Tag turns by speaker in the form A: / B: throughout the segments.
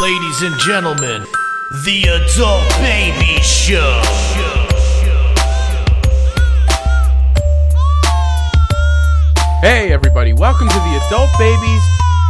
A: Ladies and gentlemen, the Adult Baby Show.
B: Hey, everybody, welcome to the Adult Babies,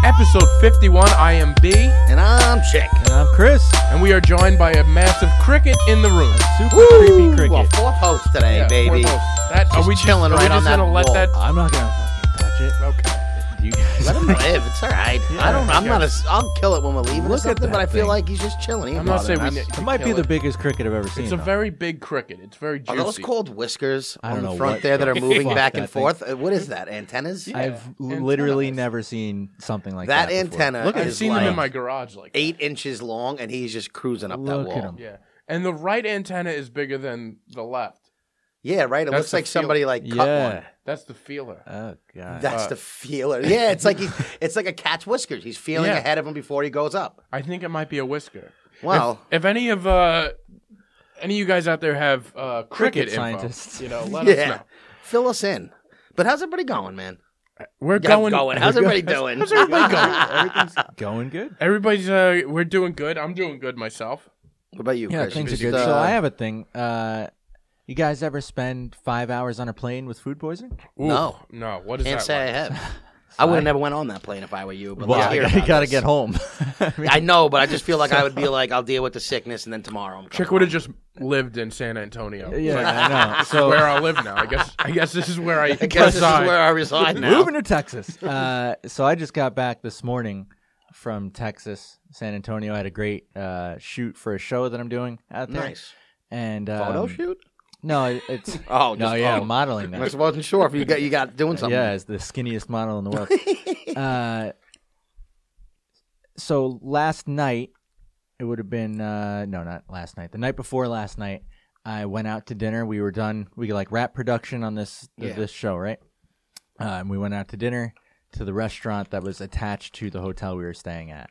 B: episode 51. I am B,
C: And I'm Chick.
D: And I'm Chris.
B: and we are joined by a massive cricket in the room.
D: Super
C: Woo!
D: creepy
C: Well,
D: cricket.
C: fourth host today,
B: Yeah,
C: baby.
B: foremost. That, are
C: Just
B: we just-
C: chilling
B: are we
C: right on
B: just
C: that
B: gonna let
C: wall.
B: that?
D: I'm not gonna fucking touch it.
B: Okay. You guys,
C: Let him live. It's all right. I don't. I'm not. A, I'll kill it when we're leaving. or
D: Look at
C: something,
D: that
C: but I feel
D: thing.
C: like he's just chilling. He
B: I'm
C: ain't
B: not saying
C: bothered.
B: we
C: I'm-
B: need
D: It
B: to
D: might be
B: kill
D: the
B: it.
D: biggest cricket I've ever seen.
B: It's a
D: though.
B: very big cricket. It's very
C: Are
B: juicy.
C: those called whiskers
D: I
C: on
D: don't
C: the
D: know
C: front
D: what
C: there that are
D: the
C: moving
D: fuck
C: back
D: that
C: and
D: thing-
C: forth? Uh, What is that? Antennas?
D: I've
B: Yeah,
D: literally
B: antennas.
D: never seen something like
C: That
D: that.
C: antenna
B: Look, I've
C: is
B: seen
C: like
B: them in my garage. Like that.
C: eight inches long, and he's just cruising up
D: Look
C: that
D: at
C: wall.
D: him.
B: Yeah, and the right antenna is bigger than the left.
C: Yeah, right. It
B: That's
C: looks
B: the
C: like
B: feel-
C: somebody like
D: before.
C: cut
D: Yeah.
C: one.
B: That's the feeler.
D: Oh god.
C: That's
B: Uh,
C: the feeler. Yeah, it's like he's, it's like a cat's whiskers. He's feeling
B: Yeah.
C: ahead of him before he goes up.
B: I think it might be a whisker.
C: Wow.
B: If, if any of uh, any of you guys out there have uh, cricket,
D: Cricket
B: info,
D: scientists.
B: you know, let us
C: Yeah.
B: know.
C: Fill us in. But how's everybody going, man?
B: We're
C: Yeah, I'm
B: going.
C: How's everybody doing?
B: How's everybody going?
D: Everything's going good.
B: Everybody's. Uh, we're doing good. I'm doing good myself.
C: What about you?
D: Yeah,
C: Chris?
D: things are
C: Just,
D: good.
C: uh,
D: so I have a thing. Uh, you guys ever spend five hours on a plane with food poisoning?
B: Ooh,
C: No.
B: no. What is
C: can't
B: that?
C: say I
B: like?
C: have. I would have never went on that plane if I were you. But let's
D: Well,
C: hear
D: I
C: about
D: gotta, gotta
C: this.
D: get home. I mean,
C: I know, but I just feel like I would be like, I'll deal with the sickness and then tomorrow. I'm
B: Chick
C: coming.
B: would have just lived in San Antonio.
D: yeah, I know. So
B: Where I live now. I guess. I guess this is where I,
C: I guess this is
B: reside.
C: where I reside now.
D: Moving to Texas. Uh, so I just got back this morning from Texas, San Antonio. I had a great uh, shoot for a show that I'm doing out there.
C: Nice
D: And um,
C: photo shoot.
D: No, it- it's
C: Oh,
D: no,
C: just
D: yeah,
C: photo.
D: modeling
C: I just
D: that.
C: wasn't sure if you got you got doing something.
D: Yeah, it's the skinniest model in the world. uh, so last night, it would have been uh, no, not last night. The night before last night, I went out to dinner. We were done. We like wrap production on this th-
C: Yeah.
D: this show, right? Uh, and we went out to dinner to the restaurant that was attached to the hotel we were staying at.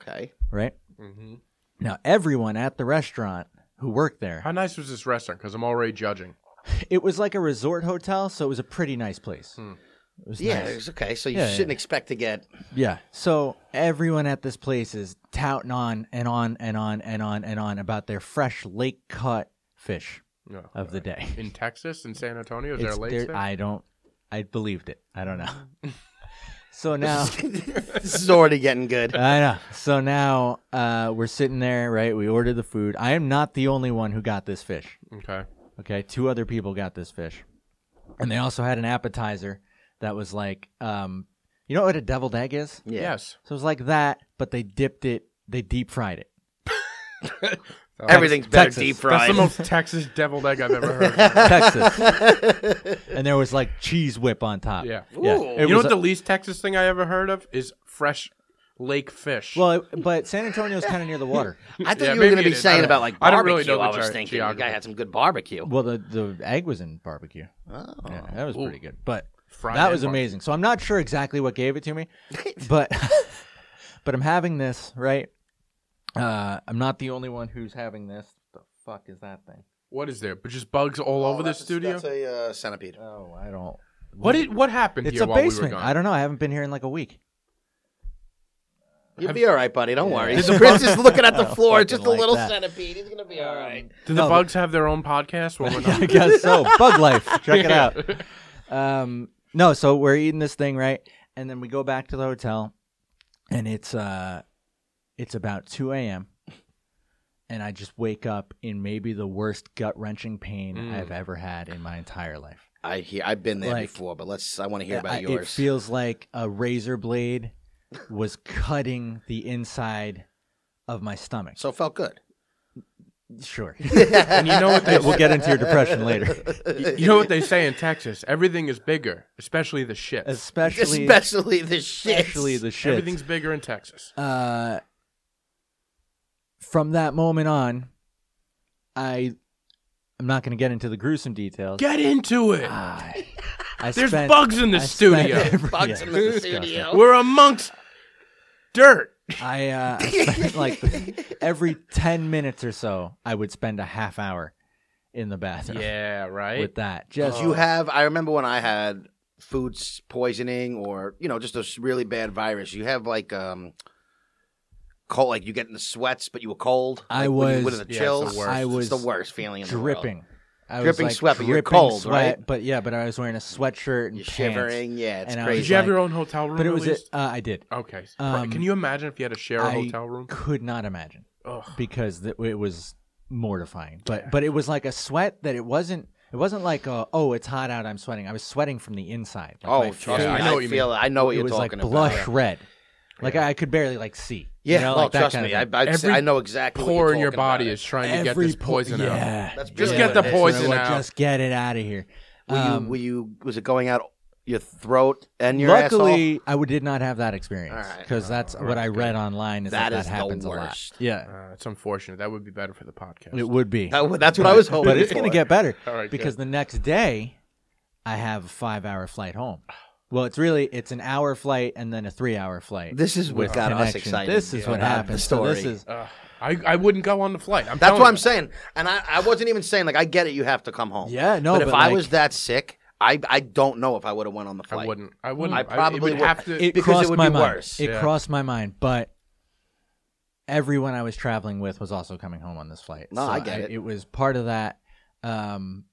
C: Okay.
D: Right
C: Mm-hmm.
D: now, everyone at the restaurant who worked there
B: How nice was this restaurant? Because I'm already judging.
D: It was like a resort hotel, so it was a pretty nice place. It was
C: Hmm. Yeah,
D: nice.
C: it's okay. So you
D: Yeah,
C: shouldn't expect to get.
D: Yeah. So everyone at this place is touting on and on and on and on and on about their fresh lake cut fish
B: No.
D: of the day.
B: In Texas, in San Antonio, is Oh, there
D: It's
B: a lake
D: their-
B: there?
D: I don't I believed it. I don't know. so now
C: This is already getting good.
D: I know. So now uh, we're sitting there, right? We ordered the food. I am not the only one who got this fish.
B: Okay.
D: Okay, two other people got this fish, and they also had an appetizer that was like, um, you know what a deviled egg is?
C: Yeah.
B: Yes.
D: So it was like that, but they dipped it, they deep fried it. Oh.
C: Everything's better
D: Texas.
C: deep
B: That's
C: fried.
B: the most Texas deviled egg I've ever heard.
D: Texas, and there was like cheese whip on top.
B: Yeah.
D: yeah.
C: Ooh.
D: It
B: you know
D: was
B: what
D: a-
B: the least Texas thing I ever heard of is fresh lake fish.
D: well, it, but San Antonio's kind of near the water.
C: I thought
B: Yeah,
C: you were
B: maybe
C: going to
B: it
C: be
B: is.
C: saying
B: I-
C: about like barbecue.
B: I
C: I,
B: don't really know the
C: was
B: ge-
C: thinking the guy
B: geography.
C: had some good barbecue.
D: Well, the the egg was in barbecue.
C: Oh.
D: Yeah, that was pretty good, but
B: Fried
D: that
B: and
D: was
B: bar-
D: amazing. So I'm not sure exactly what gave it to me, but but I'm having this right. Uh, I'm not the only one who's having this. The fuck is that thing?
B: What is there? But just bugs all over the studio.
C: Oh, That's a uh, centipede.
D: Oh, I don't.
B: what did what happened
D: It's
B: here
D: a
B: while
D: basement.
B: we were
D: I
B: gone?
D: don't know. I haven't been here in like a week.
C: You'll be all right, buddy. Don't worry.
B: Did the
C: Chris is looking at the floor.
D: fucking
C: Just a
D: like
C: little
D: that.
C: centipede. He's gonna be all right.
B: Do the
D: No,
B: bugs have their own podcast? Well, we're
D: I
B: not.
D: guess so. Bug life. Check it out. Um, no, so we're eating this thing, right? And then we go back to the hotel, and it's uh, it's about two a.m. And I just wake up in maybe the worst gut wrenching pain
C: Mm.
D: I've ever had in my entire life.
C: I hear. I've been there
D: Like-
C: before, but let's. I want to hear about
D: I-
C: yours.
D: It feels like a razor blade was cutting the inside of my stomach.
C: so it felt good.
D: Sure,
B: and you know what they
D: we'll get into your depression later,
B: you know what they say in Texas? Everything is bigger, especially the shit.
D: especially
C: Especially the shit.
D: especially the shit.
B: Everything's bigger in Texas.
D: uh, from that moment on, I I'm not going to get into the gruesome details.
B: Get into it.
D: I, I
B: There's
D: spent-
B: bugs in the
D: I spent
B: studio.
D: every-
C: bugs
D: yeah,
C: in the
D: it's disgusting.
C: studio.
B: We're amongst dirt.
D: I, uh, I spent like every ten minutes or so, I would spend a half hour in the bathroom
B: Yeah, right.
D: with that. Just
C: Did you have? I remember when I had food s- poisoning, or you know, just a s- really bad virus. You have like um, cold, like you get in the sweats, but you were cold.
D: I
C: Like, when you
D: was-
C: went in the
B: Yeah, it's the
C: chills.
B: worst.
D: I was
C: it's the worst feeling. In
D: dripping. I
C: Dripping sweat, but you're cold, right?
D: But yeah, but I was wearing a sweatshirt and
C: The world. You're
D: pants.
C: shivering. Yeah, it's
D: And I was
B: Did
C: crazy.
B: you have
D: like-
B: your own hotel room?
D: But it was
B: at
D: it.
B: least?
D: Uh, I did.
B: okay.
D: Um,
B: Can you imagine if you had to share a
D: I
B: hotel room?
D: could not imagine
B: Ugh.
D: because th- it was mortifying. But but it was like a sweat that it wasn't. It wasn't like a, oh it's hot out I'm sweating. I was sweating from the inside. Like,
C: oh,
D: my
C: trust
D: face-
C: me.
B: I
C: I
B: know what you
C: feel. it. I know what
D: it
C: you're
D: was like
C: talking about.
D: blush red. Like I could barely like see.
C: Yeah,
D: you know,
C: oh,
D: like that
C: trust
D: kind
C: me.
D: Of
C: I,
D: thing.
C: I'd say-
B: Every
C: I know exactly. what
B: Pore
C: you're
B: in your
C: talking about
B: body
C: it.
B: is trying to get
D: Every
B: this
D: po-
B: poison out.
D: yeah.
C: That's
B: Just
C: really
B: get
C: what
B: the
C: it is.
D: So
B: poison
D: we'll
B: out.
D: Just get it out of here.
C: Were you,
D: Um,
C: were you? Was it going out your throat and your asshole?
D: Luckily, I would- did not have that experience
C: All right.
D: because that's what I read online. Is that,
C: That is
D: that
C: the
D: happens a lot.
C: worst.
D: Yeah,
B: Uh, it's unfortunate. That would be better for the podcast.
D: it would be.
C: That, wa- that's what I was hoping.
D: but it's going to
C: for.
D: get better
B: All right, good.
D: because the next day I have a five hour flight home. Well, it's really it's an hour flight and then a three hour flight.
C: This is what
D: with
C: got us
D: connection.
C: excited
D: This is
C: about
D: what
C: the
D: happened. So this
C: story.
D: is
B: Ugh. I, I wouldn't go on the flight. I'm
C: That's
B: telling
C: what
B: you.
C: I'm saying. And I, I wasn't even saying like I get it. You have to come home.
D: Yeah, no,
C: But if
D: but,
C: I
D: like-
C: was that sick, I I don't know if I would have went on the flight.
B: I wouldn't. I wouldn't.
C: I
B: it
C: probably
B: would
C: would-
B: have to.
C: because
D: it
C: it
D: crossed
C: would
D: my
C: be
D: mind.
C: worse.
D: It
B: Yeah.
D: crossed my mind, but everyone I was traveling with was also coming home on this flight.
C: No,
D: So
C: I get it.
D: It was part of that. Um,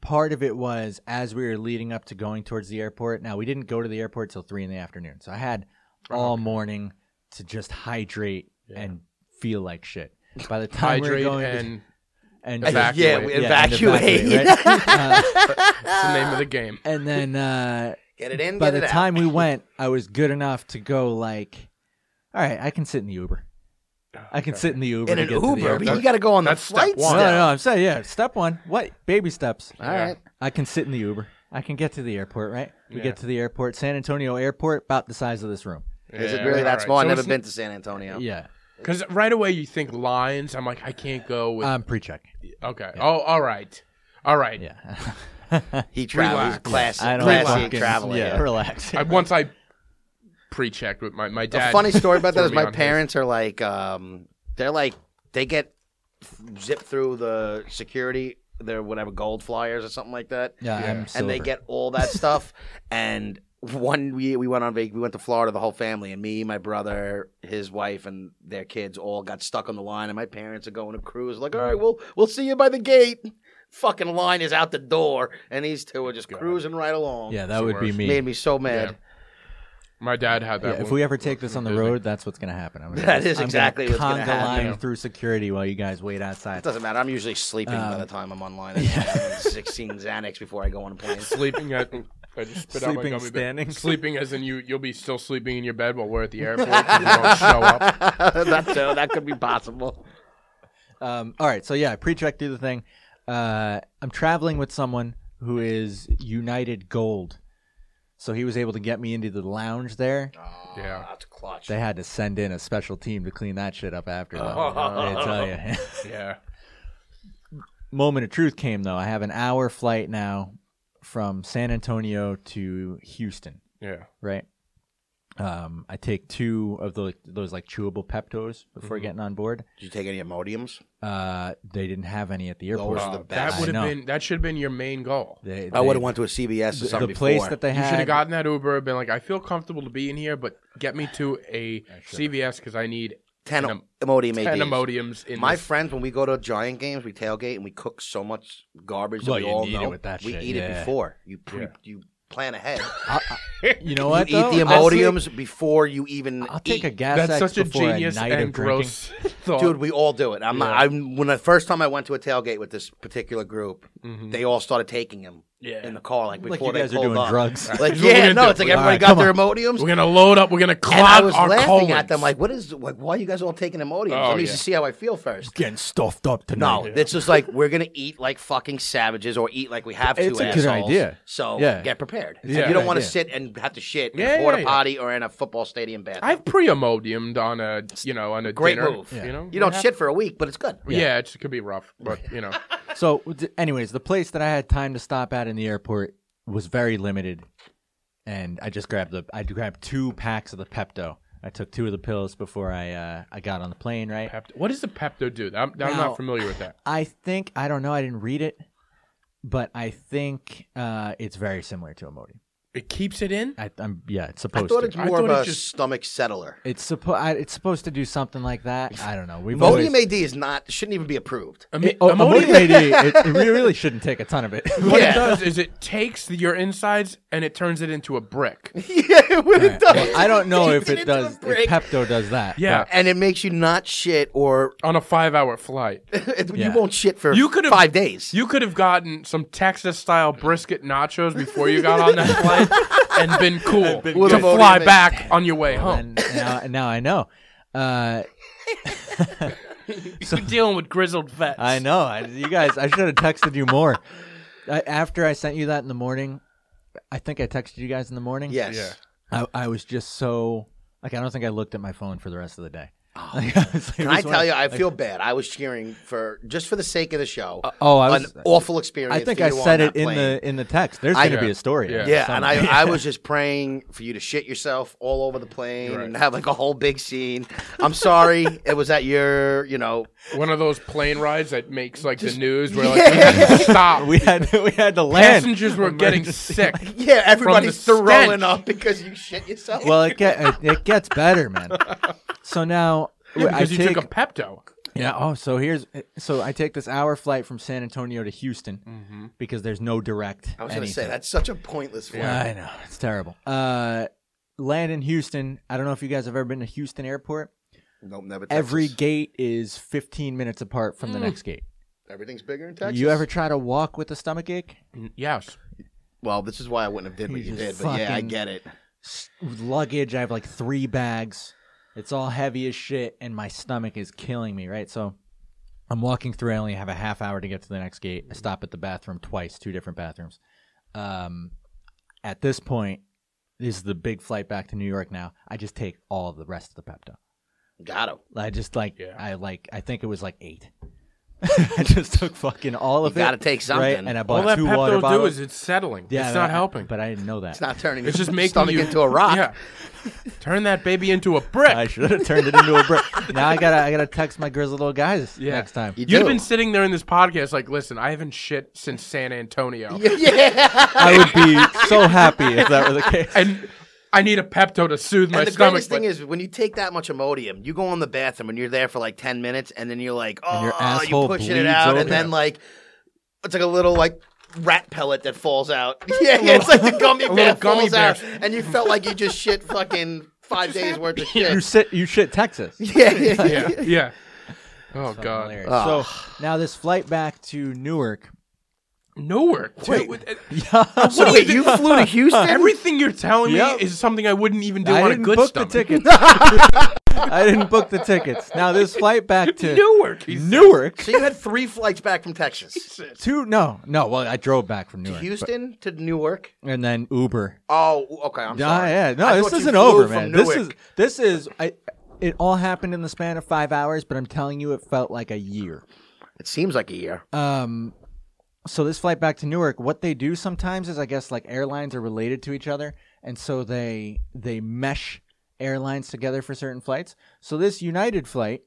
D: part of it was as we were leading up to going towards the airport. Now we didn't go to the airport till three in the afternoon, so I had
C: Oh,
D: all morning to just hydrate and feel like shit. By the time we
B: hydrate
D: were going to-
B: and
D: and
B: evacuate.
C: Yeah, we
D: and
C: evacuate.
D: right? Uh,
B: it's the name
C: Ah.
B: of the game.
D: and then. Uh,
C: Get it in.
D: by
C: get
D: the
C: it out.
D: time we went, I was good enough to go like, all right, I can sit in the Uber. I can sit in the Uber.
C: in
D: to
C: an
D: get to the
C: Uber, but
D: airport.
C: you got to go on the
B: That's step
C: flight.
B: one.
D: No,
C: still.
D: no, I'm saying yeah. Step one, what baby steps?
C: All right.
D: I can sit in the Uber. I can get to the airport. Right? We get to the airport, San Antonio Airport, about the size of this room.
C: Is it really that small? I've never been to San Antonio.
D: Yeah,
B: Because right away you think lines. I'm like, I can't go
C: Uh,
B: with.
D: um, pre-check.
B: okay. Oh, all right, all right.
D: Yeah,
C: He travels
B: Relax.
C: classic,
D: I don't
C: classic
D: fucking-
C: traveler.
D: Yeah,
C: yeah.
D: relax.
B: I, once I pre-checked with my my dad.
C: A funny story about that
B: threw
C: is
B: me
C: my
B: on his.
C: parents are like, um, they're like, they get zipped through the security, their whatever gold flyers or something like that.
D: Yeah, I'm
C: and they
D: silver.
C: get all that stuff. and one we we went on vac- we went to Florida, the whole family, and me, my brother, his wife, and their kids all got stuck on the line. And my parents are going to cruise. Like, all right, we'll we'll see you by the gate. Fucking line is out the door, and these two are just cruising right along.
D: Yeah, that would be me.
C: made me so mad.
B: Yeah. My dad had that.
D: Yeah, if
B: one.
D: we ever take this on the road, that's what's gonna happen. I'm gonna,
C: That is
D: I'm gonna
C: exactly what's gonna
D: conga
C: happen.
D: line through security while you guys wait outside.
C: It doesn't matter. I'm usually sleeping by
D: Um,
C: the time I'm online. I'm on 16 Xanax before I go on a plane.
B: sleeping at. I just spit out my
D: Sleeping
B: gummy bear.
D: standing.
B: Sleeping as in you, you'll be still sleeping in your bed while we're at the airport. 'cause you don't show up.
C: that too. That could be possible.
D: Um, all right, so yeah, pre-check do the thing. Uh, I'm traveling with someone who is United Gold, so he was able to get me into the lounge there.
B: Yeah.
C: That's clutch.
D: They had to send in a special team to clean that shit up after. Though, I tell you.
B: Yeah.
D: Moment of truth came though. I have an hour flight now from San Antonio to Houston.
B: Yeah.
D: Right. Um, I take two of those those like chewable Peptos before
B: Mm-hmm.
D: getting on board.
C: Did you take any Imodiums?
D: Uh, they didn't have any at the airport.
C: Those are the
B: Uh,
C: best.
B: That
D: I
B: would have
D: know.
B: been that should have been your main goal.
D: They-
C: I would
D: they-
C: have went to a CBS or
D: the
C: something
D: place
C: before.
D: that they
B: You should
D: had.
B: have gotten that Uber and been like, I feel comfortable to be in here, but get me to a CVS because I need
C: ten
B: Enem-
C: Imodium
B: ten
C: ADs.
B: Imodiums in
C: My
B: this.
C: friends, when we go to Giant games, we tailgate and we cook so much garbage
D: Well,
C: that we
D: you
C: all
D: need it
C: know.
D: with that
C: we
D: shit,
C: eat
D: yeah.
C: it before. You pre- you plan ahead.
D: You know what?
C: you eat
D: though?
C: the
D: I'll take-
C: Imodiums before you even.
D: I'll take a
C: eat.
D: gas
B: That's
D: X
B: such a
D: before
B: genius
D: night
B: and
D: of drinking.
B: gross thought.
C: Dude, we all do it. I'm not,
B: Yeah.
C: I'm when the first time I went to a tailgate with this particular group, they all started taking them
B: Mm-hmm. Yeah.
C: in the car, like
D: Like
C: before
D: you guys
C: they
D: are
C: pulled
D: doing
C: up.
D: drugs.
C: Like
B: what we're
C: yeah,
B: gonna
C: no,
B: do.
C: it's like everybody
D: All right,
C: got
D: come
C: their
D: on.
C: Imodiums.
B: we're gonna load up. We're gonna
C: And I
B: clog
C: was
B: our
C: laughing
B: colons.
C: at them, like, "What is like? Why are you guys all taking Imodiums?
B: Oh,
C: Let me
B: yeah.
C: just see how I feel first.
D: Getting stuffed up tonight.
C: No, it's just like we're gonna eat like fucking savages, or eat like we have to.
D: It's a good
C: assholes.
D: idea.
C: So
D: Yeah.
C: get prepared.
B: Yeah.
C: you don't want to
D: Yeah.
C: sit and have to shit in
B: Yeah,
C: a porta
B: yeah, yeah.
C: potty or in a football stadium bathroom.
B: I've pre-Imodiumed on a you know on a
C: Great
B: dinner,
C: move.
B: You know,
C: you don't shit for a week, but it's good.
B: Yeah, it could be rough, but you know,
D: So, d- anyways, the place that I had time to stop at in the airport was very limited, and I just grabbed the. I grabbed two packs of the Pepto. I took two of the pills before I uh, I got on the plane. Right.
B: Pepto. What does the Pepto do? I'm, I'm
D: Now-
B: not familiar with that.
D: I think I don't know. I didn't read it, but I think uh, it's very similar to Imodium.
B: It keeps it in.
D: I, I'm yeah,
C: I
D: it's supposed
C: thought
D: to.
C: it's
B: I
C: more
B: thought
C: of
B: it
C: a
B: just-
C: stomach settler.
D: It's supposed it's supposed to do something like that. I don't know. We've always
C: Imodium AD is not shouldn't even be approved.
B: Ami-
D: it, oh,
B: Imodium-
D: Imodium AD, it, it really, really shouldn't take a ton of it.
B: What
C: Yeah.
B: it does is it takes the- your insides and it turns it into a brick.
C: yeah, what it does.
D: I don't know
C: Takes
D: if it
C: into a
D: does. If
C: brick.
D: Pepto does that.
B: Yeah.
C: and it makes you not shit, or
B: on a five-hour flight.
C: you
D: Yeah.
C: won't shit for
B: You could've-
C: five days.
B: You could have gotten some Texas-style brisket nachos before you got on that flight and been cool
C: good.
B: to
C: Imodium
B: fly
C: AD.
B: back on your way home.
D: And now, now I know. Uh,
B: You're dealing with grizzled vets.
D: I know. I, you guys, I should have texted you more. I, after I sent you that in the morning, I think I texted you guys in the morning.
C: yes.
B: Yeah.
D: I, I was just so like I don't think I looked at my phone for the rest of the day. Like, I was
C: Oh. Can I
D: like, just
C: tell
D: wanna-
C: you, I feel bad. I was cheering for just for the sake of the show.
D: oh, I was-
C: an awful experience.
D: I think
C: for
D: I
C: you on
D: said
C: that
D: it in
C: plane.
D: the in the text. There's
C: I-
D: going to be
B: Yeah.
D: a story.
B: Yeah.
C: Yeah, and
D: somewhere.
C: I, I was just praying for you to shit yourself all over the plane and have like a whole big scene. I'm sorry, it was at your, you know,
B: One of those plane rides that makes like the news where like we had to stop.
D: we had we had to land.
B: Passengers were getting
D: Emergency.
B: sick.
C: yeah, everybody's throwing
B: stench.
C: up because you shit yourself.
D: Well, it get it, it gets better, man. So now I
B: Because you
D: take
B: took a Pepto.
D: yeah. Oh, so here's so I take this hour flight from San Antonio to Houston
B: Mm-hmm.
D: because there's no direct.
C: I was going to
D: anything.
C: say that's such a pointless flight.
D: I know it's terrible. Uh, land in Houston. I don't know if you guys have ever been to Houston Airport.
C: Nope, never. Texas. Mm.
D: Every gate is 15 minutes apart from the next gate.
C: everything's bigger in Texas.
D: You ever try to walk with a stomachache?
B: Yes.
C: Well, this is why I wouldn't have did what
D: You
C: you did,
D: just
C: but yeah, I
D: fucking-
C: get it.
D: S- Luggage. I have like three bags. It's all heavy as shit, and my stomach is killing me. Right, so I'm walking through. I only have a half hour to get to the next gate. I stop at the bathroom twice, two different bathrooms. Um, at this point, this is the big flight back to New York. Now I just take all of the rest of the Pepto.
C: Got him.
D: I just like
B: Yeah.
D: I like I think it was like eight. I just took fucking all of
C: You
D: it.
C: gotta take
D: Right?
C: something.
D: And I bought
B: All that
D: two
B: Pepto
D: water
B: do
D: bottles.
B: is it's settling.
D: yeah,
B: it's
D: but
B: not
D: I-
B: helping.
D: But I didn't know that.
C: It's not turning.
B: it's just
C: your
B: making
C: stomach
B: you,
C: into a rock.
B: Yeah. Turn that baby into a brick.
D: I should have turned it into a brick. now I gotta I gotta text my grizzled little guys
B: Yeah.
D: next time.
C: You
B: You'd have
C: do.
B: been sitting there in this podcast like, listen, I haven't shit since San Antonio.
C: yeah.
D: I would be so happy if that were the case.
B: And I need a Pepto to soothe my
C: and the
B: stomach.
C: greatest thing is when you take that much Imodium, you go in the bathroom and you're there for like ten minutes, and then you're like, oh,
D: your
C: you're
D: asshole
C: pushing it
D: bleeds
C: out,
D: over.
C: and then like it's like a little like rat pellet that falls out. yeah, yeah, it's like the gummy bear
B: little gummy
C: falls out,
B: bear.
C: and you felt like you just shit fucking five days worth of
D: You
C: shit.
D: sit you shit Texas.
C: yeah, yeah, yeah.
B: yeah. yeah. Oh, God.
D: Hilarious. So now this flight back to Newark.
B: Nowhere. Dude,
C: Wait.
B: with-
C: So wait, you flew to Houston?
B: everything you're telling
D: Yep.
B: me is something I wouldn't even do
D: I
B: on a
D: didn't
B: good
D: book
B: stomach.
D: the tickets. I didn't book the tickets. Now this flight back to
B: Newark. he said.
D: Newark.
C: so you had three flights back from Texas,
D: Two no no. Well, I drove back from Newark,
C: Houston to Newark.
D: and then Uber.
C: Oh, okay. I'm
D: Yeah,
C: sorry.
D: yeah. No,
C: I
D: this
C: thought you
D: isn't
C: flew
D: over,
C: from
D: man. This
C: Newark.
D: is this is I it all happened in the span of 5 hours, but I'm telling you it felt like a year.
C: It seems like a year.
D: Um so this flight back to Newark, what they do sometimes is I guess like airlines are related to each other and so they they mesh airlines together for certain flights. So this United flight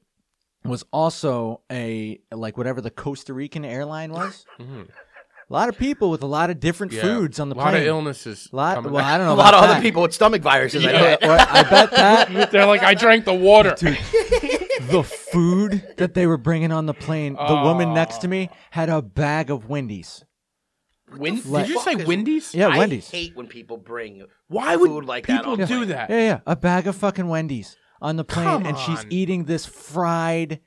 D: was also a like whatever the Costa Rican airline was.
C: Mm-hmm.
D: A lot of people with a lot of different
B: Yeah.
D: foods on the
B: A lot
D: plane.
B: of illnesses.
D: Lot-
B: coming
D: well,
B: out.
D: I don't know
C: a lot
D: about
C: of other
D: that.
C: people with stomach viruses. I
D: Well,
C: bet.
D: well, I bet that
B: They're like, I drank the water.
D: the food that they were bringing on the plane. The woman next to me had a bag of Wendy's.
B: Win-
D: fuck
B: Did you say
C: is-
B: Wendy's?
D: Yeah,
C: I
D: Wendy's.
C: hate when people bring
B: Why would
C: Food like that
B: people
C: on a
B: do
C: plane.
B: that?
D: Yeah, yeah, a bag of fucking Wendy's on the plane,
B: Come
D: and she's
B: on.
D: eating this fried.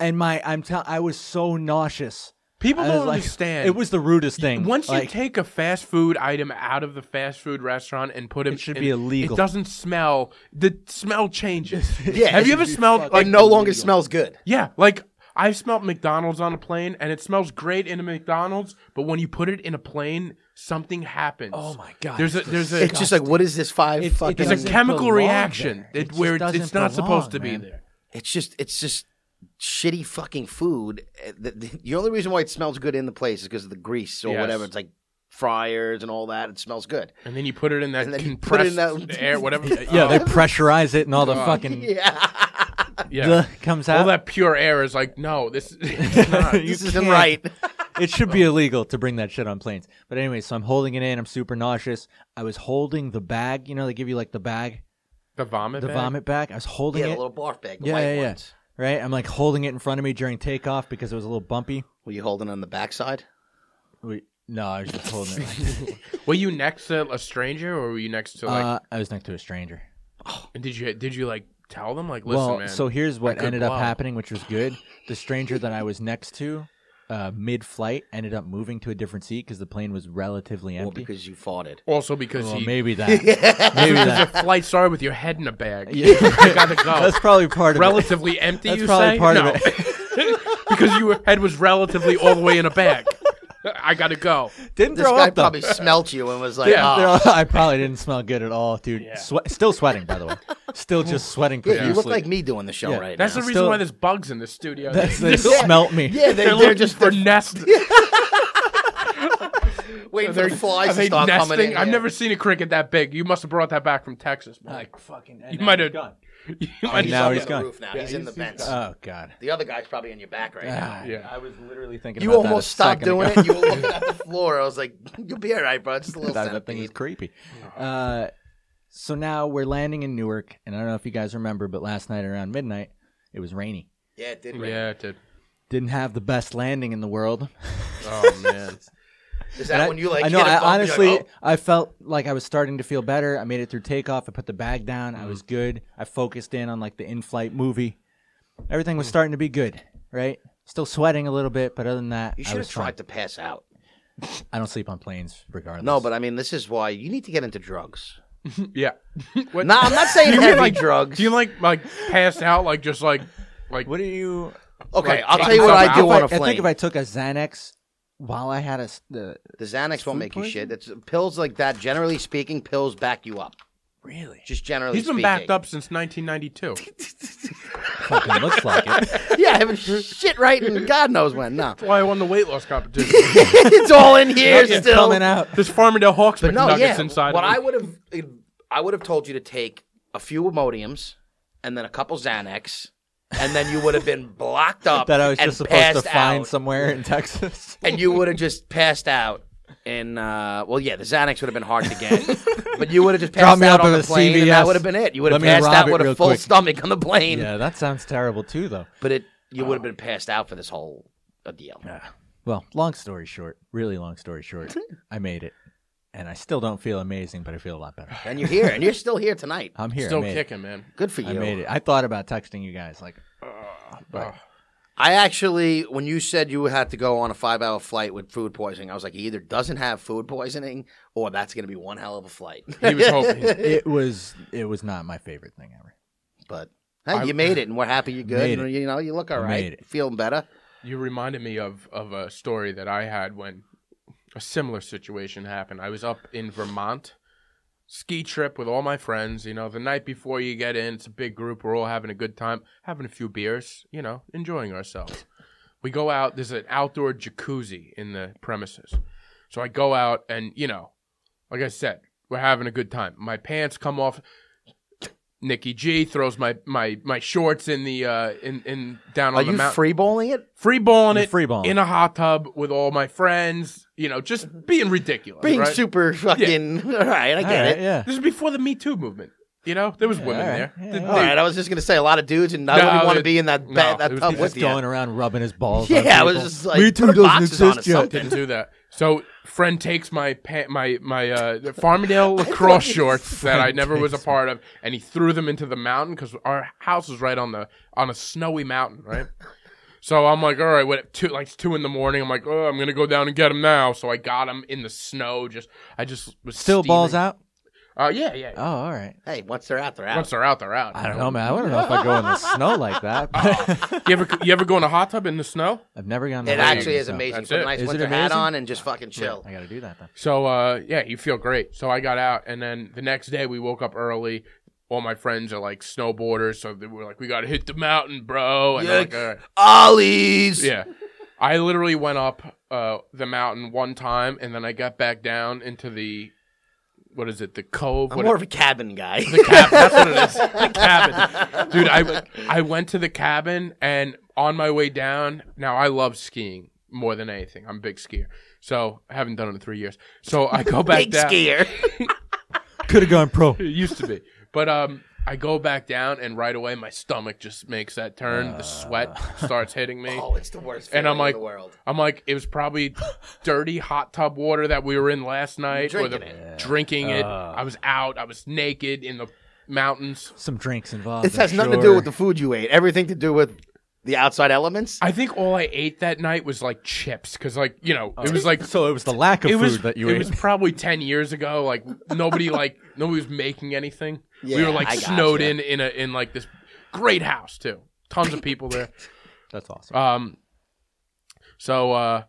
D: And my, I'm tell, I was so nauseous.
B: People
D: I was
B: don't
D: like-
B: understand.
D: It was the rudest thing.
B: Once you
D: Like,
B: take a fast food item out of the fast food restaurant and put it,
D: It should
B: in-
D: be illegal.
B: It doesn't smell. The smell changes.
C: Yeah,
B: Have
C: it
B: you ever
C: should be
B: smelled
C: Like
B: like
C: no longer smells good.
B: Yeah, like I've smelled McDonald's on a plane, and it smells great in a McDonald's, but when you put it in a plane, something happens.
D: Oh my God,
B: There's a
D: it's
B: there's a
C: It's just like, what is this five
D: It- it
C: fucking?
B: there's a
D: doesn't
B: chemical
D: belong
B: reaction
D: there. It
B: that-
D: just
B: where
D: doesn't
B: it's not supposed to
D: belong,
B: be
D: man.
B: there.
C: it's just, it's just shitty fucking food. Uh, The, the- the only reason why it smells good in the place is because of the grease or
B: Yes.
C: whatever. It's like fryers and all that. It smells good.
B: And then you put it in that
C: And then you put it
B: compressed
C: in that-
B: air, whatever.
D: yeah, they
B: Oh,
D: pressurize it, and all the
B: God.
D: fucking
C: Yeah,
B: yeah.
D: Oh. Ugh, comes out.
B: All that pure air is like, no, this. It's not.
D: You
C: this isn't
D: can't.
C: right.
D: it should be illegal to bring that shit on planes. But anyway, so I'm holding it in. I'm super nauseous. I was holding the bag. You know, they give you like the bag,
B: The vomit.
D: the
B: bag?
D: vomit bag. I was holding
C: Yeah, the
D: it.
C: little barf bag. The
D: yeah,
C: white
D: yeah, yeah.
C: ones.
D: Right? I'm like holding it in front of me during takeoff because it was a little bumpy.
C: Were you holding on the backside?
D: We, no, I was just holding it. like-
B: Were you next to a stranger, or were you next to like?
D: uh, I was next to a stranger.
B: and did you did you like tell them like, listen,
D: Uh, well,
B: man?
D: so here's what
B: could
D: ended
B: blow.
D: up happening, which was good. The stranger that I was next to, uh, mid-flight, ended up moving to a different seat because the plane was relatively
C: Well,
D: empty.
C: because you fought it.
B: also because
D: Well,
B: he
D: maybe that. maybe that.
B: the flight started with your head in a bag.
D: Yeah.
B: you gotta go.
D: That's probably part of it.
B: relatively empty.
D: That's
B: you
D: probably
B: say?
D: part of
B: no. because your head was relatively all the way in a bag. I gotta go.
D: Didn't
C: This
D: throw
C: guy
D: up though.
C: probably smelt you and was like,
B: Yeah.
C: "Ah."
D: Throw- I probably didn't smell good at all, dude. Swe- still sweating, by the way. Still just sweating
C: Yeah,
D: profusely.
C: you look like me doing the show
D: Yeah.
C: right
B: That's
C: now.
B: the reason
D: Still-
B: why there's bugs in this studio.
D: That's,
B: They're
D: they smelt me.
C: yeah, they,
B: they're
C: they're,
B: looking
C: just
B: for
C: they're
B: nests.
C: waiting for
B: They're-
C: the
B: are
C: flies to
B: they
C: start
B: nesting?
C: coming in.
B: I've
C: yeah.
B: never seen a cricket that big. You must have brought that back from Texas. Mike.
D: Like fucking.
B: You might have done. You might
D: now
B: have-
D: he's
C: on
D: gone.
C: the roof now. he's in the vents.
D: Oh god.
C: the other guy's probably in your back right now.
D: Ah,
B: Yeah.
D: I was literally thinking.
C: You
D: about that
C: almost
D: a
C: stopped
D: second
C: doing
D: ago.
C: it. You were looking at the floor. I was like, "You'll be all right, bro. It's just a little
D: that, that thing is
C: centipede."
D: creepy.
C: Uh-huh.
D: Uh, so now we're landing in Newark, and I don't know if you guys remember, but last night around midnight, it was rainy.
C: Yeah, it did. rain.
B: yeah, it did.
D: Didn't have the best landing in the world.
B: Oh man.
C: Is that
D: And I-
C: when you like? "Oh."
D: I know.
C: hit a
D: I
C: bump, you're
D: honestly,
C: like,
D: I felt like I was starting to feel better. I made it through takeoff. I put the bag down. I was
C: Mm-hmm.
D: good. I focused in on like the in-flight movie. Everything
C: Mm.
D: was starting to be good. Right. Still sweating a little bit, but other than that,
C: "Oh, you
D: I
C: should have
D: was fine.
C: tried to pass out.
D: I don't sleep on planes, regardless.
C: No, but I mean, this is why you need to get into drugs.
B: Yeah. What-
C: No, I'm not saying
B: Do you mean,
C: heavy
B: like-
C: drugs.
B: Do you like like pass out like just like like
D: what do you?
C: okay,
B: like,
C: I'll
B: take
C: tell you what
B: yourself
C: I do
B: out?
D: I,
C: on a
D: I
C: plane.
D: think if I took a Xanax while I had a s- the
C: the Xanax won't
D: Food
C: make you
D: poisoning?
C: shit. It's pills like that. Generally speaking, pills back you up.
D: really
C: Just generally
B: He's been
C: speaking.
B: backed up since 1992.
D: fucking looks like it.
C: Yeah, I haven't shit right and God knows when. No.
B: That's why I won the weight loss competition.
C: it's all in here
D: It's
C: still.
D: coming out.
B: There's Farmingdale Hawks
C: But no,
B: McNuggets
C: yeah.
B: inside.
C: what
B: of
C: I
B: him.
C: would have I would have told you to take a few Imodiums and then a couple Xanax and then you would have been blocked up
D: That I was
C: and
D: just supposed to
C: passed
D: find
C: out,
D: somewhere in Texas.
C: and you would have just passed out. And uh, well, yeah, the Xanax would have been hard to get, but you would have just
D: Drop
C: passed
D: me
C: out
D: up
C: on the
D: at a
C: plane, and that
D: CVS.
C: would have been it. You would have
D: Let me
C: passed
D: rob
C: out
D: it
C: with a
D: real
C: full
D: quick.
C: stomach on the plane,
D: yeah, that sounds terrible too, though.
C: but it you would have been passed out for this whole uh, deal.
D: Well, long story short, really long story short, I made it, and I still don't feel amazing, but I feel a lot better.
C: And you're here, and you're still here tonight.
D: I'm here. I
B: still
D: made
B: kicking, man.
C: Good for
D: It.
C: you.
D: I made it. I thought about texting you guys, like, but
C: I actually, when you said you had to go on a five hour flight with food poisoning, I was like, he either doesn't have food poisoning or that's going to be one hell of a flight.
B: He was hoping.
D: it was it was not my favorite thing ever.
C: but hey, you made it and we're happy you're good.
D: Made
C: You,
D: it.
C: know, you look all
D: I
C: right.
D: made it.
C: Feeling better.
B: You reminded me of of a story that I had when a similar situation happened. I was up in Vermont, ski trip with all my friends. You know, the night before you get in, it's a big group. We're all having a good time, having a few beers. You know, enjoying ourselves. We go out. There's an outdoor jacuzzi in the premises, so I go out and you know, like I said, we're having a good time. My pants come off. Nikki G throws my my my shorts in the uh in in down
C: Are
B: on the
C: you
B: mountain
C: free balling it?
B: free balling
D: You're
B: it,
D: free balling.
B: in a hot tub with all my friends. You know, just being ridiculous.
C: Being
B: right?
C: super fucking. All right, I get
D: All right,
C: it.
D: yeah.
B: This is before the Me Too movement. You know, there was women
D: all
B: there.
D: right, yeah,
B: Th-
C: All right, I was just going to say a lot of dudes and I
B: No,
C: wouldn't want
B: it-
C: to be in that,
B: no,
C: ba-
B: it
C: that
B: was
C: tub
B: just
C: with
D: Just
C: you.
D: going around rubbing his balls. on
C: Yeah, I was
D: people.
C: just like,
D: Me too
C: put a
D: doesn't
C: boxes on or
D: exist yet.
C: something.
B: Didn't do that. So friend takes my pa- my my uh, the Farmingdale lacrosse shorts that I never was a part of, and he threw them into the mountain because our house is right on the on a snowy mountain, right? So I'm like, all right, what? Two, like it's two in the morning. I'm like, oh, I'm gonna go down and get him now. So I got him in the snow. Just, I just was
D: Still balls
B: steaming.
D: out.
B: Uh, yeah, yeah.
D: Oh, all right.
C: Hey, once they're out, they're out.
B: Once they're out, they're out.
D: I don't know, man. I don't know if I go in the snow like that.
B: You ever you ever go in a hot tub in the snow?
D: I've never gone.
C: Oh. it
D: to Hawaii,
C: actually is
D: so-
C: amazing.
B: That's
C: Put
B: it.
C: a nice
D: Is it
C: winter hat
D: amazing?
C: on and just fucking chill.
D: I got to do that then.
B: So uh, yeah, you feel great. So I got out, and then the next day we woke up early. All my friends are like snowboarders, so they were like, "We gotta hit the mountain, bro." And I'm like, "All right."
C: Ollie's.
B: yeah. I literally went up uh, the mountain one time, and then I got back down into the what is it? The cove.
C: I'm
B: What-
C: more of a cabin guy.
B: the cabin. That's what it is. The cabin, dude. I I went to the cabin, and on my way down. Now I love skiing. more than anything. I'm a big skier, so I haven't done it in three years. So I go back
C: Big
B: down.
C: skier.
D: Could have gone pro.
B: It used to be, but um, I go back down, and right away my stomach just makes that turn. the sweat
C: Uh.
B: starts hitting me.
C: oh, it's the worst.
B: And I'm
C: feeling
B: like-
C: in the world.
B: I'm like, it was probably dirty hot tub water that we were in last night, or the
C: Drinking it. Uh.
B: drinking it. I was out. I was naked in the mountains.
D: Some drinks involved.
C: This
D: I'm
C: has nothing to
D: sure.
C: do with the food you ate. Everything to do with the outside elements.
B: I think all I ate that night was like chips, because like you know,
C: Oh.
B: it was like
D: So it was the lack of
B: it
D: food
B: was
D: that you
B: it
D: ate.
B: was probably ten years ago. Like nobody like nobody was making anything. we
C: Yeah,
B: were like
C: I gotcha.
B: snowed in in a in like this great house too. Tons of people there.
D: That's awesome.
B: Um. So uh,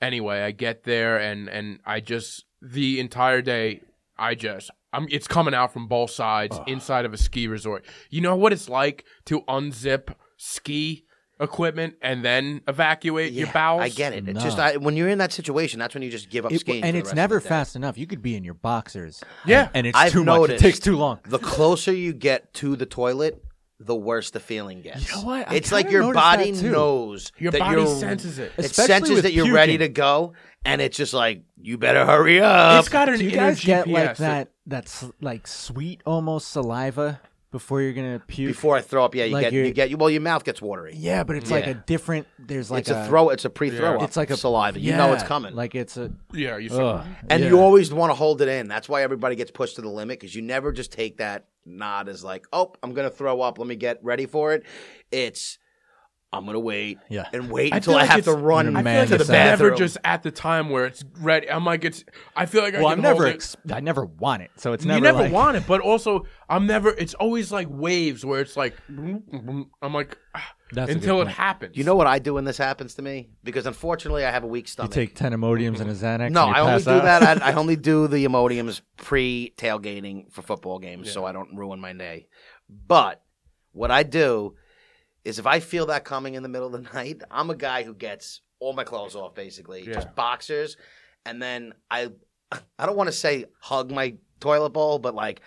B: anyway, I get there and and I just the entire day I just I'm it's coming out from both sides inside of a ski resort. You know what it's like to unzip ski equipment and then evacuate your
C: Yeah,
B: bowels.
C: I get it. It's
D: No.
C: just I, when you're in that situation, that's when you just give up
D: It-
C: skiing.
D: and
C: for the
D: it's
C: rest
D: never
C: of the day.
D: fast enough. You could be in your boxers.
B: Yeah.
D: and, and it's
C: I've
D: too much.
C: noticed-
D: It takes too long.
C: The closer you get to the toilet, the worse the feeling gets.
D: You know what? I
C: It's like
D: kinda
C: your
D: noticed
C: body
D: that too.
C: knows.
B: Your
C: that
B: body
C: you're-
B: senses it.
C: It
D: Especially
C: senses
D: with
C: that you're ready to
D: puking.
C: go, and it's just like you better hurry up.
B: it's got an
D: Do you
B: inner
D: guys get
B: GPS
D: like that? That's like sweet, almost saliva before you're gonna puke.
C: Before I throw up, yeah, you
D: Like
C: get
D: you're-
C: you get well, your mouth gets watery.
D: yeah, but it's like
C: Yeah.
D: a different. There's like
C: it's a, throw. It's a pre-throw. Up.
D: It's like a
C: saliva. You know it's
D: yeah,
C: coming.
D: Like it's a.
B: Yeah, you said
D: Ugh,
C: and
D: yeah.
C: you always want to hold it in. That's why everybody gets pushed to the limit because you never just take that nod as like, oh, I'm gonna throw up. Let me get ready for it. It's I'm gonna wait
D: Yeah.
C: and wait
B: I
C: until
B: feel
C: I
B: like
C: have to
B: it's-
C: run
D: I feel
C: to
D: like
C: the
D: it's
C: bathroom.
B: never just at the time where it's ready. I'm like, it's. I feel like I
D: Well,
B: can
D: I'm never.
B: hold it.
D: Ex- I never want it, so it's
B: you
D: never.
B: never
D: like,
B: want it, but also I'm never. It's always like waves where it's like I'm like ah,
D: That's a good
B: until it
D: point.
B: happens.
C: you know what I do when this happens to me? Because unfortunately, I have a weak
D: You
C: stomach.
D: take ten Imodiums and a Xanax.
C: no,
D: and you
C: I only
D: pass
C: do
D: out.
C: that. I, I only do the Imodiums pre tailgating for football games, so I don't ruin my day. But what I do is if I feel that coming in the middle of the night, I'm a guy who gets all my clothes off, basically
B: Yeah.
C: just boxers, and then I I don't want to say hug my toilet bowl, but like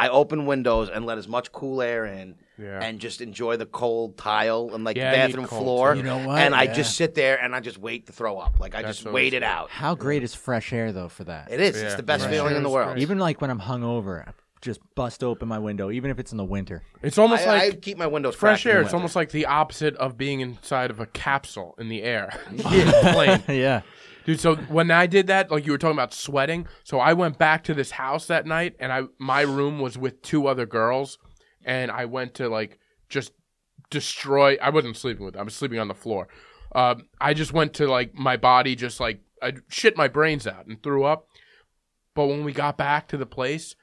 C: I open windows and let as much cool air in.
B: Yeah.
C: And just enjoy the cold tile and like
B: Yeah,
C: the
B: I need
C: bathroom
B: cold
C: floor.
D: tile. You know what?
C: And I
D: Yeah.
C: just sit there and I just wait to throw up. Like I
B: That's
C: just
B: always
C: wait it
B: good.
C: out.
D: How great is fresh air though for that?
C: It is.
B: Yeah.
C: It's the best
B: Right.
C: feeling in the world.
B: Right.
D: Even like when I'm hungover, I just bust open my window, even if it's in the winter.
B: It's almost
C: I,
B: like
C: I keep my windows
B: fresh
C: cracked in
B: air. It's
C: the winter.
B: almost like the opposite of being inside of a capsule in the air. Yeah, plane.
D: yeah.
B: Dude, so when I did that, like you were talking about sweating, so I went back to this house that night, and I my room was with two other girls, and I went to like just destroy. I wasn't sleeping with. them. I was sleeping on the floor. Um, I just went to like my body, just like I shit my brains out and threw up. But when we got back to the place,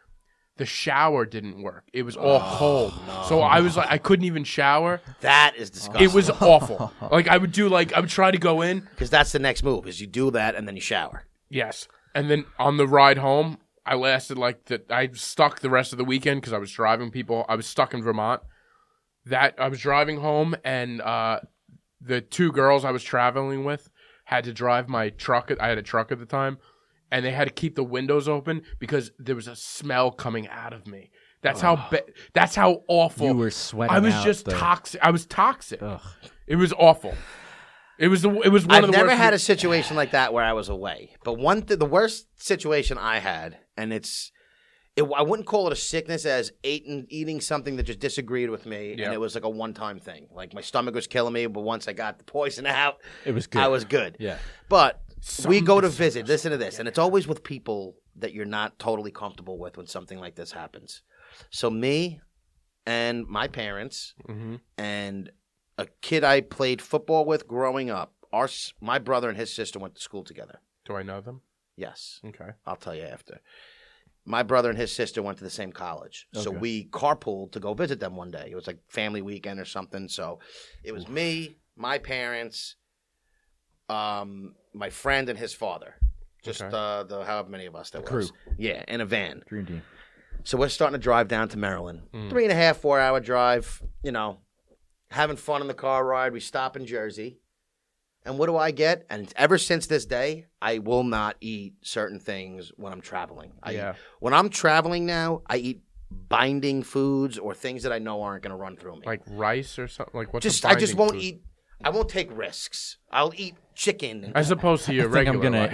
B: the shower didn't work. It was all cold, so I was like, I couldn't even shower.
C: that is disgusting.
B: It was awful. Like I would do, like I would try to go in,
C: because that's the next move is you do that and then you shower.
B: Yes. And then on the ride home, I lasted like the I stuck the rest of the weekend because I was driving people. I was stuck in Vermont. That I was driving home, and uh, the two girls I was traveling with had to drive my truck. I had a truck at the time, and they had to keep the windows open because there was a smell coming out of me. That's how ba- that's how awful
D: You were sweating
B: I was
D: out
B: just
D: the-
B: toxic. I was toxic. It was awful. It was the it was one
C: I've
B: of the
C: never
B: worst
C: had a situation like that where I was away. But one th- the worst situation I had, and it's it, I wouldn't call it a sickness as eating eating something that just disagreed with me,
B: Yeah.
C: and it was like a one time thing. Like my stomach was killing me, but once I got the poison out,
D: It was good.
C: I was good.
D: Yeah.
C: But we go to visit. Listen to this, and it's always with people that you're not totally comfortable with when something like this happens. So me and my parents
B: Mm-hmm.
C: and a kid I played football with growing up. Our s- my brother and his sister went to school together.
B: Do I know them?
C: Yes,
B: Okay.
C: I'll tell you after. My brother and his sister went to the same college, so
D: Okay.
C: we carpooled to go visit them one day. It was like family weekend or something. So it was me, my parents, um, my friend, and his father. Just
B: Okay.
C: uh, the however many of us there
D: crew.
C: was. Yeah, in a van.
D: Dream team.
C: So we're starting to drive down to Maryland.
B: Mm.
C: Three and a half, four hour drive, you know, having fun in the car ride. We stop in Jersey. And what do I get? And ever since this day, I will not eat certain things when I'm traveling. I,
B: Yeah.
C: When I'm traveling now, I eat binding foods or things that I know aren't going to run through me.
B: like rice or something like what's a
C: just I just
B: binding
C: won't
B: food?
C: eat. I won't take risks. I'll eat chicken.
B: As opposed to your
D: I think
B: regular
D: I'm gonna
B: life.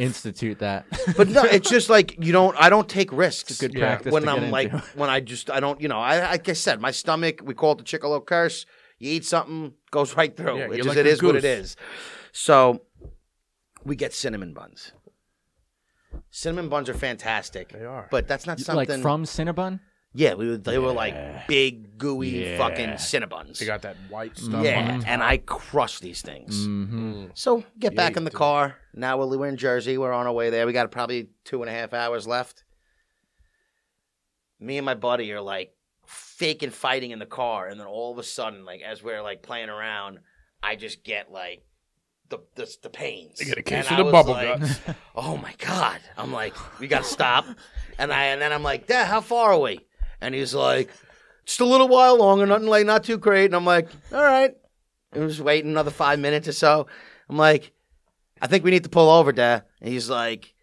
D: institute that.
C: But no, it's just like you don't. I don't take risks.
D: Good
B: Yeah.
D: practice.
C: when
D: to get
C: I'm like
D: into.
C: when I just I don't you know I like I said my stomach we call it the Chicolo curse. You eat something goes right through.
B: Yeah,
C: It
B: you're
C: just
B: like
C: it
B: a
C: is what it
B: goose.
C: is. So we get cinnamon buns. Cinnamon buns are fantastic. They
B: are.
C: but that's not something.
D: like from Cinnabon.
C: yeah, we were, they were like big gooey
D: Yeah.
C: fucking cinnabuns.
B: You got that white stuff.
C: yeah,
B: on top.
C: and I crush these things.
D: Mm-hmm.
C: So get back
B: you
C: in the
B: do.
C: car. Now we're, we're in Jersey. We're on our way there. We got probably two and a half hours left. Me and my buddy are like faking fighting in the car, and then all of a sudden, like as we're like playing around, I just get like the the, the pains.
B: You get a case of
C: And I
B: the
C: was
B: bubble
C: like,
B: guts.
C: oh my god i'm like we gotta stop and i and then i'm like dad how far are we and he's like just a little while longer nothing like not too great and i'm like all right and we're just waiting another five minutes or so i'm like i think we need to pull over dad and he's like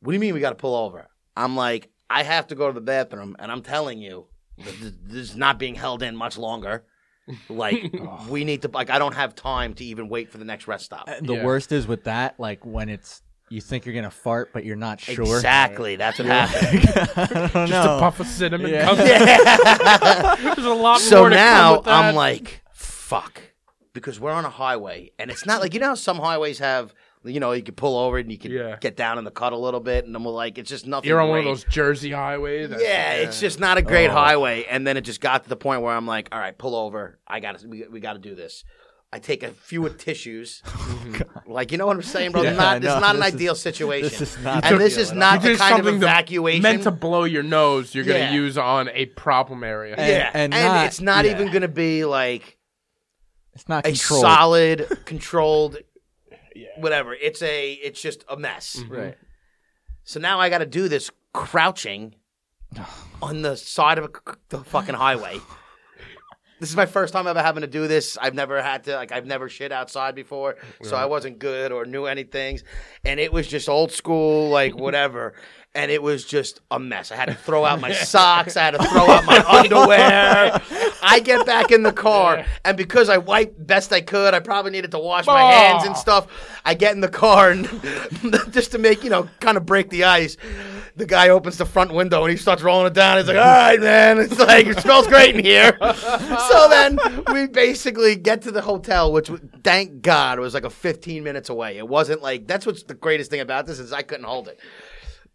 C: what do you mean we gotta pull over i'm like i have to go to the bathroom and i'm telling you th- th- this is not being held in much longer like
B: Oh.
C: we need to like i don't have time to even wait for the next rest stop
D: The
B: Yeah.
D: worst is with that, like when it's you think you're gonna fart, but you're not sure.
C: exactly that's what happened
D: I don't
B: Just
D: know.
B: a puff of cinnamon.
D: Yeah.
B: comes- There's a lot
C: so
B: more to come
C: now
B: with that.
C: I'm like, fuck, because we're on a highway, and it's not like you know how some highways have, you know, you can pull over and you can
B: Yeah.
C: get down in the cut a little bit, and then we're like, it's just nothing.
B: You're on one of
C: great.
B: those Jersey highways.
C: Yeah, it's just not a
D: Oh.
C: great highway. And then it just got to the point where I'm like, all right, pull over. I got to, we, we got to do this. I take a few tissues, like you know what I'm saying, bro.
D: Oh, Yeah,
C: not,
D: I
C: it's
D: know.
C: not
D: This
C: an
D: is-
C: ideal situation.
D: this is not
C: and this
D: ideal
C: is
D: at
C: not
B: You
C: the
B: did
C: kind of
B: something that-
C: evacuation
B: meant to blow your nose. You're gonna
C: Yeah.
B: use on a problem area.
D: And-
C: yeah,
D: and not-
C: it's not
D: yeah.
C: even going to be like
D: It's not
C: a
D: controlled.
C: solid, controlled, whatever. It's a, it's just a mess.
D: Right.
C: So now I got to do this crouching on the side of a, c- the fucking highway. this is my first time ever having to do this. I've never had to, like, I've never shit outside before, so I wasn't good or knew anything. And it was just old school, like whatever. And it was just a mess. I had to throw out my socks. I had to throw out my underwear. I get back in the car, and because I wiped best I could, I probably needed to wash my hands and
B: Oh.
C: stuff. I get in the car and just to make you know, kind of break the ice. The guy opens the front window and he starts rolling it down. He's like, "All right, man." It's like it smells great in here. so then we basically get to the hotel, which w- thank God was like a 15 minutes away. It wasn't like that's what's the greatest thing about this is I couldn't hold it.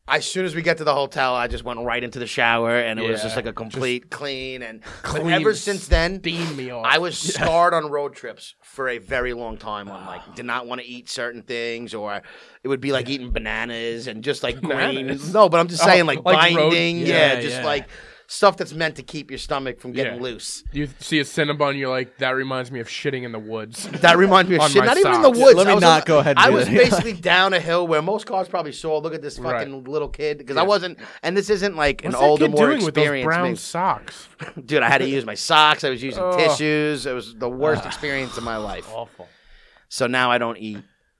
C: As soon as we get to the hotel, I just went right into the shower, and it was
B: Yeah,
C: just like a complete clean. And but
B: clean
C: ever since then,
B: steam me off.
C: I was scarred on road trips for a very long time. On
B: Ah.
C: like, did not want to eat certain things, or it would be like eating bananas and just like grains.
B: Bananas?
C: No, but I'm just saying like,
B: like road-
C: binding, yeah,
D: yeah,
C: just
D: yeah.
C: like stuff that's meant to keep your stomach from getting
B: Yeah.
C: loose.
B: You see a Cinnabon, you're like, that reminds me of shitting in the woods.
C: That reminds me of
B: On
C: shit.
B: my
C: Not even in the
B: socks.
C: woods.
D: Let me
C: I was
D: not
C: on-
D: go ahead and
C: I
D: do
C: was
D: that.
C: basically down a hill where most cars probably saw. Look at this fucking little kid because I wasn't. And this isn't like an
B: What's
C: older,
B: that kid
C: more
B: doing with those
C: experienced
B: brown
C: me.
B: socks?
C: dude. I had to use my socks. I was using
B: Ugh.
C: tissues. It was the worst experience of my life.
B: Awful.
C: So now I don't eat,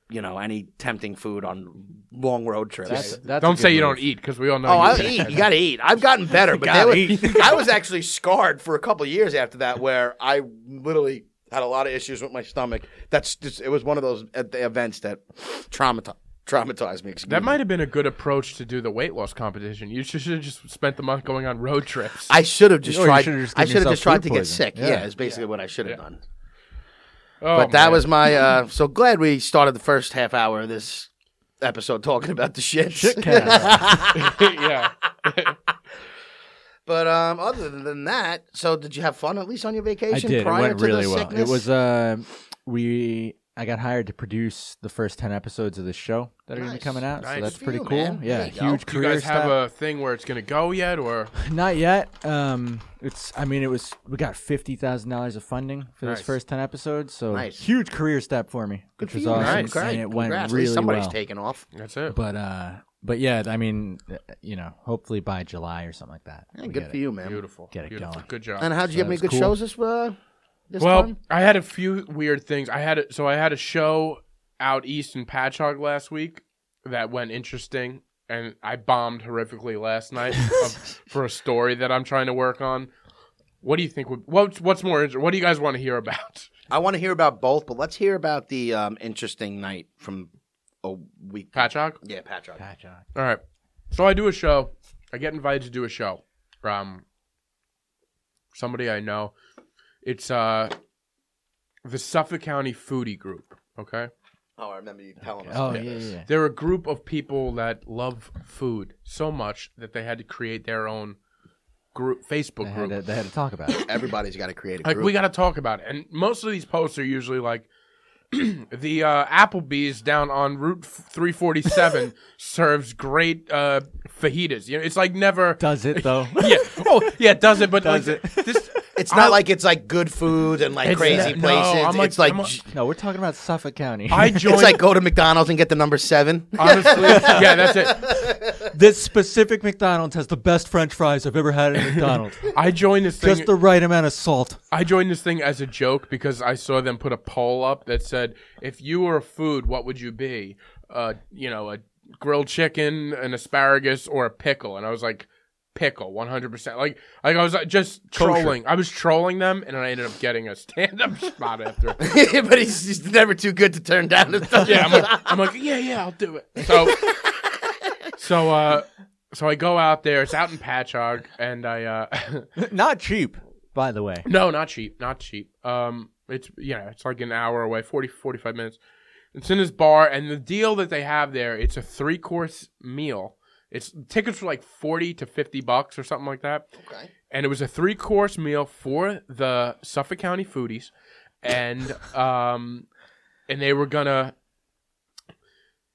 C: you know, any tempting food on long road trips.
D: That's, that's a
B: Don't
D: good
B: say you
D: move.
B: don't eat because we all know.
C: Oh,
B: you
C: I
B: do.
C: eat. You gotta eat. I've gotten better, but there
D: gotta
C: was,
D: eat.
C: I was actually scarred for a couple of years after that, where I literally had a lot of issues with my stomach. That's just. It was one of those at the events that traumatized traumatized me. excuse
B: That
C: me.
B: might have been a good approach to do the weight loss competition. You should have just spent the month going on road trips.
C: I should have just
D: Or Oh, you
C: tried.
D: should have just
C: I
D: given
C: should have
D: yourself
C: just tried
D: food
C: to get
D: poison.
C: sick. Yeah,
D: Yeah.
C: is basically what I should have done.
B: Oh,
C: But that
B: man.
C: was my uh so glad we started the first half hour of this episode talking about the shit.
B: yeah.
C: but um other than that, so did you have fun at least on your
D: I
C: vacation
D: did. It
C: prior
D: went
C: to
D: really
C: the
D: well.
C: sickness?
D: It was uh, we. I got hired to produce the first ten episodes of this show that are going to
C: Nice.
D: be coming out.
B: Nice.
D: So that's
C: Good
D: pretty
C: for you,
D: cool.
C: man.
D: Yeah,
C: There you go.
D: huge
B: Do you
D: career
B: guys have
D: step.
B: a thing where it's gonna go yet, or
D: Not yet. Um, it's. I mean, it was. We got fifty thousand dollars of funding for this
B: Nice.
D: first ten episodes. So
C: Nice.
D: huge career step for me,
C: Good
D: which
C: for
D: was
C: you.
D: awesome.
B: Nice.
C: Great.
D: And it went
C: Congrats. At least
D: really
C: somebody's
D: well.
C: taken off.
B: that's it?
D: But uh, but yeah, I mean, uh, you know, hopefully by July or something like that.
C: Yeah,
D: we
C: good
D: get
C: for
D: it.
C: you, man.
B: Beautiful.
D: Get it
B: Beautiful.
D: going.
B: Good job.
C: And how'd you
D: So
C: have any
D: that's
C: good
D: cool.
C: shows this uh this
B: well,
C: time?
B: I had a few weird things. I had a, so I had a show out east in Patchogue last week that went interesting, and I bombed horrifically last night of- for a story that I'm trying to work on. What do you think? Would, what's what's more? inter- What do you guys want to hear about?
C: I want to hear about both, but let's hear about the um, interesting night from a week.
B: Patchogue?
C: Yeah, Patrick.
D: Gotcha.
B: All right. So I do a show. I get invited to do a show from somebody I know. It's uh the Suffolk County Foodie Group. Okay.
C: Oh, I remember you telling us.
D: Oh
C: about
D: yeah, yeah.
C: this.
D: yeah.
B: They're a group of people that love food so much that they had to create their own group
D: They
B: Facebook
D: had,
B: group.
D: to, they had to talk about it.
C: Everybody's got to create a
B: like
C: group.
B: we got to talk about it. And most of these posts are usually like the uh, Applebee's down on Route 347 serves great uh, fajitas. You know, it's like never
D: Does it though?
B: yeah. Oh, yeah, it does it? But
D: Does
B: like, This,
C: it's not
B: I-
C: like it's like good food and like
B: It's
C: crazy
B: not- no,
C: places.
B: I'm like-
C: it's like
B: I'm a-
C: j-
D: no, we're talking about Suffolk County.
B: I joined.
C: it's like go to McDonald's and get the number seven.
B: honestly, yeah, that's it.
D: this specific McDonald's has the best French fries I've ever had at McDonald's.
B: I joined this thing.
D: Just the right amount of salt.
B: I joined this thing as a joke because I saw them put a poll up that said, "If you were a food, what would you be? Uh, you know, a grilled chicken, an asparagus, or a pickle?" And I was like, "Pickle, one hundred percent." Like, like I was uh, just trolling. I was trolling them, and I ended up getting a stand-up spot after.
C: but he's, he's never too good to turn down.
B: yeah, I'm like, I'm like, yeah, yeah, I'll do it. So, so, uh, so I go out there. It's out in Patchogue, and I, uh,
D: Not cheap, by the way.
B: no, not cheap, not cheap. Um, it's yeah, it's like an hour away, 40, 45 minutes. It's in this bar, and the deal that they have there, it's a three course meal. It's tickets for like forty to fifty bucks or something like that.
C: Okay.
B: And it was a three course meal for the Suffolk County foodies, and um, and they were gonna.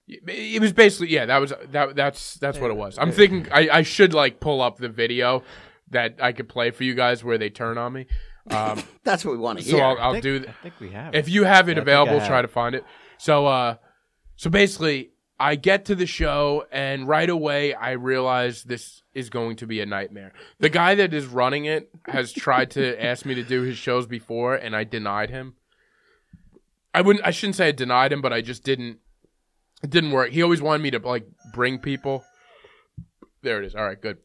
B: It was basically yeah. That was that. That's that's what it was. I'm thinking I, I should like pull up the video that I could play for you guys where they turn on me. Um,
C: That's what we want to
B: so
C: hear.
B: I'll, I'll do. Th-
D: I think we have.
B: if you have it
D: Yeah, I think I
B: available,
D: have
B: try
D: it.
B: to find it. So, uh, so basically, I get to the show, and right away, I realize this is going to be a nightmare. The guy that is running it has tried to ask me to do his shows before, and I denied him. I wouldn't. I shouldn't say I denied him, but I just didn't. It didn't work. He always wanted me to like bring people. There it is. All right, good.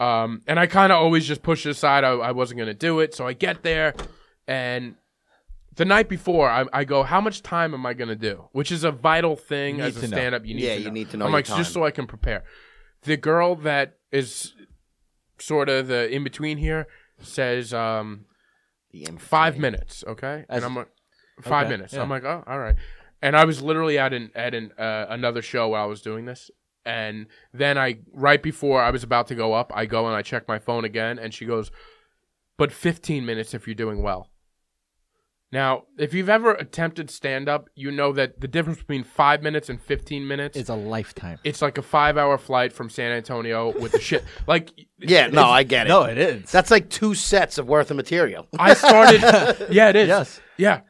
B: Um, and I kind of always just pushed it aside. I, I wasn't gonna do it. So I get there, and the night before, I, I go, "How much time am I gonna do?" Which is a vital thing
D: You
B: as
D: need
B: a
D: to know.
B: stand-up. You need
C: Yeah,
B: to
C: you need to know
B: I'm
C: your
B: like
C: time.
B: just so I can prepare. The girl that is sort of the in between here says, um,
C: The inf-
B: five minutes, okay?
D: As-
B: and I'm like, five
D: okay,
B: minutes.
D: yeah.
B: I'm like, oh, all right. And I was literally at an at an uh, another show while I was doing this, and then I right before I was about to go up, I go and I check my phone again, and she goes, but 15 minutes if you're doing well. Now, if you've ever attempted stand up, you know that the difference between five minutes and 15 minutes.
D: it's a lifetime.
B: it's like a five-hour flight from San Antonio with the shit. Like,
C: yeah, no, I get it.
D: no, it is.
C: That's like two sets of worth of material.
B: I started. yeah, it is.
D: Yes.
B: Yeah.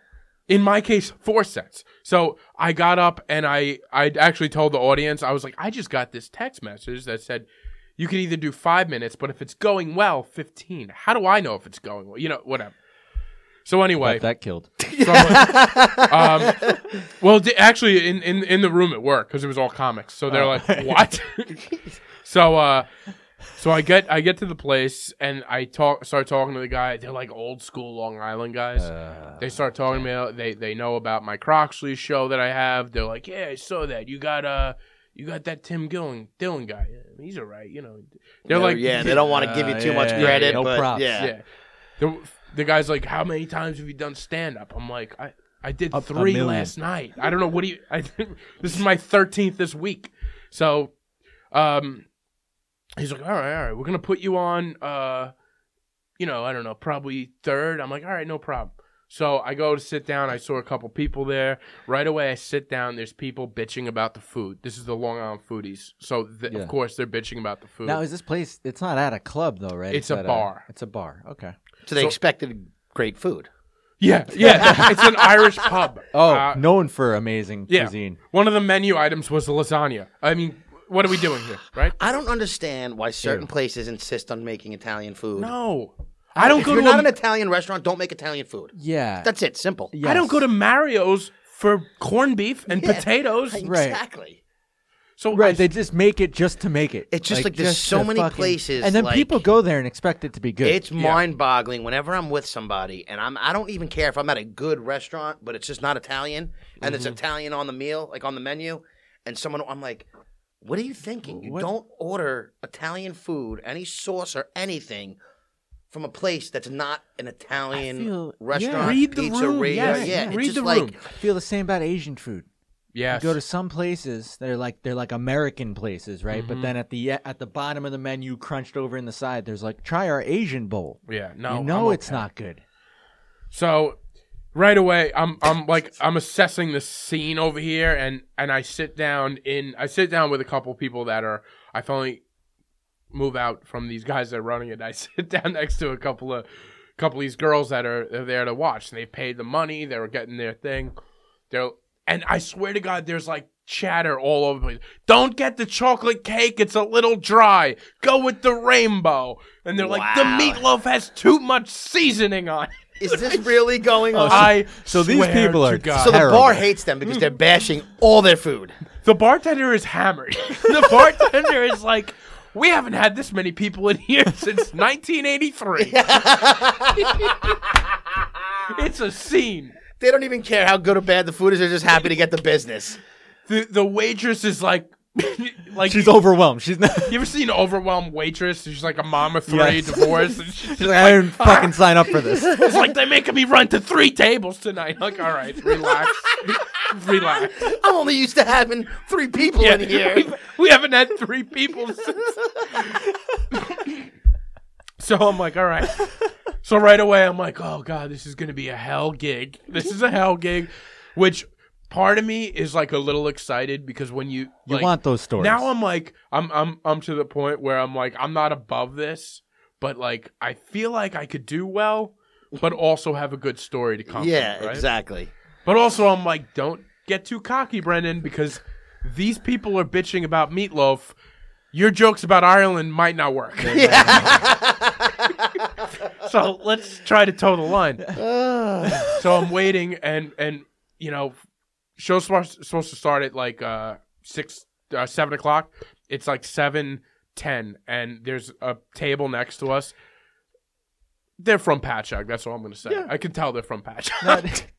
B: In my case, four sets. So I got up and I I actually told the audience I was like I just got this text message that said you could either do five minutes, but if it's going well, fifteen. How do I know if it's going well? You know, whatever. So anyway,
D: Got that killed.
B: um, well, di- actually, in, in in the room at work because it was all comics, so
C: Oh.
B: they're like, "What?" so, uh, so I get I get to the place and I talk start talking to the guy. They're like old school Long Island guys.
C: Uh,
D: Uh,
B: they start talking to me. They they know about my Croxley show that I have. They're like, "Yeah, I saw that. You got uh, you got that Tim Gillen Dillon guy. Yeah, He's all right, you know." They're like,
C: yeah, they don't want to give you
D: Uh,
C: too
D: yeah,
C: much
D: yeah,
C: credit.
D: no
C: but
D: props.
C: Yeah.
B: yeah. The, the guy's like, "How many times have you done stand up?" I'm like, "I I did
D: A- a
B: three
D: million.
B: last night. I don't know what do you. I, this is my thirteenth this week. So, um, he's like, "All right, all right, we're gonna put you on. Uh, you know, I don't know, probably third. I'm like, "All right, no problem." So I go to sit down. I saw a couple people there. Right away, I sit down. There's people bitching about the food. This is the Long Island foodies, so th-
D: Yeah.
B: of course they're bitching about the food.
D: Now is this place? It's not at a club though, right?
B: It's a
D: at
B: bar.
D: it's a bar. Okay.
C: So they expected great food.
B: Yeah, yeah. it's an Irish pub.
D: Oh,
B: Uh,
D: known for amazing
B: yeah.
D: cuisine.
B: One of the menu items was the lasagna. I mean, what are we doing here, right?
C: I don't understand why certain places insist on making Italian food.
B: No, I don't
C: if
B: go
C: you're
B: to.
C: not
B: a-
C: an Italian restaurant, don't make Italian food.
D: Yeah.
C: That's it. Simple.
D: Yes.
B: I don't go to Mario's for corned beef and potatoes.
D: Right.
C: Exactly.
B: So
D: Right,
B: I-
D: they just make it just to make it.
C: It's just like there's so
D: to
C: many places,
D: and then
C: like-
D: people go there and expect it to be good.
C: It's mind-boggling whenever I'm with somebody, and I'm I don't even care if I'm at a good restaurant, but it's just not Italian, and
B: Mm-hmm.
C: it's Italian on the meal, like on the menu, and someone I'm like, "What are you thinking? You
D: What-
C: don't order Italian food, any sauce or anything." From a place that's not an Italian
D: I feel-
C: restaurant,
D: yeah.
B: Read the
C: pizzeria,
B: room, yes,
C: yeah,
B: read
C: it's just
B: the
C: like
B: room.
D: I feel the same about Asian food. You
B: yes.
D: go to some places, they're like they're like American places, right?
B: Mm-hmm.
D: But then at the at the bottom of the menu, crunched over in the side, there's like try our Asian bowl.
B: yeah, no,
D: you
B: I'm
D: know
B: okay.
D: it's not good.
B: So right away, I'm I'm like I'm assessing the scene over here, and and I sit down in I sit down with a couple people that are I finally move out from these guys that are running it. I sit down next to a couple of couple of these girls that are, are there to watch, and they paid the money. They were getting their thing. They're and I swear to God, there's like chatter all over the place. Don't get the chocolate cake; it's a little dry. Go with the rainbow. And they're like, the
C: Wow.
B: meatloaf has too much seasoning on. it."
C: Is this really going on?
B: I
D: so these
B: swear
D: people
B: to
D: are
B: God.
C: so the
D: terrible.
C: bar hates them
B: Mm.
C: because they're bashing all their food.
B: the bartender is hammered. the bartender is like, we haven't had this many people in here since 1983. it's a scene.
C: They don't even care how good or bad the food is; they're just happy to get the business.
B: The the waitress is like, like
D: She's overwhelmed. She's not.
B: You ever seen an overwhelmed waitress? She's like a mom of three,
D: Yes.
B: divorced. And she's
D: She's like, I didn't fucking sign up for this.
B: it's like they're making me run to three tables tonight. Like, all right, relax, relax.
C: I'm only used to having three people in
B: We've-
C: here.
B: we haven't had three people since. so I'm like, all right. So right away, I'm like, oh god, this is gonna be a hell gig. This is a hell gig, which part of me is like a little excited because when you
D: You
B: like,
D: want those stories?
B: now I'm like, I'm I'm I'm to the point where I'm like, I'm not above this, but like I feel like I could do well, but also have a good story to come.
C: Yeah,
B: right?
C: exactly.
B: But also, I'm like, don't get too cocky, Brendan, because these people are bitching about meatloaf. Your jokes about Ireland might not work. so let's try to toe the line. so I'm waiting, and and you know, show's supposed supposed to start at like uh six uh, seven o'clock. It's like seven ten, and there's a table next to us. They're from Patchogue. That's all I'm gonna say. I can tell they're from Patchogue.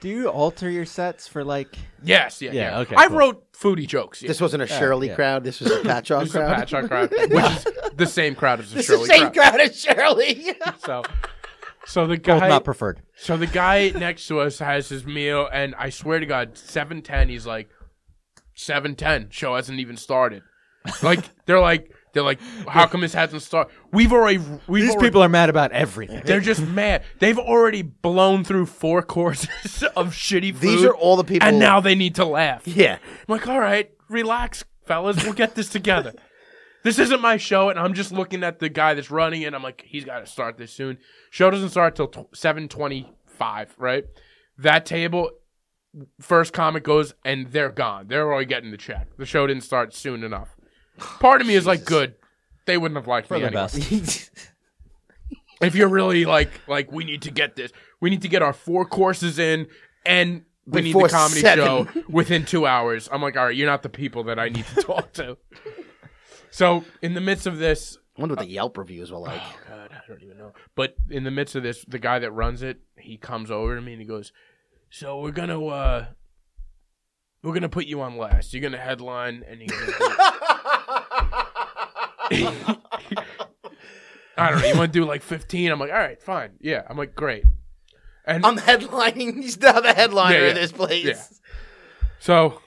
D: Do you alter your sets for like?
B: Yes, yeah,
D: Yeah,
B: yeah.
D: okay,
B: I
D: cool.
B: wrote foodie jokes. Yeah.
C: This wasn't a Shirley
D: yeah.
C: crowd. This was a Patchogue
B: This is a
C: crowd.
B: Patchogue crowd, which is the same crowd as the
C: This is
B: Shirley
C: the same
B: crowd.
C: crowd as Shirley.
B: So, so the
D: Both
B: guy,
D: not preferred.
B: so the guy next to us has his meal, and I swear to God, seven ten. He's like, seven ten. Show hasn't even started. Like they're like they're like, how come this hasn't started? We've already we've
D: These
B: already,
D: people are mad about everything.
B: They're just mad. They've already blown through four courses of shitty food.
C: These are all the people-
B: and now they need to laugh.
C: yeah.
B: I'm like, all right, relax, fellas. We'll get this together. this isn't my show, and I'm just looking at the guy that's running it. I'm like, he's got to start this soon. Show doesn't start till tw- 7:25, right? That table, first comic goes, and they're gone. They're already getting the check. The show didn't start soon enough. Part of me is like, good. They wouldn't have liked
D: for
B: me
D: the
B: anyway.
D: best.
B: If you're really like, like, we need to get this. We need to get our four courses in, and we
C: Before
B: need the comedy
C: seven.
B: show within two hours. I'm like, all right, you're not the people that I need to talk to. so in the midst of this,
C: I wonder what the Yelp reviews were like.
B: God, I don't even know. But in the midst of this, the guy that runs it, he comes over to me and he goes, "So we're gonna, uh we're gonna put you on last. You're gonna headline." And he goes, "I don't know. You want to do like 15?" I'm like, "All right, fine. Yeah." I'm like, "Great." And
C: I'm headlining. He's now the headliner
B: Yeah, yeah.
C: of this place.
B: Yeah. So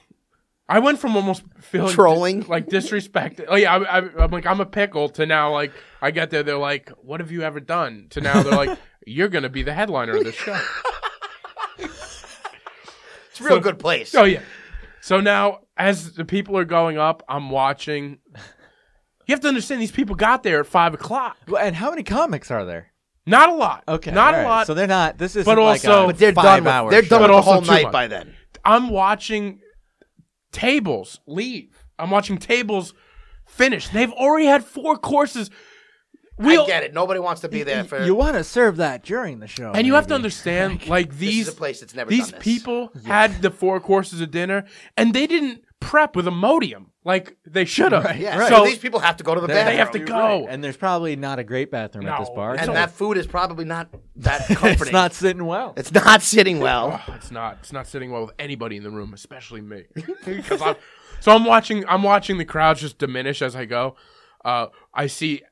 B: I went from almost feeling
C: Trolling.
B: like disrespect. Oh yeah, I, I, I'm like I'm a pickle to now like I get there. They're like, "What have you ever done?" To now they're like, "You're gonna be the headliner of the show."
C: It's a real good place.
B: Oh yeah. So now, as the people are going up, I'm watching. You have to understand these people got there at five o'clock.
D: Well, and how many comics are there?
B: Not a lot.
D: Okay,
B: Not
D: all
B: a
D: right.
B: lot.
D: So they're not. This is
B: But also-
D: like a
B: But
C: They're
D: five
C: done. With,
D: hour
C: they're
D: show.
C: done
B: But
C: with the
B: also
C: whole
B: too
C: night
B: much.
C: by then.
B: I'm watching tables leave. I'm watching tables finish. They've already had four courses. We
C: I get it. Nobody wants to be there for.
D: You want to serve that during the show,
B: And you have to
D: maybe.
B: understand, like
C: this
B: these
C: is a place that's never
B: these
C: done this.
B: people had the four courses of dinner, and they didn't prep with Imodium. like they should have.
D: Right,
C: Yeah,
D: right.
C: so
B: So
C: these people have to go to the
D: They-
C: bathroom.
B: they have to
D: You're
B: go.
D: right. And there's probably not a great bathroom at this
B: No,
D: bar.
B: it's
D: so
C: and that food is probably not that comforting.
D: it's not sitting well.
C: It's not sitting well.
B: Oh, it's not. It's not sitting well with anybody in the room, especially me. 'Cause I'm- so I'm watching. I'm watching the crowds just diminish as I go. Uh, I see.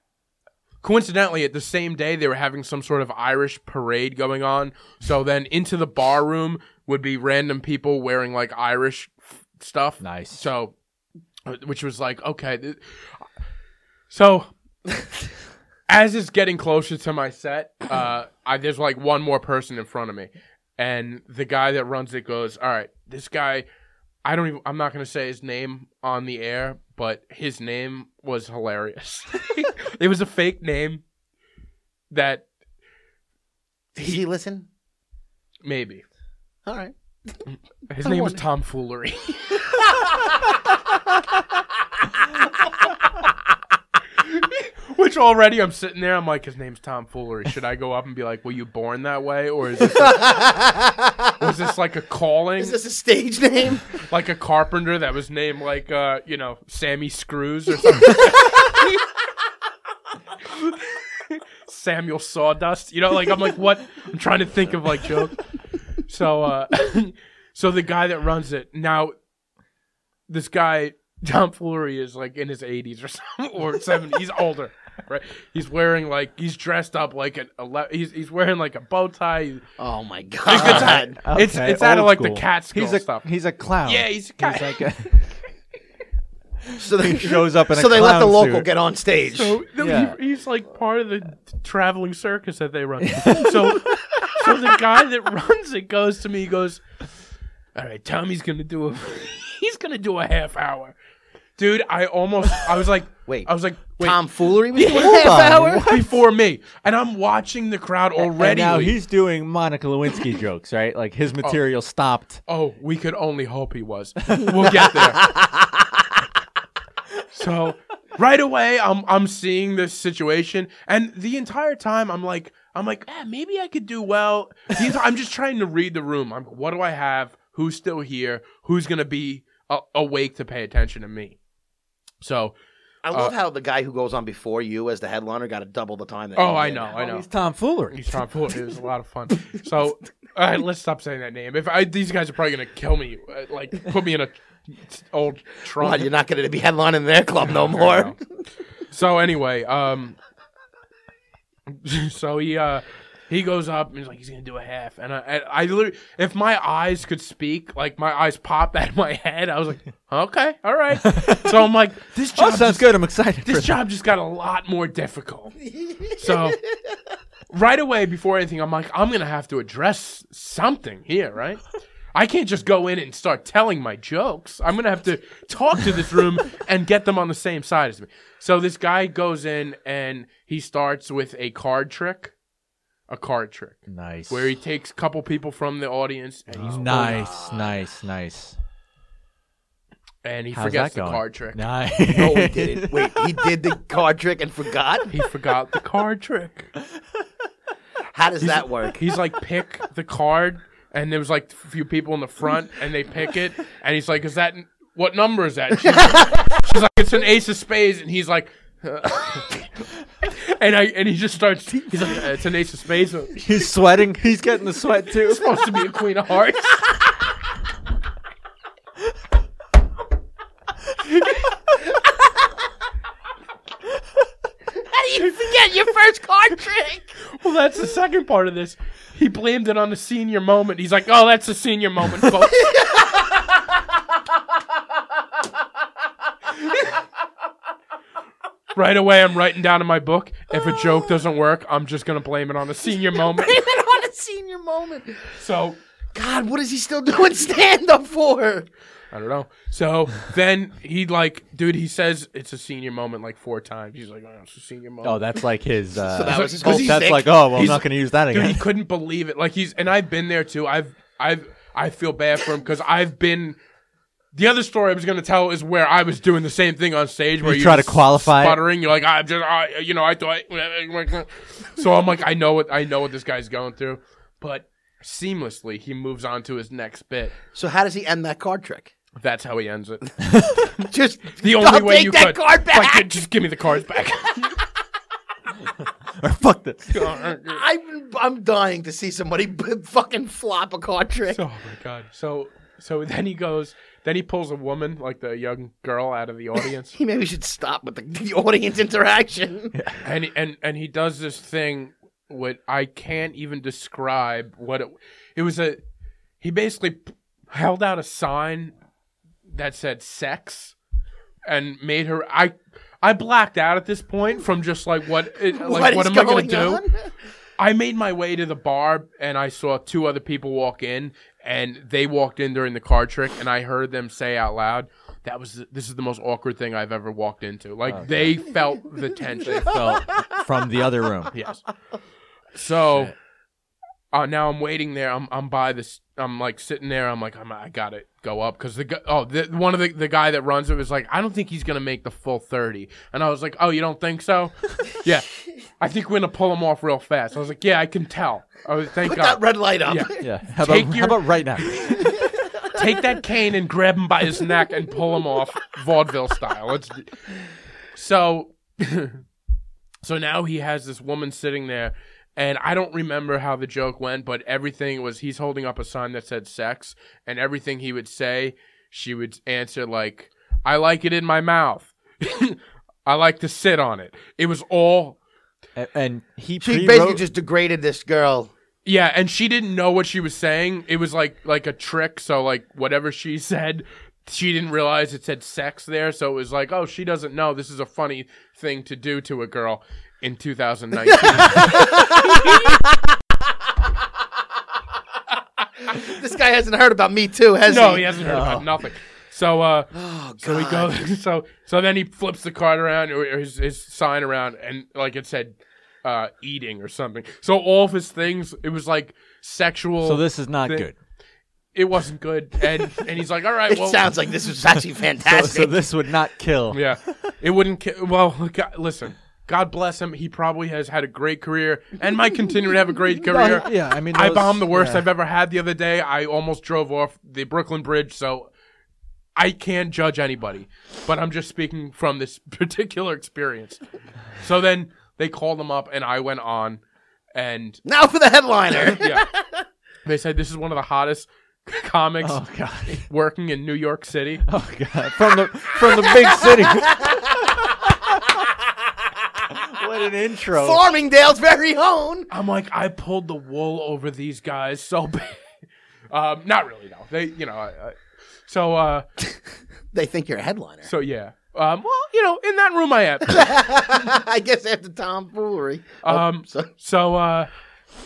B: Coincidentally, at the same day, they were having some sort of Irish parade going on. So then, into the bar room would be random people wearing like Irish f- stuff.
D: Nice.
B: So, uh, which was like okay. th- So as it's getting closer to my set, uh, I, there's like one more person in front of me, and the guy that runs it goes, "All right, this guy, I don't even. I'm not gonna say his name on the air, but his name was hilarious. it was a fake name that
C: Did he listen?
B: maybe
C: All right.
B: his name was Tom Foolery. Which already I'm sitting there, I'm like, his name's Tom Foolery. Should I go up and be like, were you born that way? Or is this, was this like a calling?
C: Is this a stage name?
B: like a carpenter that was named like, uh, you know, Sammy Screws or something? Samuel Sawdust. You know, like, I'm like, what? I'm trying to think of like jokes. So, uh, so the guy that runs it now, this guy Tom Flory is like in his 80s or something or 70s. He's older, right? He's wearing like he's dressed up like an ele- he's he's wearing like a bow tie.
C: oh my
B: it's
C: god. Oh
B: it's
D: Okay,
B: it's out of
D: old
B: like the
D: school.
B: cat
D: He's a
B: stuff.
D: he's a clown.
B: yeah, he's a cat.
D: He's like a-
C: so they
D: shows up in a
C: So they let the
D: clown
C: local
D: suit.
C: get on stage.
B: So no, he-
D: Yeah.
B: he's like part of the traveling circus that they run. so, so the guy that runs it goes to me. He goes, "All right, Tommy's gonna do a, he's gonna do a half hour, dude." I almost, I was like,
C: Wait.
B: I was like, wait,
C: Tomfoolery was doing
D: Hold
C: half
D: on.
C: hour?
B: before me, and I'm watching the crowd
D: and
B: already.
D: now
B: leave.
D: he's doing Monica Lewinsky jokes, right? Like his material stopped.
B: Oh, we could only hope he was. We'll get there. so right away, I'm I'm seeing this situation, and the entire time I'm like I'm like, eh, maybe I could do well. The enti- I'm just trying to read the room. I'm what do I have? Who's still here? Who's gonna be uh, awake to pay attention to me? So
C: I
B: Uh,
C: love how the guy who goes on before you as the headliner got a double the time. That
B: oh,
C: you
B: I
C: did.
B: know, I know.
D: He's tomfoolery.
B: He's trying to pull it. It was a lot of fun. So, all right, let's stop saying that name. If I, these guys are probably gonna kill me, uh, like put me in a old trunk.
C: What, you're not going to be headlining their club no more.
B: So anyway, um, so he uh he goes up and he's like he's gonna do a half, and I and I literally if my eyes could speak, like my eyes popped out of my head. I was like, okay, all right. so I'm like, this
D: Oh,
B: job
D: sounds
B: just,
D: good. I'm excited. for
B: this job just got a lot more difficult. So right away before anything, I'm like, I'm gonna have to address something here, right? I can't just go in and start telling my jokes. I'm gonna have to talk to this room and get them on the same side as me. So this guy goes in and he starts with a card trick, a card trick,
D: Nice.
B: where he Oh, takes a couple people from the audience and he's
D: nice, nice, nice.
B: and he
D: How's
B: forgets
D: that
B: the
D: going?
B: card trick.
D: Nice.
C: No, he didn't. Wait, he did the card trick and forgot?
B: He forgot the card trick.
C: How does that work?
B: He's like, pick the card, and there was like a few people in the front, and they pick it, and he's like, "Is that what number is that?" And She's like, she's like, "It's an ace of spades," and he's like, uh, and I and he just starts. He's like, "It's an ace of spades." It's
D: He's sweating. He's getting the sweat too.
B: supposed to be a queen of hearts.
C: How do you forget your first card trick?
B: Well, that's the second part of this. He blamed it on the senior moment. He's like, "Oh, that's a senior moment, folks." right away, I'm writing down in my book. If a joke doesn't work, I'm just gonna blame it on the senior moment.
C: Blame it on a senior moment.
B: So
C: God, what is he still doing stand up for?
B: I don't know. So then he like, dude, he says it's a senior moment like four times. He's like, "Oh, it's a senior moment."
D: Oh, that's like his. Uh,
C: that was his
D: that's
C: whole
D: that's
C: shtick.
D: like, oh, well, I'm
B: He's-
D: not going to use that
B: Dude,
D: again.
B: he couldn't believe it. Like he's and I've been there too. I've I've I feel bad for him because I've been. The other story I was going to tell is where I was doing the same thing on stage. Where
D: You
B: you
D: try to qualify it?
B: sputtering. You're like, I'm just, I, you know, I thought. So I'm like, I know what I know what this guy's going through, but seamlessly he moves on to his next bit.
C: So, how does he end that card trick?
B: That's how he ends it.
C: Just
B: The
C: I'll
B: only way
C: take
B: you
C: that
B: could.
C: card back.
B: Fuck it, just give me the cards back.
D: or fuck this.
C: I'm I'm dying to see somebody b- fucking flop a card trick.
B: So, oh my god. So so then he goes. Then he pulls a woman, like the young girl, out of the audience.
C: He maybe should stop with the, the audience interaction.
B: and he- and and he does this thing what I can't even describe what it it was a he basically p- held out a sign that said sex and made her I I blacked out at this point from just like what it, like what,
C: is
B: am I
C: going
B: going to do?
C: on?
B: I made my way to the bar and I saw two other people walk in and they walked in during the card trick and I heard them say out loud that was this is the most awkward thing I've ever walked into. Like they felt the tension.
D: So from the other room.
B: Yes. So uh, now I'm waiting there. I'm I'm by this. I'm like sitting there. I'm like I'm, I gotta go up because the guy, oh the, one of the the guy that runs it was like I don't think he's gonna make the full thirty. And I was like oh you don't think so? yeah, I think we're gonna pull him off real fast. I was like yeah I can tell. I was thank
C: Put that
B: God.
C: red light up.
B: Yeah.
D: Yeah. How
B: Take
D: about,
B: your-
D: how about right now?
B: Take that cane and grab him by his neck and pull him off vaudeville style. Let's d- so so now he has this woman sitting there and I don't remember how the joke went, but everything was he's holding up a sign that said sex and everything he would say, she would answer like I like it in my mouth. I like to sit on it. It was all
D: A- And
C: She
D: he pre-wrote-
C: basically just degraded this girl.
B: yeah, and she didn't know what she was saying. It was like like a trick. So like whatever she said, she didn't realize it said sex there. So it was like, oh, she doesn't know. This is a funny thing to do to a girl in 2019.
C: This guy hasn't heard about me too, has
B: no,
C: he?
B: he hasn't heard about nothing. So uh,
C: Oh, God.
B: so we go. So so then he flips the card around or or his, his sign around, and like it said, uh, eating or something. So all of his things, it was like sexual.
D: So this is not
B: Thi-
D: good.
B: it wasn't good. And and he's like, all right,
C: It
B: well,
C: sounds like this was actually
D: So,
C: fantastic.
D: so this would not kill.
B: Yeah, it wouldn't. Ki- well, God, listen. God bless him. He probably has had a great career and might continue to have a great career.
D: Well, yeah, I mean,
B: I
D: those-
B: bombed the worst
D: yeah.
B: I've ever had the other day. I almost drove off the Brooklyn Bridge, so I can't judge anybody. But I'm just speaking from this particular experience. So then they called him up, and I went on, and
C: now for the headliner.
B: yeah, they said this is one of the hottest comics
D: Oh god.
B: working in New York City.
D: Oh god. From the from the big city. what an intro.
C: Farmingdale's very own.
B: I'm like, I pulled the wool over these guys so bad. um, not really, no. They, you know, I, I, so, uh,
C: They think you're a headliner.
B: so yeah. Um, well, you know, in that room I am.
C: I guess after Oh, tomfoolery.
B: Um,
C: so,
B: so, uh,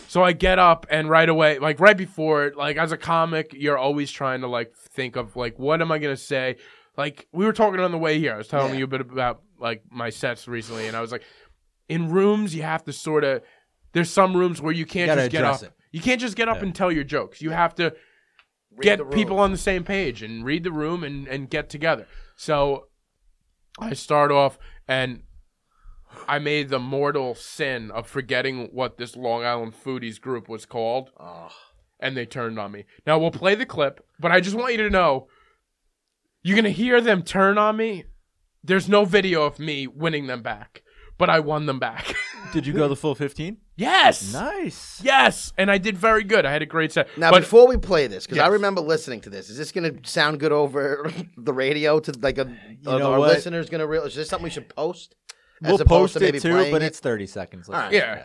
B: so I get up and right away, like right before, like as a comic, you're always trying to like think of like what am I gonna say. Like we were talking on the way here, I was telling
C: Yeah.
B: you a bit about like my sets recently, and I was like, in rooms you have to sort of. There's some rooms where you can't
D: gotta
B: just get
D: address
B: up.
D: it.
B: You can't just get up and tell your jokes. You have to get people on the same page and read the room and, and get together. So I start off and I made the mortal sin of forgetting what this Long Island Foodies group was called. And they turned on me. Now we'll play the clip, but I just want you to know you're going to hear them turn on me. There's no video of me winning them back, but I won them back.
D: Did you go the full 15?
B: yes.
D: Nice.
B: Yes. And I did very good. I had a great set.
C: Now,
B: but
C: before we play this, because I
B: Yes.
C: remember listening to this, is this going to sound good over the radio? To like a, are
D: know
C: our
D: what?
C: listeners going to realize? Is this something we should post?
D: We'll
C: opposed
D: post
C: to maybe
D: it too,
C: playing
D: but
C: it?
D: it's 30 seconds.
C: All right.
B: yeah.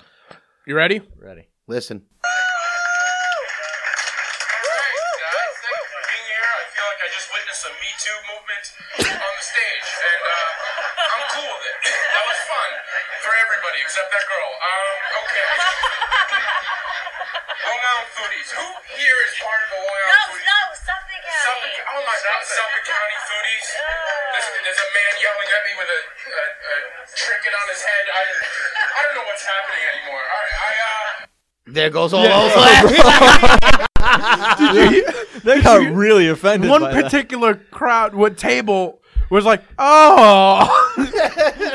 B: You ready?
D: Ready.
C: Listen.
E: Alright, guys, thank you for being here. I feel like I just witnessed a Me Too movement on the stage, and uh, I'm cool with it. That was fun for everybody except that girl. Um, okay. Long Island Foodies. Who here is part of the
F: No,
E: Long Island Foodies?
F: no, something
E: Suffolk,
F: happened.
E: oh my God, Suffolk County foodies. There's, there's a man yelling at me with a, a, a trinket on his head. I, I don't know what's happening anymore. I, I uh,
C: There goes all those.
D: They got really offended.
B: one
E: uh,
D: by that.
B: particular crowd, what table was like, oh,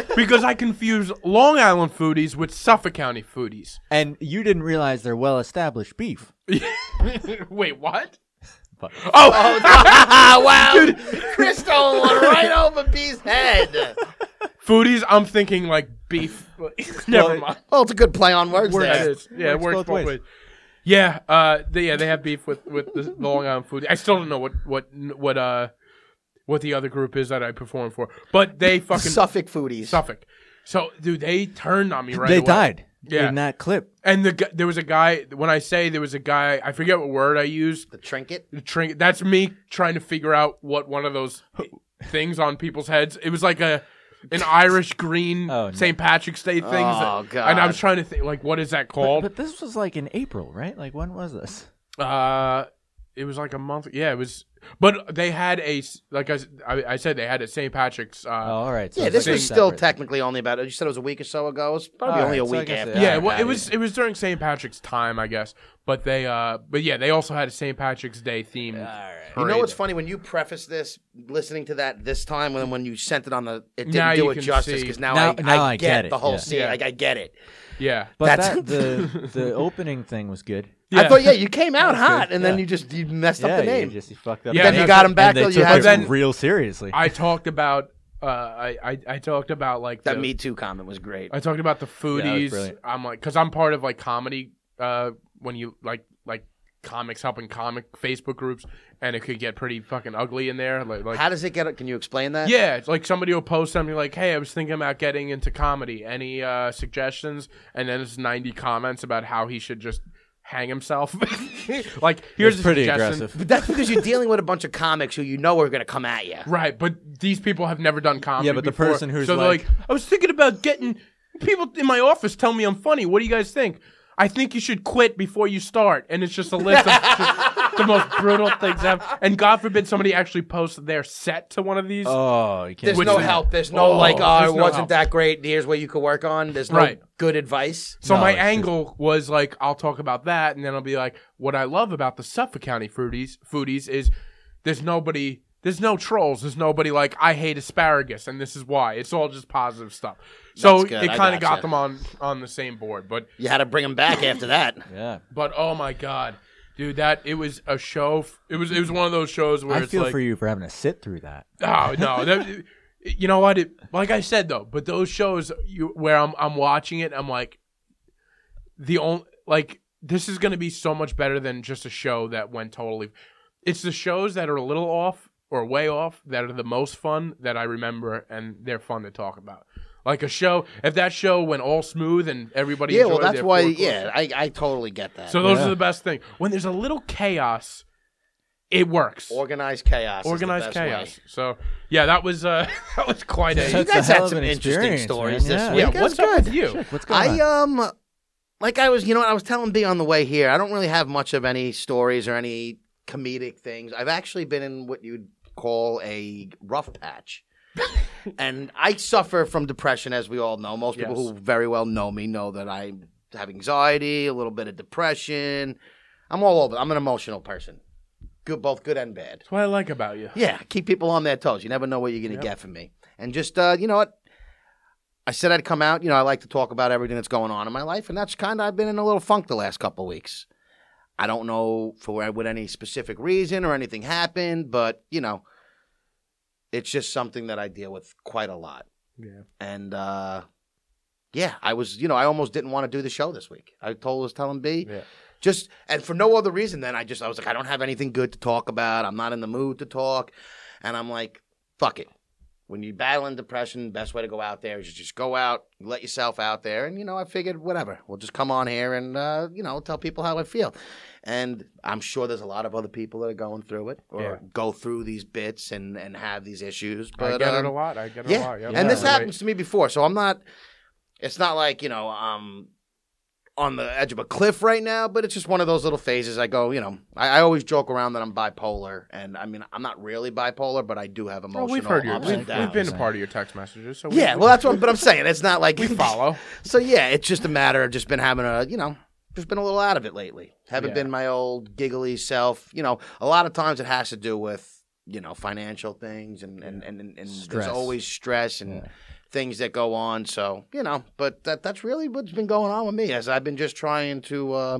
B: because I confuse Long Island foodies with Suffolk County foodies.
D: And you didn't realize they're well established beef.
B: Wait, what?
D: But
B: Oh!
C: wow, dude, crystal right over B's head.
B: Foodies, I'm thinking like beef. Never mind.
C: Well, it's a good play on words
B: That
C: there.
B: is- Yeah, it
D: Works
B: works
D: both
B: both,
D: ways.
B: ways. Yeah, uh, they, yeah, they have beef with with the Long Island Food. I still don't know what what what uh what the other group is that I perform for, but they fucking
C: Suffolk foodies.
B: Suffolk. So, dude, they turned on me right
D: they
B: away.
D: died
B: Yeah.
D: in that clip.
B: And the gu- there was a guy. When I say there was a guy, I forget what word I used.
C: The trinket.
B: The trinket. That's me trying to figure out what one of those things on people's heads. It was like a an Irish green
D: Oh, no.
B: St. Patrick's Day thing.
C: Oh, God.
B: And I was trying to think, like, what is that
D: But,
B: called?
D: but this was like in April, right? Like when was this?
B: Uh, it was like a month. Yeah, it was. But they had a s- like I, s- I- I said they had a St. Patrick's.
D: Oh,
B: Uh,
D: all right. So
C: Yeah,
D: it's
C: this
D: like
C: was
D: separate.
C: still technically only about. You said it was a week or so ago. It's probably
D: All
C: only
D: right,
C: a
D: so I
C: week
D: guess,
C: after.
D: yeah.
B: yeah,
C: that.
B: well, it was it was during St. Patrick's time, I guess. But they uh, but yeah, they also had a St. Patrick's Day themed.
C: You know what's funny when you preface this, listening to that this time, when when you sent it on the, it didn't
B: Now
C: do
B: you
C: it
B: can
C: justice
B: see-
C: because now,
D: Now-
C: I,
D: now
C: I,
D: I
C: get,
D: get it,
C: the whole
D: yeah.
C: scene.
B: Yeah.
C: Like I get it.
B: Yeah,
D: But
C: That's-
D: that, the the opening thing was good.
C: I
B: Yeah.
C: thought, yeah, you came out hot, and then
D: yeah.
C: you just you messed
D: yeah,
C: up the
D: you
C: name.
D: just you fucked up.
B: Yeah,
D: the
C: then you
D: name.
B: that's-
C: got him back
D: and they
C: though.
D: took
C: You had
D: it
B: then-
D: real seriously.
B: I talked about uh, I, I I talked about like
C: that
B: the-
C: Me Too comment was great.
B: I talked about the foodies.
D: brilliant.
B: I'm like, because I'm part of like comedy. Uh, when you like like comics helping comic Facebook groups, and it could get pretty fucking ugly in there. Like, like
C: How does it get? Can you explain that?
B: yeah, it's like somebody will post something like, "Hey, I was thinking about getting into comedy. Any uh, suggestions?" And then it's 90 comments about how he should just hang himself. like, here's
D: it's
B: a
D: pretty
B: suggestion.
D: aggressive.
C: But that's because you're dealing with a bunch of comics who you know are going to come at you.
B: Right, but these people have never done comedy.
D: Yeah, but the
B: before.
D: person who's
B: so they're
D: like-
B: I was thinking about getting people in my office tell me I'm funny. What do you guys think? I think you should quit before you start. And it's just a list of just the most brutal things ever. And God forbid somebody actually posts their set to one of these.
D: Oh, you can't.
C: There's
B: Which
C: no
B: is-
C: help. There's no like,
B: Oh,
C: oh,
B: there's
C: it
B: no
C: wasn't
B: help.
C: that great. Here's what you could work on. There's no
B: Right.
C: good advice.
B: so
D: No,
B: my
D: it's just-
B: angle was like, I'll talk about that, and then I'll be like, what I love about the Suffolk County foodies, foodies is there's nobody, there's no trolls, there's nobody like I hate asparagus, and this is why. It's all just positive stuff. So it
C: good,
B: kind
C: I
B: of
C: gotcha.
B: got them on on the same board, but
C: You had to bring him back after that.
D: yeah.
B: But oh my god, dude, that it was a show. F- it was it was one of those shows where
D: I
B: it's
D: feel
B: like,
D: for you for having to sit through that.
B: oh no, that, you know what? It, like I said though, but those shows you, where I'm I'm watching it, I'm like, the only like this is gonna be so much better than just a show that went totally. It's the shows that are a little off or way off that are the most fun that I remember, and they're fun to talk about. Like a show, if that show went all smooth and everybody
C: yeah, well,
B: enjoyed
C: that's
B: their
C: why.
B: four courses-
C: Yeah, I, I totally get that.
B: so those
D: Yeah.
B: are the best thing. When there's a little chaos, it works.
C: organized chaos. is the
B: Organized
C: best way.
B: chaos. So yeah, that was uh, that was quite
C: You
B: a.
D: That's a
C: guys
D: hell
C: had
D: of
C: some
D: an
C: interesting
D: experience,
C: stories
D: man.
C: this
D: Yeah.
C: week.
B: Yeah,
C: That
B: what's
C: was good.
B: up with you?
D: Shit, what's going
C: I
D: on?
C: um, like I was, you know, what I was telling B on the way here. I don't really have much of any stories or any comedic things. I've actually been in what you'd call a rough patch, and I suffer from depression, as we all know. Most people
B: Yes.
C: who very well know me know that I have anxiety, a little bit of depression. I'm all over. I'm an emotional person, good, both good and bad.
B: That's what I like about you.
C: Yeah, keep people on their toes. You never know what you're going to get from me. And just, uh, you know what? I said I'd come out. You know, I like to talk about everything that's going on in my life, and that's kind of I've been in a little funk the last couple weeks. I don't know for with any specific reason or anything happened, but you know, it's just something that I deal with quite a lot.
B: Yeah.
C: And uh, yeah, I was, you know, I almost didn't want to do the show this week. I told was telling B,
B: Yeah.
C: just and for no other reason than I just I was like, I don't have anything good to talk about. I'm not in the mood to talk, and I'm like, fuck it. When you're battling depression, best way to go out there is just go out, let yourself out there, and you know, I figured whatever, we'll just come on here and uh, you know, tell people how I feel. And I'm sure there's a lot of other people that are going through it or
B: Yeah.
C: go through these bits and and have these issues. But
B: I get
C: um,
B: it a lot. I get it
C: yeah.
B: a lot. Yeah,
C: and this
B: I relate.
C: happens to me before, so I'm not. It's not like you know I'm on the edge of a cliff right now, but it's just one of those little phases. I go, you know, I, I always joke around that I'm bipolar, and I mean I'm not really bipolar, but I do have
B: Well,
C: emotional
B: Oh, we've heard your.
C: ups
B: We've, we've
C: and downs.
B: been a part of your text messages. So
C: yeah,
B: we,
C: well, that's what. But I'm saying it's not like
B: we follow.
C: So yeah, it's just a matter of just been having a you know just been a little out of it lately. Haven't
B: Yeah.
C: been my old giggly self. You know, a lot of times it has to do with you know financial things and and and, and, and there's
D: Stress.
C: always stress and
D: Yeah.
C: things that go on. So you know, but that that's really what's been going on with me as I've been just trying to. Uh,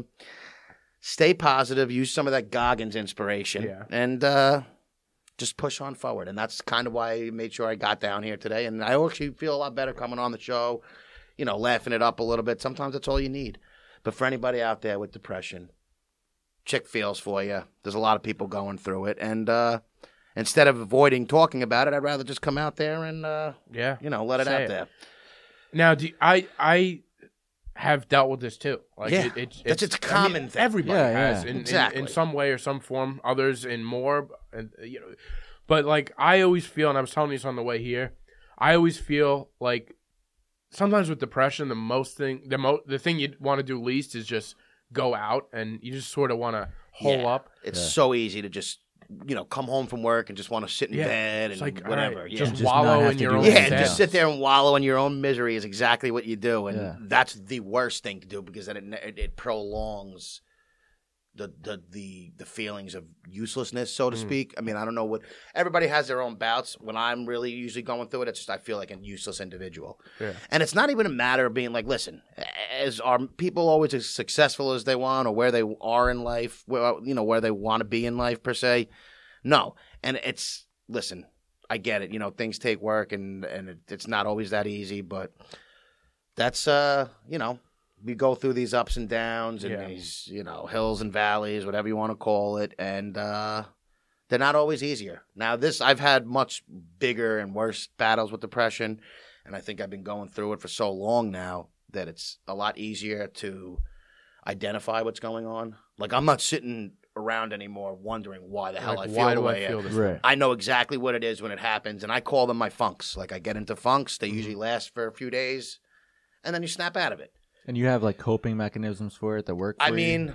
C: stay positive, use some of that Goggins inspiration,
B: Yeah.
C: and uh, just push on forward. And that's kind of why I made sure I got down here today. And I actually feel a lot better coming on the show, you know, laughing it up a little bit. Sometimes that's all you need. But for anybody out there with depression, chick feels for you. There's a lot of people going through it, and uh, instead of avoiding talking about it, I'd rather just come out there and uh,
B: Yeah.
C: you know let it
B: Say
C: out
B: it.
C: there.
B: Now, do you- I I have dealt with this too. Like
C: Yeah.
B: it, it's,
C: That's- it's a common thing.
B: Everybody
D: Yeah,
B: has
D: yeah.
B: In, in-
C: Exactly.
B: in some way or some form. Others in more, and uh, you know. But like I always feel, and I was telling you this on the way here. I always feel like sometimes with depression, the most thing, the mo- the thing you want to do least is just go out, and you just sort of want to hole
C: Yeah.
B: up.
C: It's so easy to just you know come home from work and just want to sit in
B: Yeah.
C: bed and
B: It's like all right,
C: whatever. yeah.
B: just
D: Just not
B: wallow
D: have
B: in
D: to
B: your
D: do
B: own.
C: yeah, and
D: Yeah.
C: just sit there and wallow in your own misery is exactly what you do, and
D: Yeah.
C: that's the worst thing to do because then it ne- it, it prolongs the, the the the feelings of uselessness, so to speak. I mean, I don't know what everybody has their own bouts. When I'm really usually going through it, it's just I feel like a useless individual,
B: Yeah.
C: and it's not even a matter of being like, listen, as are people always as successful as they want or where they are in life, where you know where they want to be in life per se. No, and it's listen. I get it. You know, things take work, and and it, it's not always that easy. But that's uh, you know, we go through these ups and downs, and
B: Yeah.
C: these you know hills and valleys, whatever you want to call it, and uh, they're not always easier. Now, this I've had much bigger and worse battles with depression, and I think I've been going through it for so long now that it's a lot easier to identify what's going on. Like I'm not sitting around anymore wondering why the hell
B: Like,
C: I feel
B: why
C: the
B: do
C: way
B: I feel this?
D: Right.
C: I know exactly what it is when it happens, and I call them my funks. Like I get into funks; they usually last for a few days, and then you snap out of it.
D: And you have like coping mechanisms for it that work.
C: I
D: for you?
C: mean,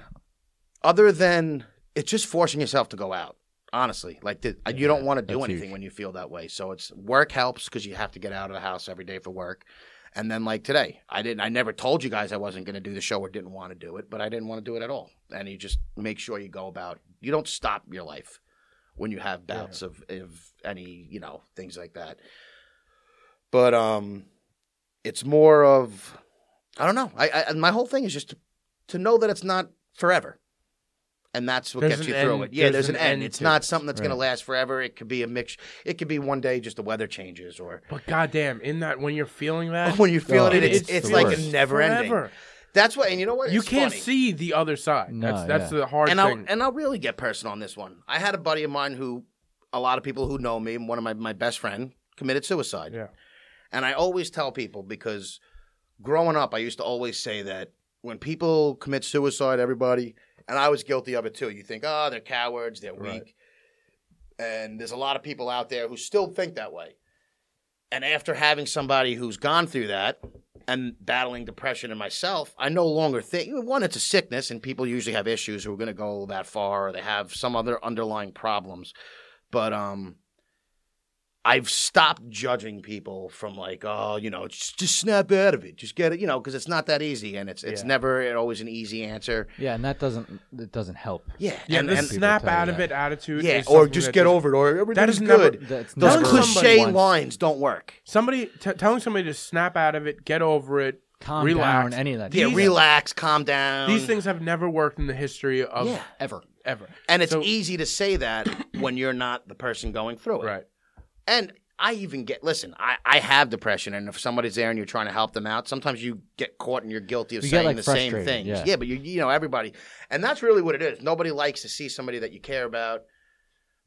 C: other than it's just forcing yourself to go out. Honestly, like the, you don't want to do
D: that's
C: anything
D: huge.
C: when you feel that way. So it's work helps because you have to get out of the house every day for work. And then like today, I didn't. I never told you guys I wasn't going to do the show or didn't want to do it, but I didn't want to do it at all. And you just make sure you go about. You don't stop your life when you have bouts of, of any you know things like that. But um, it's more of I don't know. I, I and my whole thing is just to, to know that it's not forever, and that's what
B: There's
C: gets
B: an
C: you through
B: end-
C: it. Yeah, there's, an, end. It's
B: to
C: not
B: it.
C: something that's going to last forever. It could be a mix. It could be one day just the weather changes, or
B: But goddamn, in that when you're feeling that,
C: when you're feeling
D: Oh,
C: it, it's,
D: it's
C: it's,
D: the
C: like
D: worst.
C: never ending.
B: Forever.
C: That's why, and you know what?
B: you
C: It's
B: can't
C: funny.
B: see the other side.
D: No,
B: that's that's
D: yeah.
B: the hard
C: and I'll
B: thing.
C: and I'll really get personal on this one. I had a buddy of mine who, a lot of people who know me, one of my my best friend committed suicide.
B: Yeah.
C: And I always tell people because growing up, I used to always say that when people commit suicide, everybody, and I was guilty of it too. You think, oh, they're cowards, they're weak. And there's a lot of people out there who still think that way. And after having somebody who's gone through that and battling depression and myself, I no longer think one, it's a sickness, and people usually have issues who are going to go that far or they have some other underlying problems. But, um, I've stopped judging people from like, oh, you know, just, just snap out of it, just get it, you know, because it's not that easy, and it's it's
B: Yeah.
C: never always an easy answer.
D: yeah, and that doesn't it doesn't help.
C: Yeah,
B: yeah,
C: and,
B: the
C: and-
B: snap
D: tell you
B: out of
D: that.
B: it attitude.
C: yeah,
B: is
C: or
B: something
C: just
B: that
C: get over it, or everything's
B: is never-
C: good.
D: That's
C: Those
B: never-
C: cliche
B: Someone-
C: lines don't work.
B: Somebody t- telling somebody to snap out of it, get over it,
D: Calm
B: relax.
D: down, any of that.
C: Yeah,
D: shit.
C: relax, calm down.
B: These things have never worked in the history of
C: Um, Yeah.
D: ever.
B: ever.
C: and it's
B: So-
C: easy to say that when you're not the person going through it.
B: Right.
C: And I even get listen, I, I have depression and if somebody's there and you're trying to help them out, sometimes you get caught and you're guilty of
D: You get,
C: saying
D: like,
C: the same
D: frustrated,
C: things.
D: yeah.
C: but you you know, everybody and that's really what it is. Nobody likes to see somebody that you care about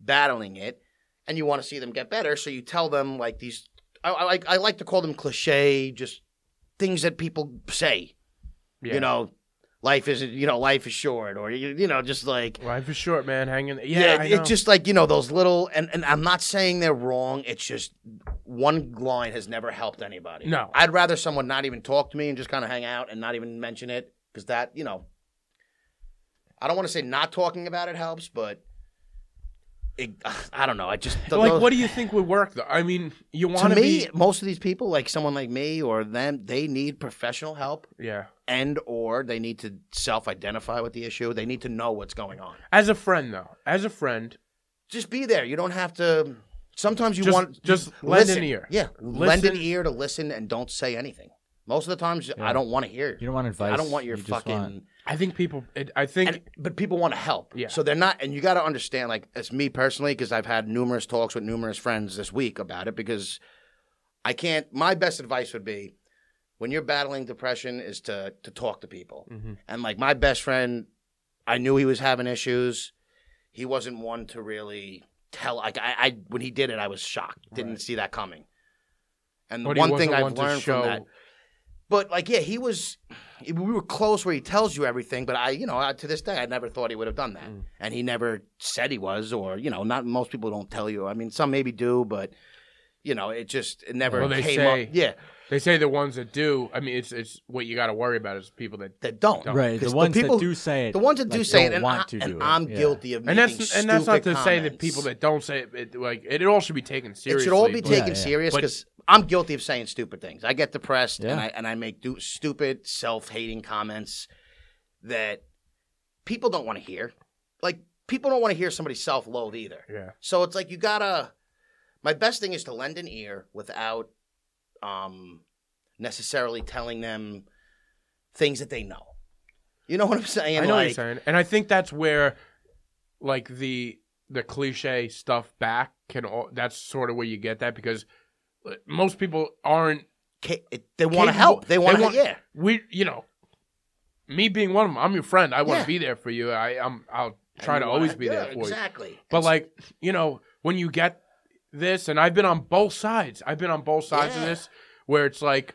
C: battling it and you want to see them get better, so you tell them like these I, I like I like to call them cliche, just things that people say.
B: Yeah.
C: You know, life isn't you know, life is short or you, you know, just like
B: life is short, man. Hang in. there. Yeah,
C: yeah,
B: I know.
C: it's just like you know those little, and, and I'm not saying they're wrong. It's just one line has never helped anybody.
B: No.
C: I'd rather someone not even talk to me and just kind of hang out and not even mention it because that you know, I don't want to say not talking about it helps, but it, I don't know. I just
B: like, what do you think would work though? I mean, you
C: to
B: want
C: me,
B: be.
C: most of these people, like someone like me or them, they need professional help
B: Yeah.
C: and or they need to self-identify with the issue. They need to know what's going on.
B: As a friend though, as a friend,
C: just be there. You don't have to. Sometimes you
B: Just-
C: want
B: just
C: you-
B: lend an
C: listen.
B: ear.
C: Yeah, lend an
B: Listen.
C: ear to listen and don't say anything. Most of the times, I don't want to hear.
D: You don't want advice.
C: I don't want your
D: You just
C: fucking.
D: want-
B: I think people. It, I think
C: and but people want to help.
B: Yeah.
C: So they're not, and you got to understand. Like as me personally, because I've had numerous talks with numerous friends this week about it. Because I can't. My best advice would be when you're battling depression is to to talk to people.
B: Mm-hmm.
C: And like my best friend, I knew he was having issues. He wasn't one to really tell. Like I, I when he did it, I was shocked. Didn't see that coming. And the
B: but he
C: one
B: wasn't
C: thing I've
B: one to
C: learned
B: show-
C: from that but like, yeah, he was. We were close where he tells you everything, but I, you know, I, to this day, I never thought he would have done that,
B: Mm.
C: and he never said he was, or you know, not most people don't tell you. I mean, some maybe do, but you know, it just it never
B: Well, they
C: came
B: say-
C: up. Yeah,
B: They say the ones that do. I mean, it's it's what you got to worry about is people that.
C: that don't
D: Right, the
C: 'Cause
D: ones that
C: people,
D: do say it,
C: the ones that do
D: like,
C: say it,
D: don't
C: and,
D: want
C: I,
D: to do
C: and
D: it.
C: I'm
D: Yeah.
C: guilty of
B: And
C: making
B: that's and that's not to
C: stupid
B: say that
C: comments.
B: people that don't say it, it like it, all should be taken seriously.
C: It should all be
B: but-
C: taken
D: Yeah, yeah.
C: serious
B: But-
C: because I'm guilty of saying stupid things. I get depressed and
D: Yeah.
C: I and I make do- stupid, self-hating comments that people don't want to hear. Like people don't want to hear somebody self-loathe either.
B: Yeah.
C: So it's like you gotta. My best thing is to lend an ear without um, necessarily telling them things that they know. You know what I'm saying?
B: I know what you're
C: Like,
B: saying, and I think that's where, like the the cliche stuff back can. All, that's sort of where you get that because uh, most people aren't
C: ca- it- they want to
B: capable-
C: help. They want to. Yeah.
B: We, you know, me being one of them, I'm your friend. I want to be
C: Yeah.
B: there for you. I, I'm, I'll try
C: And
B: to
C: you
B: always
C: wanna-
B: be
C: yeah,
B: there for you.
C: Exactly.
B: But like, you know, when you get this, and I've been on both sides. I've been on both sides
C: Yeah.
B: of this, where it's like,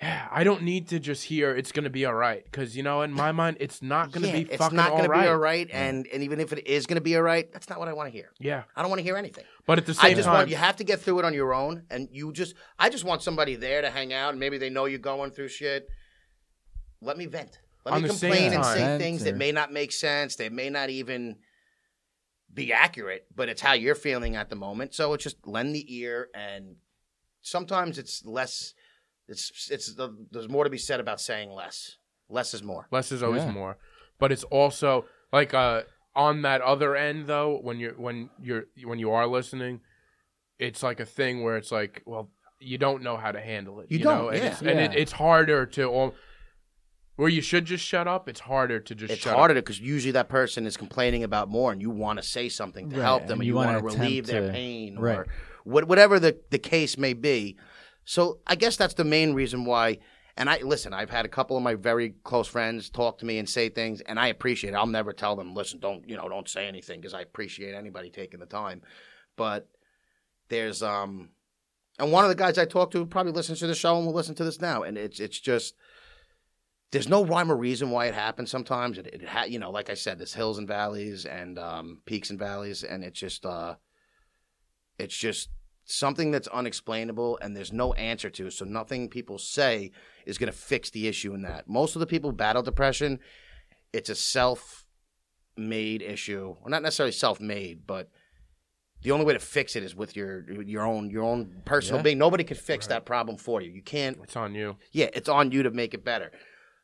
B: yeah, I don't need to just hear it's gonna be all right, because you know, in my mind, it's not gonna
C: Yeah,
B: be
C: it's
B: fucking
C: not
B: all
C: gonna
B: right.
C: be all right, and and even if it is gonna be all right, that's not what I want to hear.
B: Yeah,
C: I don't want to hear anything.
B: but at the
C: I
B: same
C: just
B: time,
C: want you have to get through it on your own, and you just I just want somebody there to hang out, and maybe they know you're going through shit. Let me vent. Let
B: On
C: me
B: the same
C: complain and
B: time-
C: say
D: Vent
C: things that
D: or-
C: may not make sense. They may not even be accurate, but it's how you're feeling at the moment. So it's just lend the ear, and sometimes it's less. It's it's the, there's more to be said about saying less. Less is more.
B: less is always
D: Yeah.
B: more but it's also like uh on that other end though when you're when you're when you are listening it's like a thing where it's like well you don't know how to handle it
C: You
B: know
C: don't,
B: and,
C: yeah.
B: it's, and it,
D: Yeah.
B: it's harder to al- where you should just shut up it's harder to just
C: it's
B: shut
C: harder
B: up
C: because usually that person is complaining about more, and you want to say something to
D: Right,
C: help
D: and
C: them, and
D: you
C: you,
D: wanna
C: want to relieve
D: attempt
C: their
D: to-
C: pain,
D: right.
C: or what, whatever the, the case may be. So I guess that's the main reason why. And I listen. I've had a couple of my very close friends talk to me and say things, and I appreciate it. I'll never tell them, listen, don't you know, don't say anything because I appreciate anybody taking the time. But there's um, and one of the guys I talked to probably listens to the show and will listen to this now, and it's it's just there's no rhyme or reason why it happens sometimes. It, it ha- you know, like I said, there's hills and valleys and um, peaks and valleys, and it's just uh, it's just something that's unexplainable and there's no answer to. So nothing people say is going to fix the issue in that. Most of the people who battle depression, it's a self-made issue, well, not necessarily self-made, but the only way to fix it is with your your own your own personal
D: Yeah.
C: being. Nobody can fix that problem for you. You can't
B: it's on you
C: yeah, it's on you to make it better.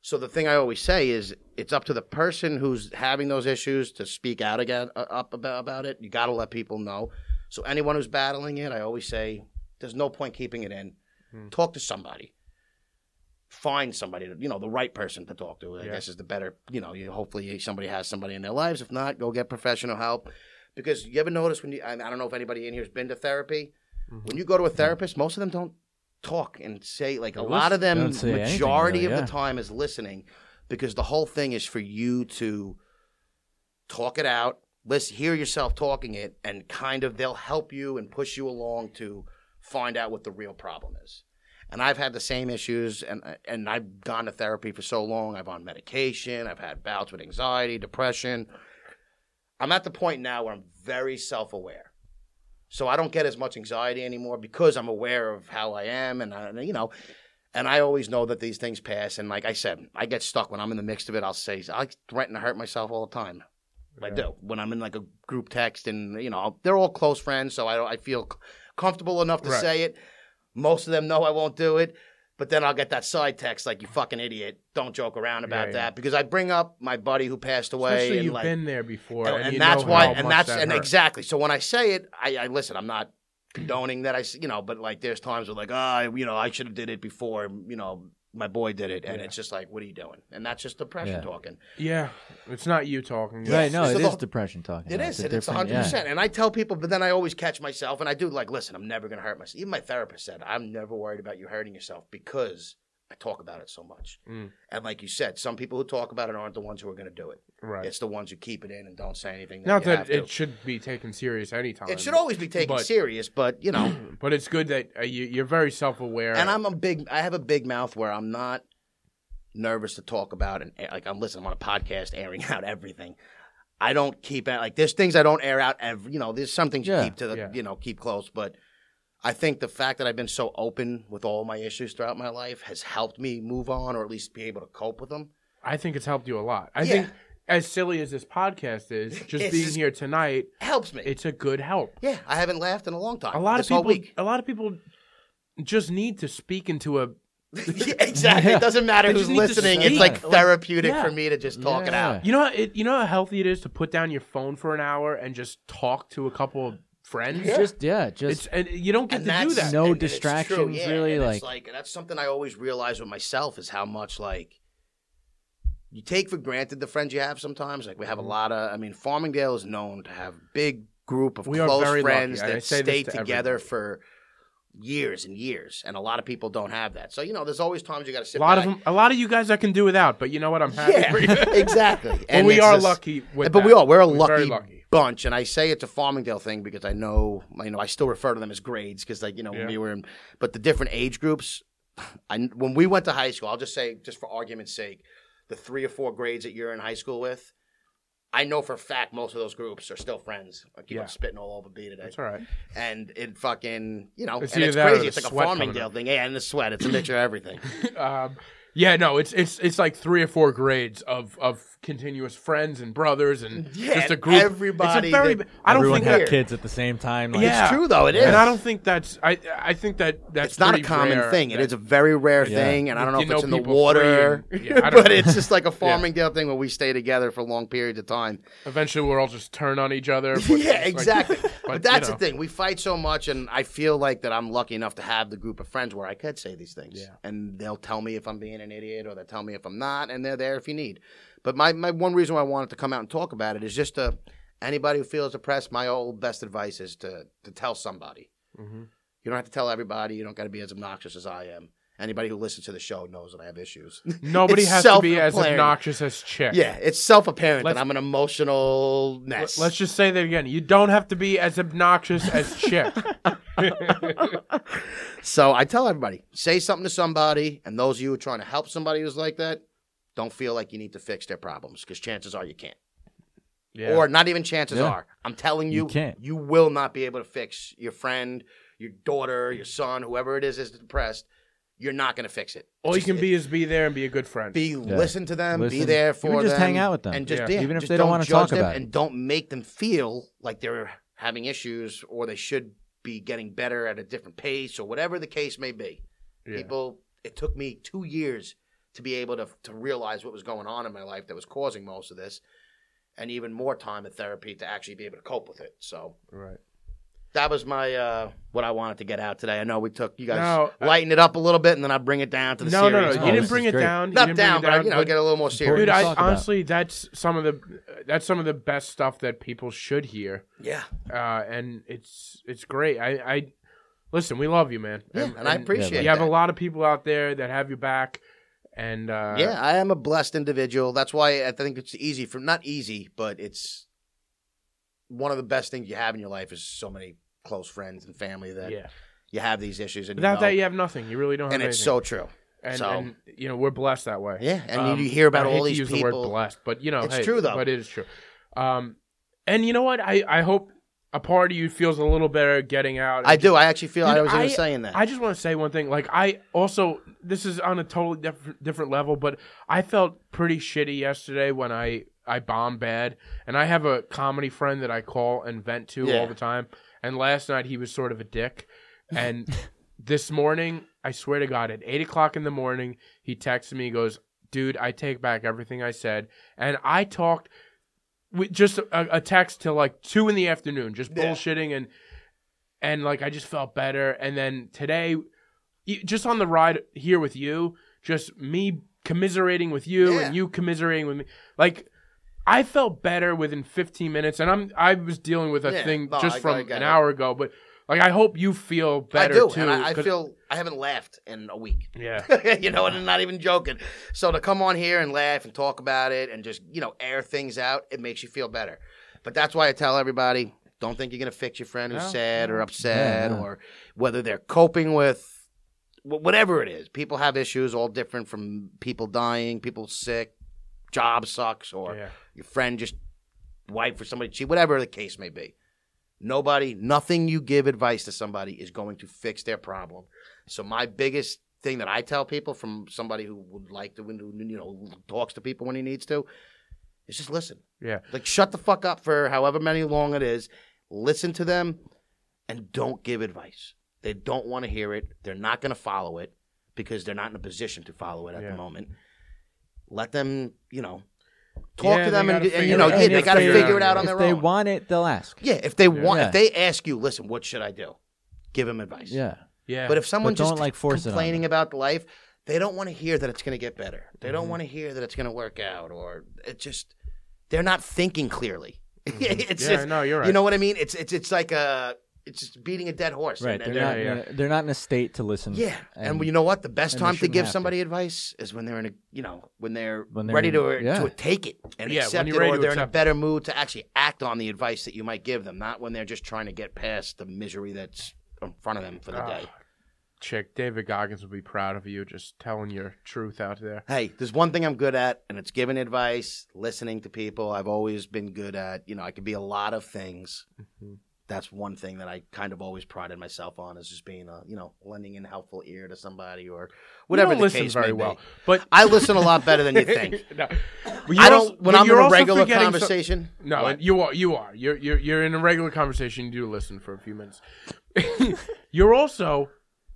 C: So the thing I always say is, it's up to the person who's having those issues to speak out again uh, up about, about it. You got to let people know. So anyone who's battling it, I always say, there's no point keeping it in. Talk to somebody. Find somebody, to, you know, the right person to talk to. I
B: Yeah.
C: guess is the better, you know. You, hopefully, somebody has somebody in their lives. If not, go get professional help. Because you ever notice when you, I, I don't know if anybody in here has been to therapy.
D: Mm-hmm.
C: When you go to a therapist, most of them don't talk and say like a lot of them
D: Don't say anything,
C: majority of
D: really, yeah.
C: the time is listening because the whole thing is for you to talk it out listen hear yourself talking it and kind of they'll help you and push you along to find out what the real problem is and i've had the same issues and and i've gone to therapy for so long i've on medication i've had bouts with anxiety depression i'm at the point now where i'm very self-aware so I don't get as much anxiety anymore because I'm aware of how I am, and I, you know, and I always know that these things pass. And like I said, I get stuck when I'm in the midst of it. I'll say I threaten to hurt myself all the time. I do when I'm in like a group text, and you know, they're all close friends, so I don't, I feel c- comfortable enough to
B: Right.
C: say it. Most of them know I won't do it. But then I'll get that side text like you fucking idiot. Don't joke around about
B: yeah.
C: that because I bring up my buddy who passed away.
B: especially
C: and
B: you've
C: like,
B: been there before
C: and,
B: and,
C: and
B: you
C: that's
B: know
C: why
B: how
C: and
B: much
C: that's
B: that
C: and
B: hurt.
C: exactly so when i say it i, I listen i'm not condoning that i s- you know but like there's times where like ah you know i should have did it before you know my boy did it, and it's just like, what are you doing? And that's just depression
D: Yeah.
C: talking.
B: Yeah, it's not you talking.
D: Right, no,
C: it's
D: it
C: the
D: is
C: whole-
D: depression talking.
C: It
D: though.
C: is.
D: a
C: and It's
D: different-
C: hundred
D: yeah.
C: percent. And I tell people, but then I always catch myself, and I do like, listen, I'm never gonna hurt myself. Even my therapist said, I'm never worried about you hurting yourself because I talk about it so much.
B: Mm.
C: And like you said, some people who talk about it aren't the ones who are gonna do it.
B: Right.
C: It's the ones who keep it in and don't say anything. That
B: not
C: you have
B: that
C: to.
B: it should be taken serious anytime.
C: It should always be taken
B: Um, but-
C: serious, but you know,
B: But it's good that uh, you, you're very self-aware.
C: and I'm a big. I have a big mouth where I'm not nervous to talk about, and like I'm listening. I'm on a podcast airing out everything. I don't keep out like there's things I don't air out. Every you know, there's some things
D: Yeah,
C: you keep to the
B: yeah.
C: you know keep close, but. I think the fact that I've been so open with all my issues throughout my life has helped me move on, or at least be able to cope with them.
B: I think it's helped you a lot. I
C: Yeah.
B: think as silly as this podcast is, just
C: It's
B: being
C: just-
B: here tonight,
C: Helps me.
B: it's a good help.
C: yeah, I haven't laughed in a long time.
B: A lot
C: this
B: of people,
C: Whole week.
B: a lot of people, just need to speak into a.
C: Yeah, exactly. It doesn't matter
B: They just
C: who's
B: need to
C: listening.
B: speak.
C: It's like
B: Like,
C: therapeutic
B: yeah.
C: for me to just talk it
D: Yeah.
C: out.
B: You know, how it, you know how healthy it is to put down your phone for an hour and just talk to a couple of friends.
D: Just yeah,
B: It's
D: just
B: and you don't get
C: And
B: to do
C: that's-
B: that.
D: No
C: and it's true,
D: distractions,
C: yeah,
D: really,
C: and
D: like-
C: it's like that's something I always realize with myself is how much like you take for granted the friends you have sometimes. Like we have a
B: Mm-hmm.
C: lot of. I mean, Farmingdale is known to have big group of
B: We are
C: close
B: very
C: friends
B: lucky. I
C: that
B: say this
C: stay
B: to
C: together
B: everybody.
C: for years and years, and a lot of people don't have that. So you know, there's always times you got to
B: A
C: sit.
B: lot
C: back.
B: of them, a lot of you guys I can do without, but you know what? I'm happy
C: Yeah,
B: for you.
C: exactly.
B: But
C: And
B: we
C: it's
B: are
C: just-
B: lucky with
C: but
B: that.
C: we are we're a
B: We're
C: lucky,
B: very lucky.
C: bunch, and I say it's a Farmingdale thing because I know you know I still refer to them as grades because like you know when
B: Yeah.
C: we were in, but the different age groups. I when we went to high school, I'll just say just for argument's sake, the three or four grades that you're in high school with. I know for a fact most of those groups are still friends. I keep
B: Yeah.
C: on spitting all over B today.
B: That's all right.
C: And it fucking, you know,
B: It's
C: and
B: either
C: it's
B: that or
C: crazy.
B: the
C: It's like a
B: sweat coming
C: Farmingdale
B: up.
C: thing. Yeah, and the sweat. It's a mixture of everything.
B: Um, yeah, no, it's it's it's like three or four grades of of continuous friends and brothers and
C: Yeah,
B: just a
C: and
B: group.
C: everybody
B: It's a very.
C: that-
B: I don't
D: everyone
B: think
D: had
B: that.
D: kids at the same time. Like,
B: Yeah.
C: It's true, though. It is.
B: And I don't think that's. I I think that that's.
C: it's not a
B: pretty
C: common
B: rare
C: thing. It
B: that-
C: is a very rare
D: Yeah.
C: thing, and I don't know
B: You
C: if
B: know
C: it's in the
B: people
C: water,
B: free and- yeah, I don't
C: but
B: know.
C: it's just like a Farmingdale thing where we stay together for long periods of time.
B: Eventually, we'll all just turn on each other. but
C: yeah,
B: it's like-
C: exactly. but,
B: you
C: that's
B: know.
C: the thing. We fight so much, and I feel like that I'm lucky enough to have the group of friends where I could say these things,
B: Yeah.
C: and they'll tell me if I'm being an idiot, or they'll tell me if I'm not, and they're there if you need. But my my one reason why I wanted to come out and talk about it is just to anybody who feels depressed. My old best advice is to to tell somebody.
B: Mhm.
C: You don't have to tell everybody. You don't got to be as obnoxious as I am. Anybody who listens to the show knows that I have issues.
B: Nobody
C: It's
B: has to be as
C: self-declared.
B: obnoxious as Chick.
C: yeah, it's self apparent that
B: Let's-
C: I'm an
B: L-
C: emotional mess.
B: Let's just say that again. You don't have to be as obnoxious as Chick.
C: So I tell everybody, say something to somebody, and those of you who are trying to help somebody who's like that, don't feel like you need to fix their problems because chances are you can't.
B: Yeah.
C: Or not even chances
D: Yeah.
C: are. I'm telling you,
D: You can't.
C: you will not be able to fix your friend, your daughter, your son, whoever it is is depressed. You're not going to fix it.
B: all you
C: Just-
B: can be is be there and be a good friend.
C: be listen to them, be
D: Listen.
C: there
D: Even
C: for them,
D: just hang out with them.
C: and just
B: Yeah.
C: yeah,
D: Even if
C: just
D: they don't wanna
C: judge
D: talk
C: them
D: about it.
C: and don't make them feel like they're having issues or they should be getting better at a different pace or whatever the case may be.
B: Yeah.
C: People, it took me two years to be able to to realize what was going on in my life that was causing most of this, and even more time in therapy to actually be able to cope with it. So
B: right.
C: that was my uh, what I wanted to get out today. I know we took you guys
B: No, I-
C: lighten it up a little bit, and then I bring it down to the
B: No, no, no.
C: series.
D: Oh,
B: You
D: this
B: didn't
D: is
B: bring it
D: great.
B: down. You
C: not
B: didn't bring
C: down,
B: it
C: but I, you know,
B: but-
C: get a little more serious.
B: Dude,
D: Let's
B: I
D: talk about.
B: honestly, that's some of the that's some of the best stuff that people should hear,
C: yeah.
B: uh, and it's it's great. I, I listen, we love you, man,
C: Yeah, and, I appreciate
B: You
C: it.
B: have a lot of people out there that have your back, and uh,
C: Yeah, I am a blessed individual. That's why I think it's easy for not easy, but it's one of the best things you have in your life is so many close friends and family that
B: yeah.
C: you have these issues and you
B: Without
C: know-
B: that, you have nothing. You really don't have
C: and it's
B: anything.
C: so true.
B: and,
C: so-
B: and you know we're blessed that way.
C: Yeah, and
B: Um,
C: you hear about
B: I hate
C: all
B: to
C: these
B: use
C: people.
B: The word blessed, but you know
C: It's
B: hey,
C: true, though.
B: But it is true. Um, and you know what? I I hope a part of you feels a little better getting out.
C: I do. I actually feel
B: Dude,
C: I was
B: I-
C: even saying that.
B: I just want to say one thing. Like I also this is on a totally different different level, but I felt pretty shitty yesterday when I I bombed bad, and I have a comedy friend that I call and vent to
C: Yeah.
B: all the time. And last night he was sort of a dick, and this morning I swear to God at eight o'clock in the morning he texted me. He goes, "Dude, I take back everything I said," and I talked. With just a, a text till like two in the afternoon, just bullshitting and and like I just felt better. And then today, you- just on the ride here with you, just me commiserating with you
C: Yeah.
B: and you commiserating with me. Like I felt better within 15 minutes, and I'm I was dealing with a
C: Yeah,
B: thing
C: no,
B: just
C: I-
B: from
C: I get
B: an
C: it.
B: hour ago, but like I hope you feel better
C: I do,
B: too.
C: and I, I
B: 'cause-
C: feel I haven't laughed in a week.
B: yeah.
C: you know, and I'm not even joking. So to come on here and laugh and talk about it and just you know air things out, it makes you feel better. But that's why I tell everybody: don't think you're gonna fix your friend who's
B: No,
C: sad or upset
D: Yeah, no.
C: or whether they're coping with wh- whatever it is. People have issues, all different from people dying, people sick, job sucks, or
B: Yeah.
C: your friend just wife or somebody cheat, whatever the case may be. Nobody, nothing you give advice to somebody is going to fix their problem. So my biggest thing that I tell people from somebody who would like to, who, you know, talks to people when he needs to, is just listen.
B: Yeah.
C: Like shut the fuck up for however many long it is. Listen to them, and don't give advice. They don't want to hear it. They're not going to follow it because they're not in a position to follow it at
B: Yeah.
C: the moment. Let them, you know, talk
B: Yeah,
C: to
B: they
C: them
B: gotta
C: and, and,
B: figure
C: you know,
B: it out.
C: yeah, they
B: If
C: got to
B: they-
C: figure it out on
D: if
C: their
D: they
C: own.
D: want it, they'll ask.
C: yeah, if they want,
D: Yeah.
C: if they ask you, listen, what should I do? Give them advice.
D: Yeah.
B: Yeah.
C: But if someone
D: But don't,
C: just
D: like, force it on
C: complaining about life, they don't want to hear that it's going to get better. They
D: Mm-hmm.
C: don't want to hear that it's going to work out, or it just they're not thinking clearly. it's
B: Mm-hmm. yeah,
C: just,
B: no, you're right.
C: you know what I mean? It's it's it's like a it's just beating a dead horse.
D: Right. They're
C: And-
D: not.
C: and-
D: in
B: yeah,
D: a- They're not in a state to listen.
C: yeah, and, you know what? The best
D: and they
C: time to
D: shouldn't
C: give
D: have to.
C: somebody advice is when they're in a, you know, when they're,
D: When they're
C: ready
D: in-
C: to,
D: yeah.
C: to take it and
B: Yeah, when
C: accept it,
B: you're ready
C: or
B: to
C: they're in a
B: accept it.
C: better mood to actually act on the advice that you might give them, not when they're just trying to get past the misery that's in front of them for the
B: Ah,
C: day.
B: Chick, David Goggins would be proud of you just telling your truth out there.
C: Hey, there's one thing I'm good at, and it's giving advice, listening to people. I've always been good at, you know, I could be a lot of things.
D: Mm-hmm.
C: That's one thing that I kind of always prided myself on is just being a, you know, lending in helpful ear to somebody or
B: you
C: whatever
B: don't
C: the
B: listen
C: case
B: very
C: may
B: well.
C: be.
B: But
C: I listen a lot better than you think.
B: No. Well, you
C: I
B: also-
C: don't. When
B: but
C: I'm in
B: you're
C: a
B: also
C: regular
B: forgetting some-
C: conversation,
B: no,
C: What?
B: and you are. You are. You're, you're. You're in a regular conversation. You do listen for a few minutes. you're also.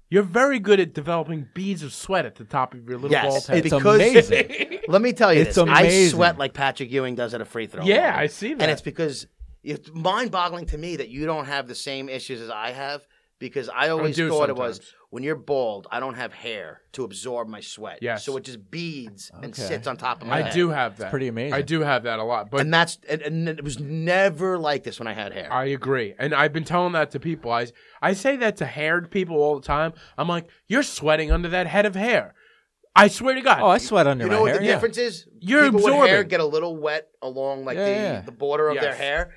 B: You're very good at developing beads of sweat at the top of your little
C: Yes.
B: bald head.
D: it's
C: because-
D: amazing.
C: let me tell you,
D: It's
C: this. I
D: amazing.
C: sweat like Patrick Ewing does at a free throw.
B: Yeah,
C: line.
B: I see that.
C: and it's because it's mind-boggling to me that you don't have the same issues as I have. Because I always
B: do
C: thought it was
B: sometimes.
C: when you're bald, I don't have hair to absorb my sweat.
B: Yes.
C: so it just beads and
D: Okay.
C: sits on top of my
B: I
C: head.
B: do have that.
D: pretty amazing.
B: I do have that a lot, but
C: and that's and, and it was never like this when I had hair.
B: I agree, and I've been telling that to people. I I say that to haired people all the time. I'm like, you're sweating under that head of hair. I swear to God.
D: oh, I sweat under
C: You
D: my
C: know what
D: hair.
C: the
D: yeah.
C: difference is?
B: You're
C: People with hair
B: absorbing.
C: get a little wet along like
D: Yeah,
C: the,
D: yeah.
C: the border of their
B: Yes.
C: hair.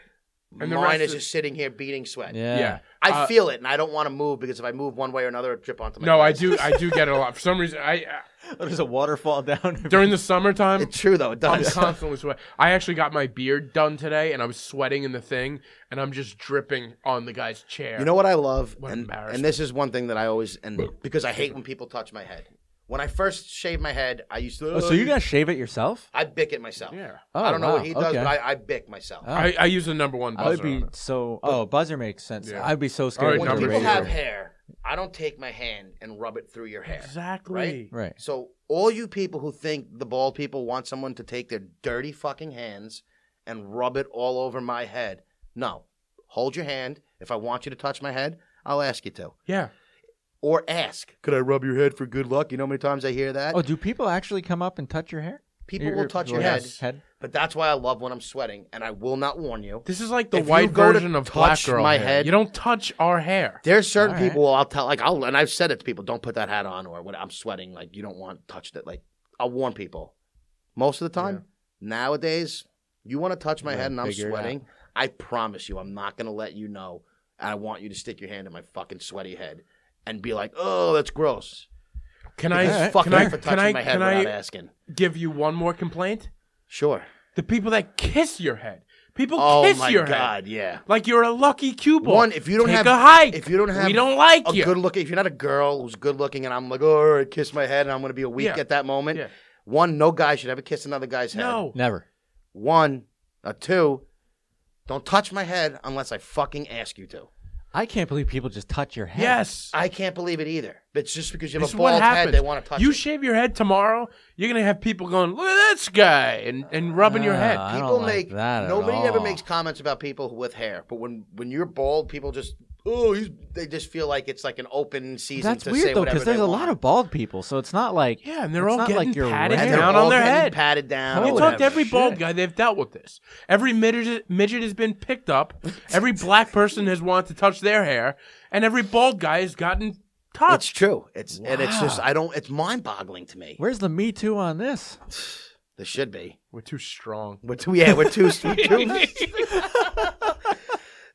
B: And the
C: Mine
B: rest
C: is
B: is-
C: just sitting here beating sweat.
D: Yeah.
B: yeah.
C: I
B: Uh,
C: feel it, and I don't want to move because if I move one way or another, it drip onto my.
B: No, I
C: face.
B: do. I do get it a lot. For some reason, I uh,
D: There's a waterfall down.
B: during the summertime,
C: It's true though. It
B: I'm
C: does.
B: constantly sweating. I actually got my beard done today, and I was sweating in the thing, and I'm just dripping on the guy's chair.
C: You know what I love,
B: What
C: and
B: embarrassment.
C: and this is one thing that I always and because I hate when people touch my head. When I first shaved my head, I used to.
D: Oh, so you gotta shave it yourself?
C: I bick it myself.
B: Yeah.
C: I don't know
D: Oh,
C: what
D: wow.
C: he does,
D: Okay. Oh.
C: but I, I bick myself.
B: I, I use the number one buzzer.
D: I would be
B: on it.
D: so. Oh, buzzer makes sense.
B: Yeah.
D: I'd be so
B: All
D: scared.
C: when
B: right,
D: to
B: number
C: people
B: zero.
D: raise
C: have
D: it.
C: hair, I don't take my hand and rub it through your hair.
B: Exactly.
C: Right?
D: Right.
C: So all you people who think the bald people want someone to take their dirty fucking hands and rub it all over my head, no. Hold your hand. If I want you to touch my head, I'll ask you to.
B: Yeah.
C: Or ask, could I rub your head for good luck? You know how many times I hear that?
D: Oh, do people actually come up and touch your hair?
C: people
D: Your-
C: will touch your head,
D: yes,
C: but that's why I love when I'm sweating, and I will not warn you.
B: This is like the
C: If you
B: white
C: go to
B: version of black
C: touch
B: girl
C: my
B: hair.
C: head-
B: You don't touch our hair.
C: There's certain
D: All right.
C: people I'll tell, like I'll, and I've said it to people: don't put that hat on, or what I'm sweating. Like you don't want touched it. Like I'll warn people. Most of the time, nowadays, you want to touch my
D: Gotta
C: head and I'm
D: figure it out.
C: sweating. I promise you, I'm not gonna let you know. And I want you to stick your hand in my fucking sweaty head and be like, "Oh, that's gross."
B: Can
C: Because
B: I?
D: Alright.
C: fuck
B: Can
C: me
B: I?
C: for
B: Can
C: touching
B: I?
C: my head
B: Can
C: without
B: I
C: asking.
B: give you one more complaint?
C: Sure.
B: The people that kiss your head. People
C: Oh
B: kiss
C: my
B: your head.
C: god, yeah.
B: Like you're a lucky cue ball.
C: One, if you don't
B: Take
C: have
B: a hike,
C: if you don't have
B: we don't like
C: a
B: you.
C: good looking, if you're not a girl who's good looking, and I'm like, oh, all right, kiss my head, and I'm going to be a weak
B: Yeah.
C: at that moment.
B: Yeah.
C: One, no guy should ever kiss another guy's head.
B: no,
D: Never.
C: One, a two, don't touch my head unless I fucking ask you to.
D: I can't believe people just touch your head.
B: yes,
C: I can't believe it either. It's just because you have
B: This
C: a
B: is what
C: bald head, they
B: happens.
C: want to touch
B: You
C: it.
B: shave your head tomorrow, you're gonna have people going, "Look at this guy," and, and rubbing your head.
D: Ah. I don't
C: people
D: like
C: make
D: that at
C: nobody ever
D: all.
C: makes comments about people with hair, but when when you're bald, people just oh he's, they just feel like it's like an open season.
D: That's
C: to say
D: weird though,
C: because
D: because there's a lot of bald people, so it's not like
B: Yeah, and they're
D: it's
B: all
D: not
B: getting
D: like you're
B: patted
D: rare.
C: and they're
B: down
C: all
B: on their
C: getting
B: head.
C: patted down. or
B: You
C: whatever.
B: talk to every bald
D: Shit.
B: guy, they've dealt with this. Every midget, midget has been picked up. Every black person has wanted to touch their hair, and every bald guy has gotten
C: It's
B: touched.
C: true. It's and it's just I don't. It's mind boggling to me.
D: Where's the Me Too on this?
C: There should be.
B: We're too strong.
C: We're too. Yeah, we're too. we're too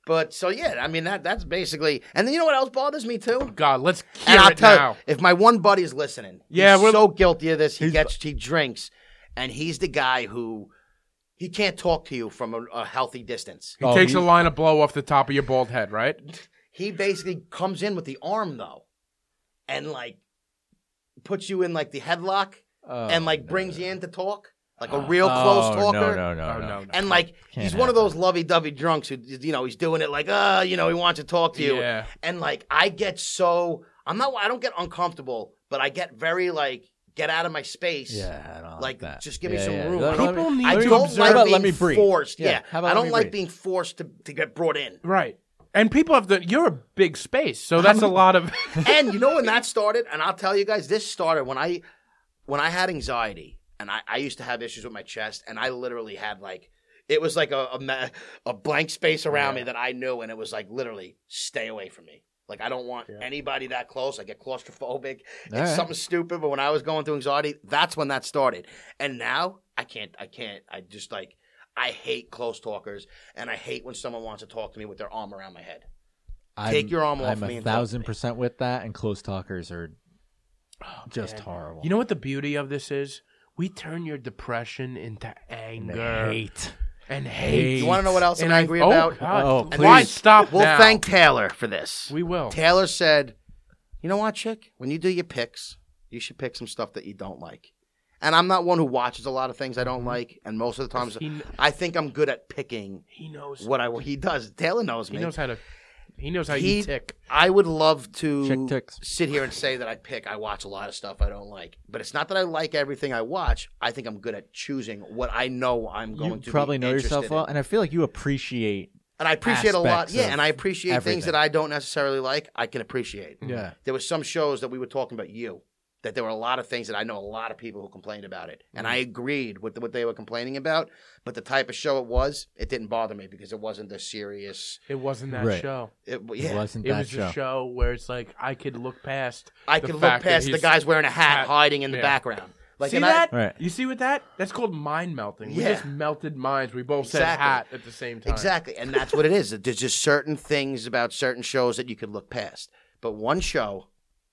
C: but so yeah, I mean that that's basically. And then you know what else bothers me too.
B: God, let's
C: And
B: cure
C: I'll
B: it
C: tell
B: now.
C: you, if my one buddy's listening,
B: Yeah,
C: he's
B: we're-
C: so guilty of this. He gets, he drinks, and he's the guy who he can't talk to you from a, a healthy distance.
B: He
D: Oh,
B: takes a
D: he-
B: line of blow off the top of your bald head, right?
C: He basically comes in with the arm though, and like puts you in like the headlock, and like brings you in to talk, like a real close talker.
D: No, no, no,
B: Oh, Uh, Oh,
D: no.
B: no, no.
C: And like he's one of those lovey-dovey drunks who you know he's doing it like uh you know he wants to talk to you
B: Yeah.
C: and like I get so I'm not I don't get uncomfortable but I get very like get out of my space
D: Yeah, I don't like,
C: like,
D: that.
C: just give me
D: Yeah,
C: some
D: yeah.
C: room.
D: Let- let
B: People
D: me-
B: need
C: I
B: to
C: don't
B: observe-
C: like
D: How about
C: being
D: let me breathe?
C: forced yeah,
D: Yeah, how about
C: I
D: let
C: don't
D: me
C: like
D: breathe?
C: being forced to, to get brought in
B: Right. And people have the you're a big space, so that's a lot of
C: and you know when that started and I'll tell you guys this started when I when I had anxiety and I, I used to have issues with my chest and I literally had like it was like a a, ma- a blank space around me that I knew and it was like literally stay away from me. Like I don't want anybody that close. I get claustrophobic. It's
D: All right.
C: something stupid. But when I was going through anxiety, that's when that started. And now I can't. I can't. I just like I hate close talkers and I hate when someone wants to talk to me with their arm around my head.
D: I'm,
C: Take your arm off
D: I'm
C: me
D: a
C: and talk to
D: thousand
C: me.
D: percent with that, and close talkers are just horrible.
B: You know what the beauty of this is? We turn your depression into
D: Uh,
B: anger
D: hate.
B: and hate.
C: You want to know what else I'm angry about?
B: Oh, God.
D: Oh,
B: And Why
C: please.
B: stop
C: We'll
B: now?
C: thank Taylor for this.
B: We will.
C: Taylor said, "You know what, chick? When you do your picks, you should pick some stuff that you don't like." And I'm not one who watches a lot of things I don't like, and most of the times
B: He kn-
C: I think I'm good at picking
B: He knows.
C: what I he does. Taylor knows
B: He
C: me.
B: knows how to. He knows how
C: He-
B: you tick.
C: I would love to
D: Chick ticks.
C: sit here and say that I pick. I watch a lot of stuff I don't like, but it's not that I like everything I watch. I think I'm good at choosing what I know I'm going
D: You
C: to
D: probably
C: be
D: know
C: interested
D: yourself
C: in.
D: well, and I feel like you appreciate.
C: and I appreciate a lot.
D: aspects
C: Yeah,
D: of
C: and I appreciate things that
D: everything. Mm.
C: I don't necessarily like. I can appreciate.
D: Yeah.
C: there was some shows that we were talking about you that there were a lot of things that I know a lot of people who complained about it,
D: Mm.
C: and I agreed with what they were complaining about. But the type of show it was, it didn't bother me because it wasn't the serious.
B: It wasn't that
D: Right.
B: show.
C: It,
D: It
C: yeah,
D: wasn't
B: It
D: that
B: was
D: show.
B: a show where it's like I could look past.
C: I
B: the
C: could look
B: fact that
C: past the
B: he's-
C: guys wearing a hat
B: hat.
C: hiding in the
B: Yeah.
C: background. Like
B: see
C: and I-
B: that?
D: Right.
B: You see what that? That's called mind melting. We
C: Yeah.
B: just melted minds. We both said
C: Exactly.
B: hat at the same time.
C: Exactly. And that's what it is. There's just certain things about certain shows that you could look past. But one show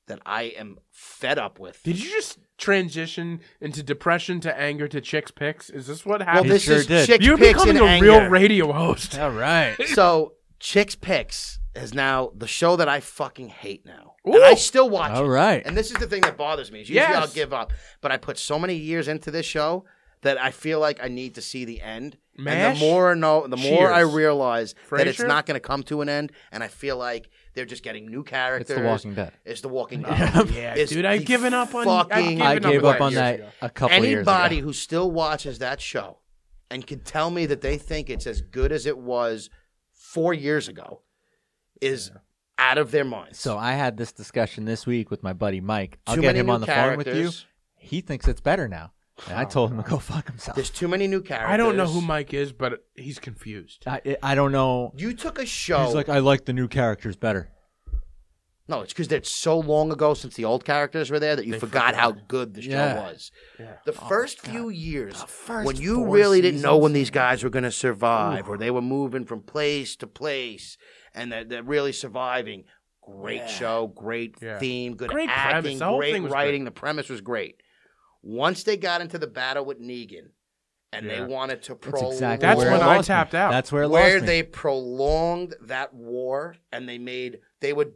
C: that I am fed up with.
B: Did you just transition into depression to anger to chicks picks? Is this what
C: well,
B: happened?
C: this
D: sure
C: is
D: did.
C: Chick
B: You're
C: Picks
B: becoming
C: in
B: a real
C: Anger.
B: radio host.
D: All right.
C: so Chicks Picks is now the show that I fucking hate now. And I
B: Ooh.
C: still watch
D: All
C: it.
D: right.
C: And this is the thing that bothers me. Is usually I'll
B: Yes.
C: give up. But I put so many years into this show that I feel like I need to see the end. And
B: MASH?
C: the more I know, the more I
B: Cheers.
C: realize that it's
B: Frasier?
C: not going to come to an end. And I feel like they're just getting new characters.
D: Walking Dead.
C: It's The Walking Dead.
B: Yeah,
C: It's
B: dude, I've
C: the
B: given up on.
C: fucking-
B: I've
D: I
B: given
D: gave up
B: that
D: on
B: years
D: that
B: ago.
D: a couple years ago.
C: Anybody who still watches that show and can tell me that they think it's as good as it was four years ago is out of their minds.
D: So I had this discussion this week with my buddy Mike. I'll
C: Too
D: get
C: many
D: him
C: new
D: on the phone with you.
C: characters. Oh,
D: He thinks it's better now. And I told him to go fuck himself.
C: There's too many new characters.
B: I don't know who Mike is, but he's confused.
D: I, I don't know.
C: You took a show.
D: He's like, I like the new characters better.
C: no, it's because it's so long ago since the old characters were there that you forgot, how good the show
D: Yeah.
C: was. The first few years,
D: first
C: when you
D: four
C: really didn't know
D: seasons.
C: when these guys were going to survive, or they were moving from place to place, and they're, they're really surviving. Great show, great
B: Yeah.
C: theme, good
B: Great premise.
C: acting,
B: The whole
C: great
B: thing was
C: writing. The premise was great. Once they got into the battle with Negan, and they
B: Yeah.
C: wanted to
D: That's
C: prolong
D: exactly
B: That's
D: where
B: when
D: it
B: I
D: lost me.
B: tapped out.
D: That's where it
C: where
D: lost me.
C: they prolonged that war and they made they would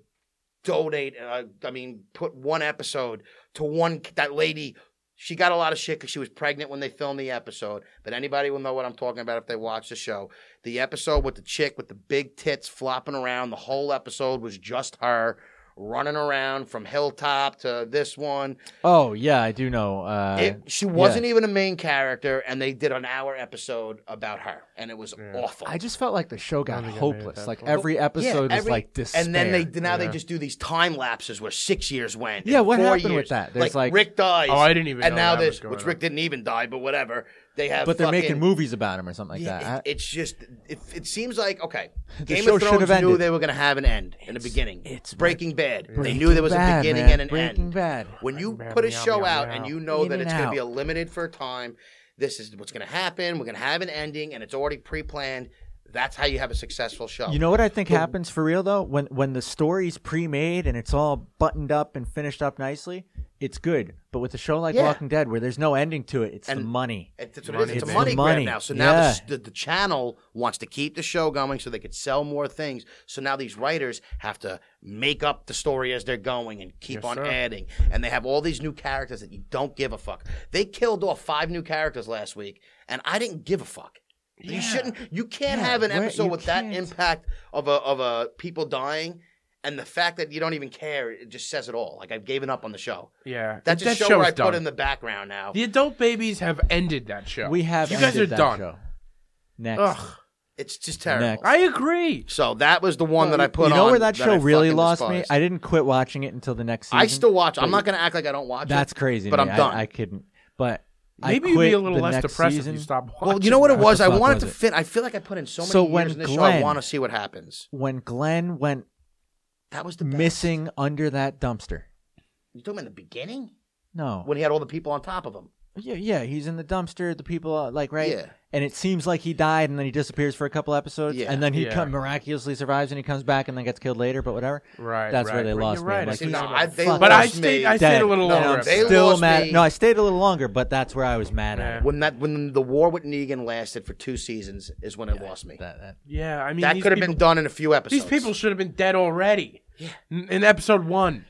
C: donate uh, i mean put one episode to one that lady she got a lot of shit because she was pregnant when they filmed the episode but anybody will know what i'm talking about if they watch the show the episode with the chick with the big tits flopping around the whole episode was just her running around from Hilltop to this one.
D: Oh yeah, I do know. Uh,
C: It, she wasn't even a main character, and they did an hour episode about her, and it was awful.
D: I just felt like the show
B: think
D: got
B: I made it
D: hopeless.
B: that
D: Like
B: far.
D: every episode was
C: every-
D: like despair.
C: And then they now they just do these time lapses where six years went. and
D: Yeah, what
C: four
D: happened with
C: years.
D: that? There's like-
C: Rick dies.
B: Oh, I didn't even
C: And
B: know
C: now
B: that
C: this,
B: was going
C: which
B: on.
C: Rick didn't even die, but whatever. They have.
D: but they're
C: fucking-
D: making movies about him or something like
C: Yeah,
D: that.
C: it- it's just it, it seems like okay.
D: The
C: Game
D: show
C: of
D: should
C: Thrones
D: have
C: knew
D: ended.
C: they were going to have an end in the beginning.
D: it's-
C: Breaking Bad. they
D: Breaking
C: knew there was a
D: Bad,
C: beginning
D: man.
C: and an
D: Breaking
C: end.
D: Bad.
C: When you
B: Bad,
C: put a
B: meow,
C: show
B: meow,
C: out
B: meow.
C: and you know
D: In
C: that
D: and
C: it's going to be a
D: out.
C: limited for a time, this is what's going to happen. We're going to have an ending, and it's already pre-planned. That's how you have a successful show.
D: You know what I think happens for real though? When when the story's pre-made and it's all buttoned up and finished up nicely, it's good. But with a show like
C: Yeah.
D: Walking Dead where there's no ending to it, it's the
C: And-
D: money.
C: It- That's what it is. It's a
D: It's
C: money
D: the
C: grab
D: money.
C: now. So now the
D: Yeah.
C: s- the, the channel wants to keep the show going so they could sell more things. So now these writers have to make up the story as they're going and keep on adding. And they have all these new characters that you don't give a fuck. They killed off five new characters last week, and I didn't give a fuck. You shouldn't. You can't
D: Yeah,
C: have an
D: where-
C: episode
D: you
C: with that
D: can't.
C: impact of a of a people dying, and the fact that you don't even care. It just says it all. Like I've given up on the show.
B: Yeah,
C: That's a
B: that
C: show
B: show's
C: where I
B: done.
C: put in the background now.
B: The adult babies have ended that show.
D: We have
B: You guys
D: ended
B: are
D: that
B: done.
D: show. Next.
B: Ugh,
C: It's just terrible.
D: Next.
B: I agree.
C: So that was the one that I put.
D: you know
C: on
D: where that, show
C: I
D: really
C: fucking
D: lost me?
C: despised.
D: I didn't quit watching it until the next season.
C: I still watch. I'm not going to act like I don't watch. it,
D: That's crazy. to
C: But I'm
D: me. I-
C: done.
D: I, couldn't. But I
B: Maybe you'd be
D: quit
B: a little
D: the
B: less
D: next
B: depressed
D: season.
B: if you stopped watching.
C: well, you know what it
D: What
C: was.
D: the
C: I
D: fuck
C: wanted
D: was
C: to
D: it?
C: fit. I feel like I put in so many
D: So when
C: years in this show. I
D: Glenn-
C: want to see what happens.
D: When Glenn went
C: That was the best.
D: missing under that dumpster.
C: You talking about in the beginning
D: No.
C: when he had all the people on top of him?
D: Yeah, yeah, he's in the dumpster. The people, uh, like, right?
C: Yeah.
D: And it seems like he died, and then he disappears for a couple episodes,
C: Yeah.
D: and then he
B: Yeah.
D: come, miraculously survives, and he comes back, and then gets killed later. But whatever.
B: Right,
D: That's where
B: right.
D: they
B: You're
D: lost me.
B: right,
D: I'm
B: I
D: like,
B: see
C: No,
B: Fuck.
C: I, they
B: But I
C: lost
B: stayed.
C: me.
B: I stayed
D: Dead.
B: a little
D: No,
B: longer.
C: I'm
B: after
C: They
B: that.
D: still
C: lost
D: mad.
C: me.
D: No, I stayed a little longer, but that's where I was mad at. it.
C: when that when the war with Negan lasted for two seasons is when it lost me. That,
D: That, that.
B: yeah, I mean these
C: could have
B: people-
C: been done in a few episodes.
B: These people should have been dead already. Yeah. In episode one,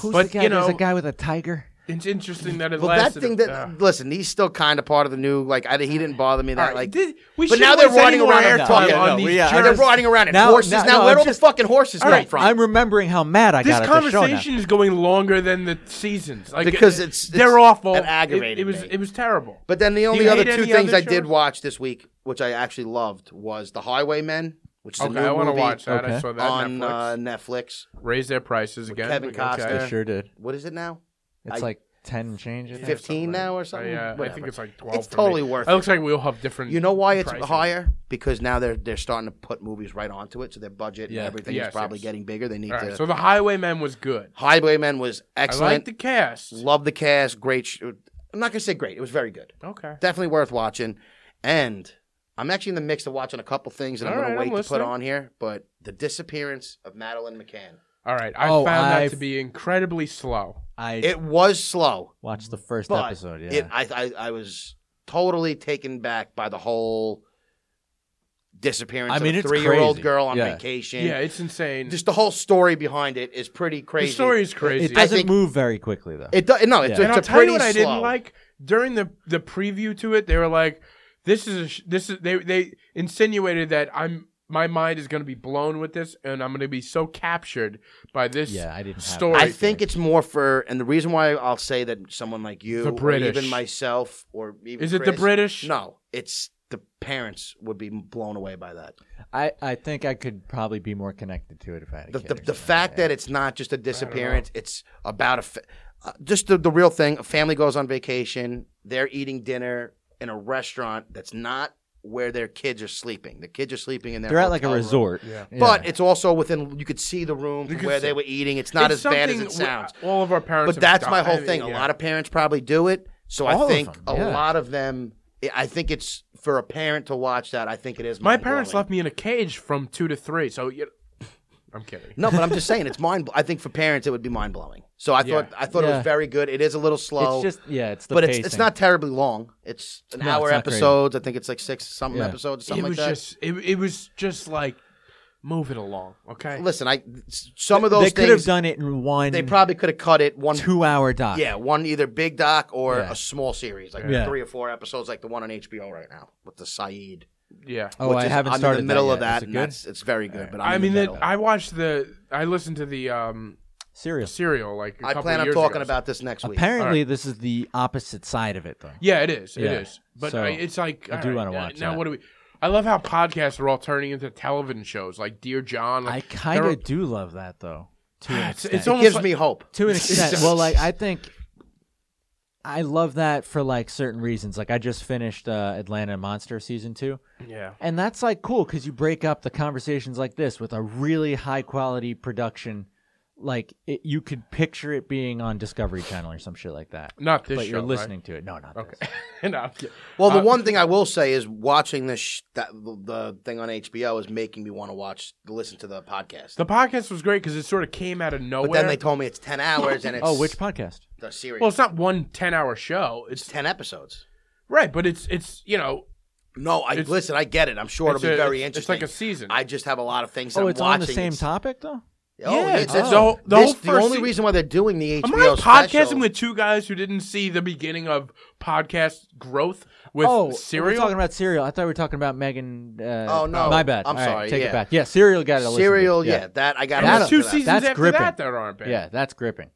D: Who's
B: But,
D: the guy?
B: you
D: There's a
B: know-
D: guy with a tiger.
B: it's interesting that it
C: Well, that
B: lasted.
C: thing that
B: uh,
C: listen, he's still kind of part of the new. Like I, he didn't bother me that.
B: all right,
C: like,
B: did- we
C: but
B: shouldn't
C: now they're
B: waste any
C: riding
B: more
C: around
B: air
C: in
B: time
C: cars.
B: on
D: No,
B: these
D: we, uh,
C: And
B: jerks.
C: they're riding around in
D: Now-
C: horses
D: now-
C: now.
D: no,
C: Where
D: I'm
C: do
D: just-
C: the fucking horses come
B: right,
C: from?
D: I'm remembering how mad I
B: This
D: got at the show now.
B: conversation is going longer than the seasons. Like
C: Because
B: uh,
C: it's-
B: they're
C: it's-
B: awful.
C: it
B: It-
C: aggravated
B: It, was
C: me.
B: it was terrible.
C: but then the only
B: you
C: other
B: hate
C: two
B: any
C: things
B: other
C: I did
B: shows?
C: watch this week, which I actually loved, was The Highwaymen, which is a
B: okay,
C: new
B: I want to
C: movie
B: watch that. I
D: Okay.
B: saw that
C: on
B: Netflix.
C: uh, Netflix.
B: Raise their prices again.
C: Kevin Costner.
D: They sure did.
C: What is it now?
D: It's
C: I-
D: like ten and change. I think.
C: Fifteen now or something?
B: Oh, Yeah, I
C: Whatever.
B: think it's like twelve.
C: It's
B: for me.
C: totally worth
B: It looks
C: it.
B: like we all have different.
C: You know why it's
B: pricing.
C: higher? Because now they're they're starting to put movies right onto it, so their budget
D: Yeah.
C: and everything
B: Yes,
C: is probably
B: yes.
C: getting bigger. They need
B: All
C: to.
B: right, so the Highwayman was good.
C: Highwaymen was
B: I
C: excellent.
B: like the cast.
C: Love the cast. Great. Sh- I'm not gonna say great. It was very good.
B: Okay.
C: Definitely worth watching. And I'm actually in the mix of watching a couple things that I'm
B: All
C: gonna
B: right,
C: wait
B: I'm
C: to
B: listening.
C: put on here. But the disappearance of Madeline McCann.
B: All right. I
D: Oh,
B: found that
D: I've-
B: to be incredibly slow.
D: I
C: It was slow,
D: watched the first
C: but
D: episode. Yeah.
C: it, I, I I was totally taken back by the whole disappearance
D: I mean,
C: of a
D: it's
C: three-year-old
D: crazy.
C: girl on
D: Yeah.
C: vacation.
B: Yeah, it's insane.
C: Just the whole story behind it is pretty crazy.
B: The story is crazy.
D: it doesn't
C: think-
D: move very quickly though.
C: It do- no, it's,
B: and
C: it's
B: I'll
C: a
B: tell
C: pretty
B: you what I
C: slow.
B: didn't like during the the preview to it. They were like, "This is a sh- this is they they insinuated that I'm my mind is going to be blown with this, and I'm going to be so captured by this."
D: Yeah, I didn't have that.
B: story.
C: I think it's more for, and the reason why I'll say that someone like you,
B: The
C: or
B: British.
C: even myself, or even
B: Is it the
C: Chris-
B: British?
C: No, it's the parents would be blown away by that.
D: I, I think I could probably be more connected to it if I had a
C: The
D: kid
C: the,
D: or
C: the
D: something.
C: fact that it's not just a disappearance; it's about a fa- uh, just the, the real thing. A family goes on vacation. They're eating dinner in a restaurant that's not where their kids are sleeping. The kids are sleeping in their.
D: they're at like a
C: hotel room.
D: resort.
C: But it's also within. You could see the room from
B: could
C: where
B: see-
C: they were eating. It's not
B: It's
C: as bad as
B: something uh,
C: it sounds.
B: wh- All of our parents,
C: but
B: have
C: that's
B: done-
C: my
B: I
C: whole
B: mean,
C: thing.
B: yeah.
C: A lot of parents probably do it. So
D: All
C: I
D: of
C: think
D: them,
C: a
D: yeah.
C: lot of them. I- I think it's for a parent to watch that. I think it is.
B: my parents
C: mind-blowing.
B: left me in a cage from two to three. So you I'm kidding.
C: No, but I'm just saying it's mind. I think for parents it would be mind blowing. So I thought I thought it
D: Yeah.
C: was very good. It is a little slow.
D: it's just yeah, it's the
C: oh, but it's, it's
D: pacing.
C: not terribly long. It's an
D: No,
C: hour
D: it's not crazy.
C: episodes. I think it's like six something
D: Yeah.
C: episodes,
B: it
C: something
B: was
C: like that.
B: just it, it was just like move it along, okay?
C: Listen, I some of those
D: they could have
C: things
D: done it in one
C: they probably could have cut it one
D: two hour doc.
C: Yeah, one either big doc or
D: Yeah.
C: a small series, like
D: Yeah.
C: three or four episodes, like the one on HBO right now with the Saeed.
B: Yeah.
D: Oh,
C: which
D: I
C: is-
D: haven't
C: I'm
D: started
C: in the middle
D: that
C: of
D: yet.
C: that,
D: Is it
C: and
D: good?
C: that's it's very good. But I'm
B: I
C: in
B: mean
C: the
B: that
C: middle.
B: I watched the I listened to the um
D: Cereal.
B: cereal. Like I
C: I plan on talking about this next week.
D: Apparently, this is the opposite side of it, though.
B: Yeah, it is.
D: Yeah.
B: It is. But
D: So,
B: I, it's like
D: I
B: all
D: do
B: right,
D: wanna
B: now-
D: watch
B: Now
D: that.
B: what do we? I love how podcasts are all turning into television shows, like Dear John.
D: I
B: Like,
D: kind
B: they're-
D: of do love that, though. To an
B: It's-
D: extent.
B: it's
C: It
B: almost
C: gives
B: like-
C: me hope.
D: to an extent. well, like I think I love that for like certain reasons. Like I just finished uh, Atlanta Monster season two,
B: yeah.
D: and that's like cool because you break up the conversations like this with a really high quality production. Like it, you could picture it being on Discovery Channel or some shit like that.
B: Not this
D: but you're
B: show, right?
D: listening to it. No, not this.
B: And I'm-
C: Well, the
B: Uh,
C: one thing I will say is watching this sh- that the thing on HBO is making me want to watch listen to the podcast.
B: the podcast was great because it sort of came out of nowhere.
C: but then they told me it's ten hours and it's
D: Oh, which podcast?
C: the series.
B: well, it's not one 10-hour show. It's
C: it's ten episodes.
B: right, but it's it's you know
C: No, I
B: It's-
C: listen. I get it. I'm sure it'll
B: it's
C: be
B: a-
C: very
B: it's- it's
C: interesting.
B: like a season.
C: I just have a lot of things. That
D: Oh,
C: I'm
D: it's on
C: watching.
D: the same
C: It's-
D: topic though.
C: Oh,
B: Yeah,
C: it's, it's,
B: the whole- the
C: this-
B: whole first
C: only
B: se-
C: reason why they're doing the
B: Am
C: HBO
B: I podcasting
C: special.
B: with two guys who didn't see the beginning of podcast growth with
D: oh, we're
B: cereal?
D: talking about Serial. I thought we were talking about Megan. Uh,
C: Oh, no.
D: my bad.
C: I'm
D: All right,
C: sorry,
D: take
C: yeah.
D: it back. Yeah, Serial got it.
C: Serial, yeah. that I got.
B: and there's
C: out
B: two
C: of
B: seasons
D: That's
B: after
D: gripping.
B: that that aren't bad.
D: yeah, that's gripping.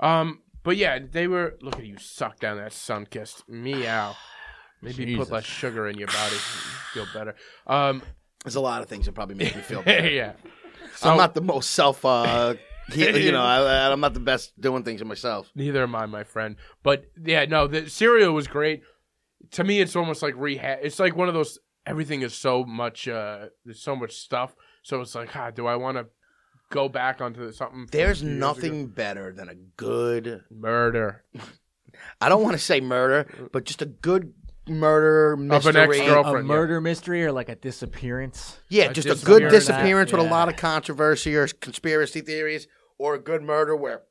B: Um, but yeah, they were. Look at you, suck down that sun kissed meow. Maybe
D: Jesus.
B: put less sugar in your body, you feel better. Um,
C: There's a lot of things that probably make me feel. better.
B: yeah.
C: I'm
B: So-
C: not the most self. Uh, you know, I, I'm not the best doing things to myself.
B: Neither am I, my friend. But yeah, no, the cereal was great. To me, it's almost like rehash. It's like one of those. Everything is so much. Uh, there's so much stuff. So it's like, ah, do I want to go back onto something? from
C: There's
B: two years ago?
C: nothing better than a good.
B: murder.
C: I don't want to say murder, but just a good murder
B: Of an
C: mystery.
B: ex-girl-
D: a
B: Girlfriend, yeah.
D: murder mystery or like a disappearance.
C: yeah,
B: A
C: just a good
B: disappearance.
C: disappearance with
D: Yeah.
C: a lot of controversy or conspiracy theories, or a good murder where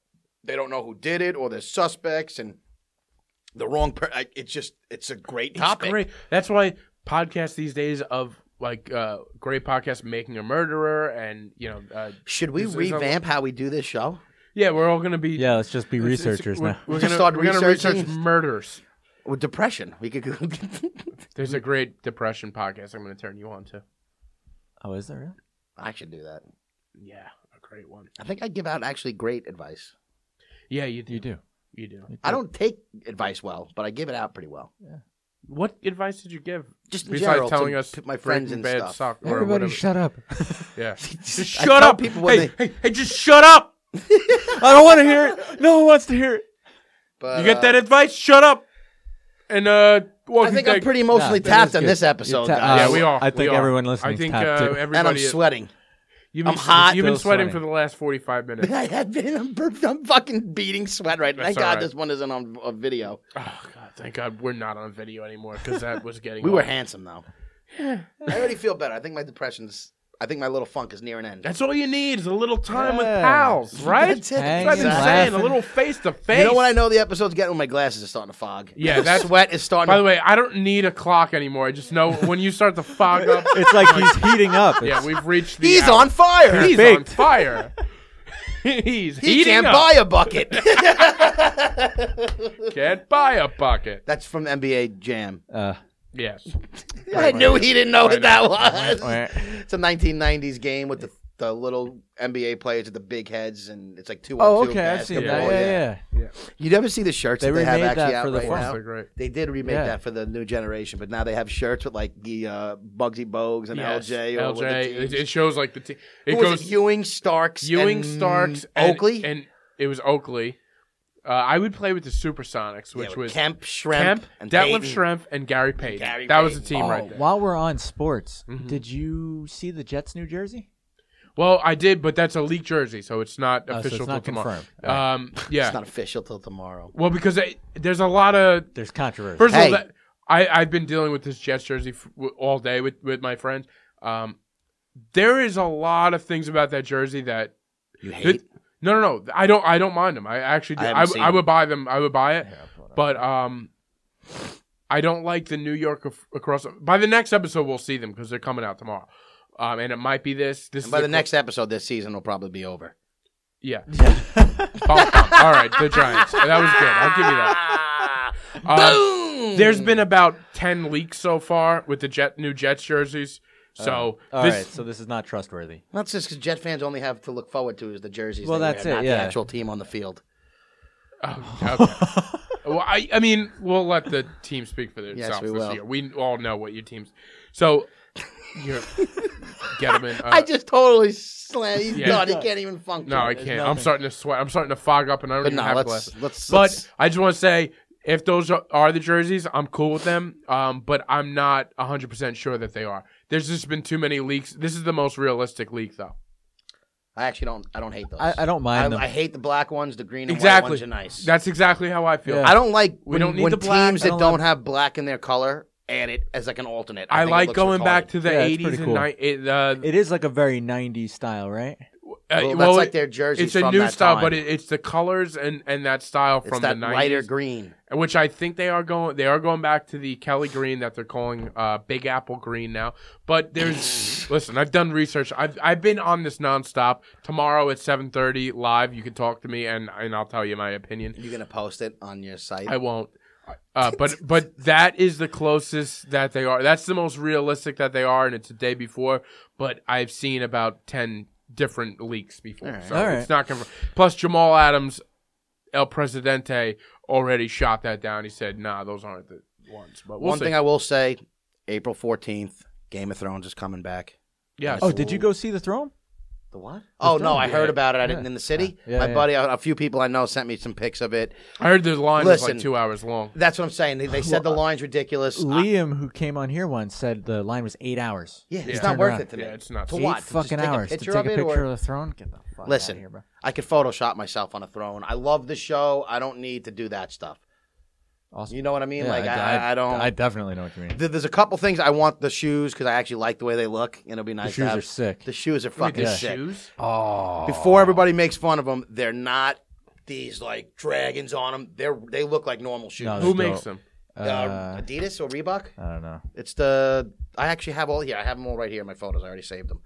C: they don't know who did it or there's suspects and the wrong. Per- I- it's just it's a great
B: It's
C: topic.
B: great. That's why podcasts these days of like uh, great podcasts, making a murderer, and you know, uh,
C: Should we
B: Is- is that-
C: revamp how we do this show?
B: yeah, we're all gonna be
D: Yeah, let's just be
B: it's- it's-
D: researchers
B: we're,
D: now.
B: We're
C: Just
B: gonna,
C: start
B: we're gonna research
C: researching.
B: murders.
C: With depression, we could. go-
B: There's a great depression podcast. I'm gonna turn you on to.
D: Oh, is there really?
C: I should do that.
B: Yeah, a great one.
C: I think I give out actually great advice.
B: Yeah, you do.
D: You do.
B: You do.
C: I don't take advice well, but I give it out pretty well.
B: What advice did you give?
C: Just in
B: Besides
C: general, to
B: telling us
C: p- my
B: Breaking
C: friends and
B: Bad
C: stuff.
B: sucked or
D: Everybody
B: whatever.
D: shut up.
B: yeah. just
C: I
B: shut
C: tell
B: up.
C: people when
B: hey, hey, hey, just shut up.
D: I don't want to hear it. No one wants to hear it.
C: But,
B: You get
C: uh,
B: that advice? Shut up. And uh,
C: I
B: Walking
C: think I'm
B: Dead-
C: pretty emotionally
D: Nah, that
C: tapped
D: is
C: on
D: good.
C: this episode,
D: You're ta-
C: guys.
B: Yeah,
D: Uh,
B: we are.
D: I think
B: we are.
D: everyone listening
B: I think
D: tapped
B: uh,
D: too. And
B: everybody.
C: and I'm sweating.
B: You've
C: I'm
B: been,
C: hot.
B: You've been
D: Still
B: sweating, for
D: sweating.
B: the last 45 minutes.
C: I have been. I'm, bur- I'm fucking beating sweat right now.
B: That's
C: Thank God
B: all right.
C: this one isn't on a video.
B: oh God! Thank God we're not on video anymore because that was getting.
C: We were
B: old.
C: handsome though. I already feel better. I think my depression's. I think my little funk is near an end.
B: That's all you need is a little time with
D: Yeah.
B: pals, right?
C: That's it.
B: That's what I've been
D: Hanging,
B: saying.
D: laughing.
B: A little face to face.
C: You know when I know the episode's getting when my glasses are starting to fog.
B: Yeah, that's-
C: sweat is starting.
B: By
C: to
B: the way, I don't need a clock anymore. I just know when you start to fog up.
D: It's like he's heating up.
B: yeah,
D: It's-
B: we've reached the.
C: he's
B: hour.
C: on fire.
B: He's on
D: baked.
B: fire. he's
C: he
B: heating
C: can't
B: up.
C: buy a bucket.
B: Can't buy a bucket.
C: that's from NBA Jam.
D: uh,
B: Yes.
C: I knew he didn't know what that
B: Oh,
C: was.
D: wah.
C: It's a 1990s game with the, the little NBA players with the big heads, and it's like two. on
D: oh,
C: two
D: okay. I've seen that.
C: basketball,
D: Yeah, yeah.
C: You never see the shirts
D: They
C: that they have
D: remade that
C: actually out
D: for the
C: right
D: first-
C: now.
B: They're great.
C: They did remake
D: Yeah.
C: that for the new generation, but now they have shirts with like the uh, Bugsy Bogues and
B: Yes.
C: LJ. Or with
B: LJ.
C: the
B: It,
C: teams.
B: it shows like the team. It
C: Who was
B: goes
C: it? Ewing, Starks,
B: Ewing,
C: and
B: Starks, and,
C: Oakley,
B: and it was Oakley. Uh, I would play with the Supersonics,
C: Yeah,
B: which
C: with
B: was
C: Kemp, Shrimp,
B: Kemp,
C: and
B: Detlef
C: Payton.
B: Schrempf, and Gary Payton.
C: Gary
B: that was the
C: Payton.
B: team
D: Oh,
B: right there. Mm-hmm.
D: while we're on sports, did you see the Jets New Jersey?
B: Well, I did, but that's a leak jersey, so it's not
D: Oh, so
B: official
D: it's not
B: till tomorrow.
D: confirmed. All
B: Um, yeah.
C: It's not official till tomorrow.
B: well, because it, there's a lot of
D: There's controversy.
B: First
C: Hey.
B: of all, that, I I've been dealing with this Jets jersey f- w- all day with with my friends. Um, there is a lot of things about that jersey that
C: You hate?
B: it, no no no I don't I don't mind them. I actually do.
C: I
B: I,
C: haven't
B: w-
C: seen
B: I
C: them.
B: would buy them. I would buy it. but um, I don't like the New York af- across. By the next episode, we'll see them because they're coming out tomorrow. Um, and it might be this. This
C: and
B: is
C: by
B: a
C: the
B: cl-
C: next episode, this season will probably be over.
B: Yeah. Bump, bump. All right, the Giants. That was good. I'll give you that. Uh, Um, There's been about ten leaks so far with the Jet new Jets jerseys.
C: Oh.
B: So
D: All right,
B: this
D: so this is not trustworthy.
C: That's just because Jet fans only have to look forward to is the jerseys.
D: Well,
C: they wear,
D: that's it,
C: Not
D: yeah.
C: the actual team on the field.
B: Oh, okay. well, I, I mean, we'll let the team speak for themselves
C: we
B: this
C: will.
B: year. We all know what your teams. So, you're, Gettleman. Uh,
C: I just totally slam. He's
B: Yeah.
C: done. He can't even function.
B: no, I
C: There's
B: can't. I'm
D: nothing.
B: starting to sweat. I'm starting to fog up, and I don't
C: But
B: even
C: no,
B: have
C: let's
B: glasses.
C: let's.
B: But
C: let's-
B: I just want to say, if those are, are the jerseys, I'm cool with them. Um, but I'm not 100 percent sure that they are. There's just been too many leaks. This is the most realistic leak, though.
C: I actually don't. I don't hate those.
D: I, I don't
C: I,
D: mind them.
C: I hate the black ones. The green and
B: Exactly.
C: white ones are nice.
B: That's exactly how I feel.
D: Yeah.
C: I don't like when,
B: don't need
C: when
B: the black.
C: teams that
D: I don't
C: don't, have black in their color add it as like an alternate.
B: I,
C: think it
B: like
C: looks
B: going back
C: retarded.
B: to the
D: Yeah, it's
B: 80s
D: pretty
B: and
D: cool.
B: 90s. Uh,
D: it is like a very '90s style, right?
B: uh,
C: Well, that's
B: well,
C: like their jerseys.
B: it's a
C: from
B: new
C: that
B: style,
C: time.
B: but it, it's the colors and and that style
C: it's
B: from
C: that
B: the 90s,
C: lighter green.
B: which I think they are going. They are going back to the Kelly green that they're calling uh, Big Apple green now. But there's listen, I've done research. I've I've been on this nonstop. Tomorrow at seven thirty live, you can talk to me and and I'll tell you my opinion.
C: You're gonna post it on your site.
B: I won't. Uh, but but that is the closest that they are. That's the most realistic that they are, and it's a day before. But I've seen about ten different leaks before, so
D: All right.
B: it's not confirmed. Plus, Jamal Adams, El Presidente, already shot that down. He said, "Nah, those aren't the ones." But we'll
C: One
B: see.
C: thing I will say: April 14th, Game of Thrones is coming back.
B: yes.
D: Oh, did you go see the throne?
C: The what? Oh no, I heard about it. I didn't in the city.
D: Yeah,
C: My
D: yeah.
C: buddy, a, a few people I know, sent me some pics of it.
B: I heard the line was
C: Listen.
B: like two hours long.
C: That's what I'm saying. They, they said the line's ridiculous. I-
D: Liam, who came on here once, said the line was eight hours.
C: yeah, it's
B: Yeah.
C: not worth
D: around.
C: it to me.
B: Yeah, it's not.
C: To
D: Eight
C: what? To just
D: fucking
C: take a
D: hours
C: picture
D: to
C: of
D: take a
C: it
D: picture
C: or-
D: of the throne. Get the fuck
C: Listen,
D: out here, bro.
C: I could Photoshop myself on a throne. I love the show. I don't need to do that stuff.
D: Awesome.
C: You know what I mean?
D: Yeah,
C: like I, I, I don't.
D: I definitely know what you mean.
C: There- there's a couple things I want the shoes because I actually like the way they look, and it'll be nice. to
D: shoes
C: have-
D: are sick.
C: The shoes are
B: Look at
C: fucking
B: these
C: sick.
B: shoes.
C: Before everybody makes fun of them, they're not these like dragons on them. They're they look like normal shoes.
D: No,
B: Who
D: Dope.
B: makes them?
C: uh, Adidas or Reebok?
D: I don't know.
C: It's the I actually have all here. I have them all right here in my photos. I already saved them,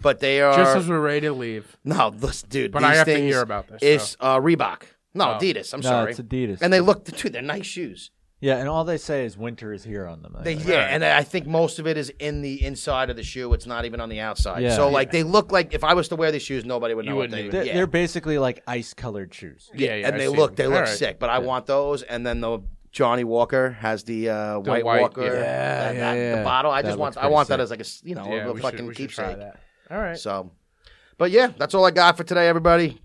C: but they are
B: Just as we're ready to leave,
C: no, this, dude.
B: But
C: these
B: I have to
C: things
B: hear about this, Oh.
C: It's uh, Reebok. No, Adidas. I'm
D: No,
C: sorry,
D: it's Adidas.
C: And they look, dude, they're nice shoes.
D: Yeah, and all they say is winter is here on them.
C: They, yeah, and I think most of it is in the inside of the shoe. It's not even on the outside.
D: Yeah.
C: so like they look like if I was to wear these shoes, nobody would know.
B: You
C: what
B: wouldn't
C: they,
B: even-
D: they're,
C: yeah.
D: they're basically like ice colored shoes.
B: yeah, yeah. I
C: and they
B: see
C: look, they
B: them.
C: look
B: All right.
C: sick. But I want those, and then the Johnny Walker has the, uh, White,
B: white,
C: Walker,
B: yeah.
D: Yeah,
C: and
D: yeah,
C: that-
D: yeah.
C: the bottle. I
D: That
C: just want,
D: looks
C: I
D: pretty
C: want that
D: sick.
C: as like a, s- you know,
B: Yeah,
C: a
B: we should-
C: fucking
B: we should try
C: keepsake.
B: that. All right.
C: So, but yeah, that's all I got for today, everybody.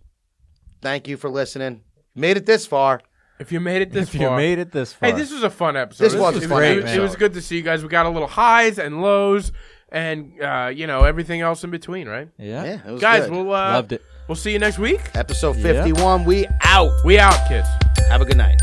C: Thank you for listening. Made it this far.
B: If you made it this
D: If you
B: far,
D: made it this far,
B: Hey, this was a fun episode.
C: This was
B: it
C: a fun
B: it was-
D: episode.
B: It was good to see you guys. We got a little highs and lows, and uh, you know everything else in between, right?
D: yeah,
C: Yeah, it was
B: Guys,
C: good.
B: we'll uh,
D: loved it.
B: We'll see you next week.
C: Episode fifty-one. We out.
B: We out, kids.
C: Have a good night.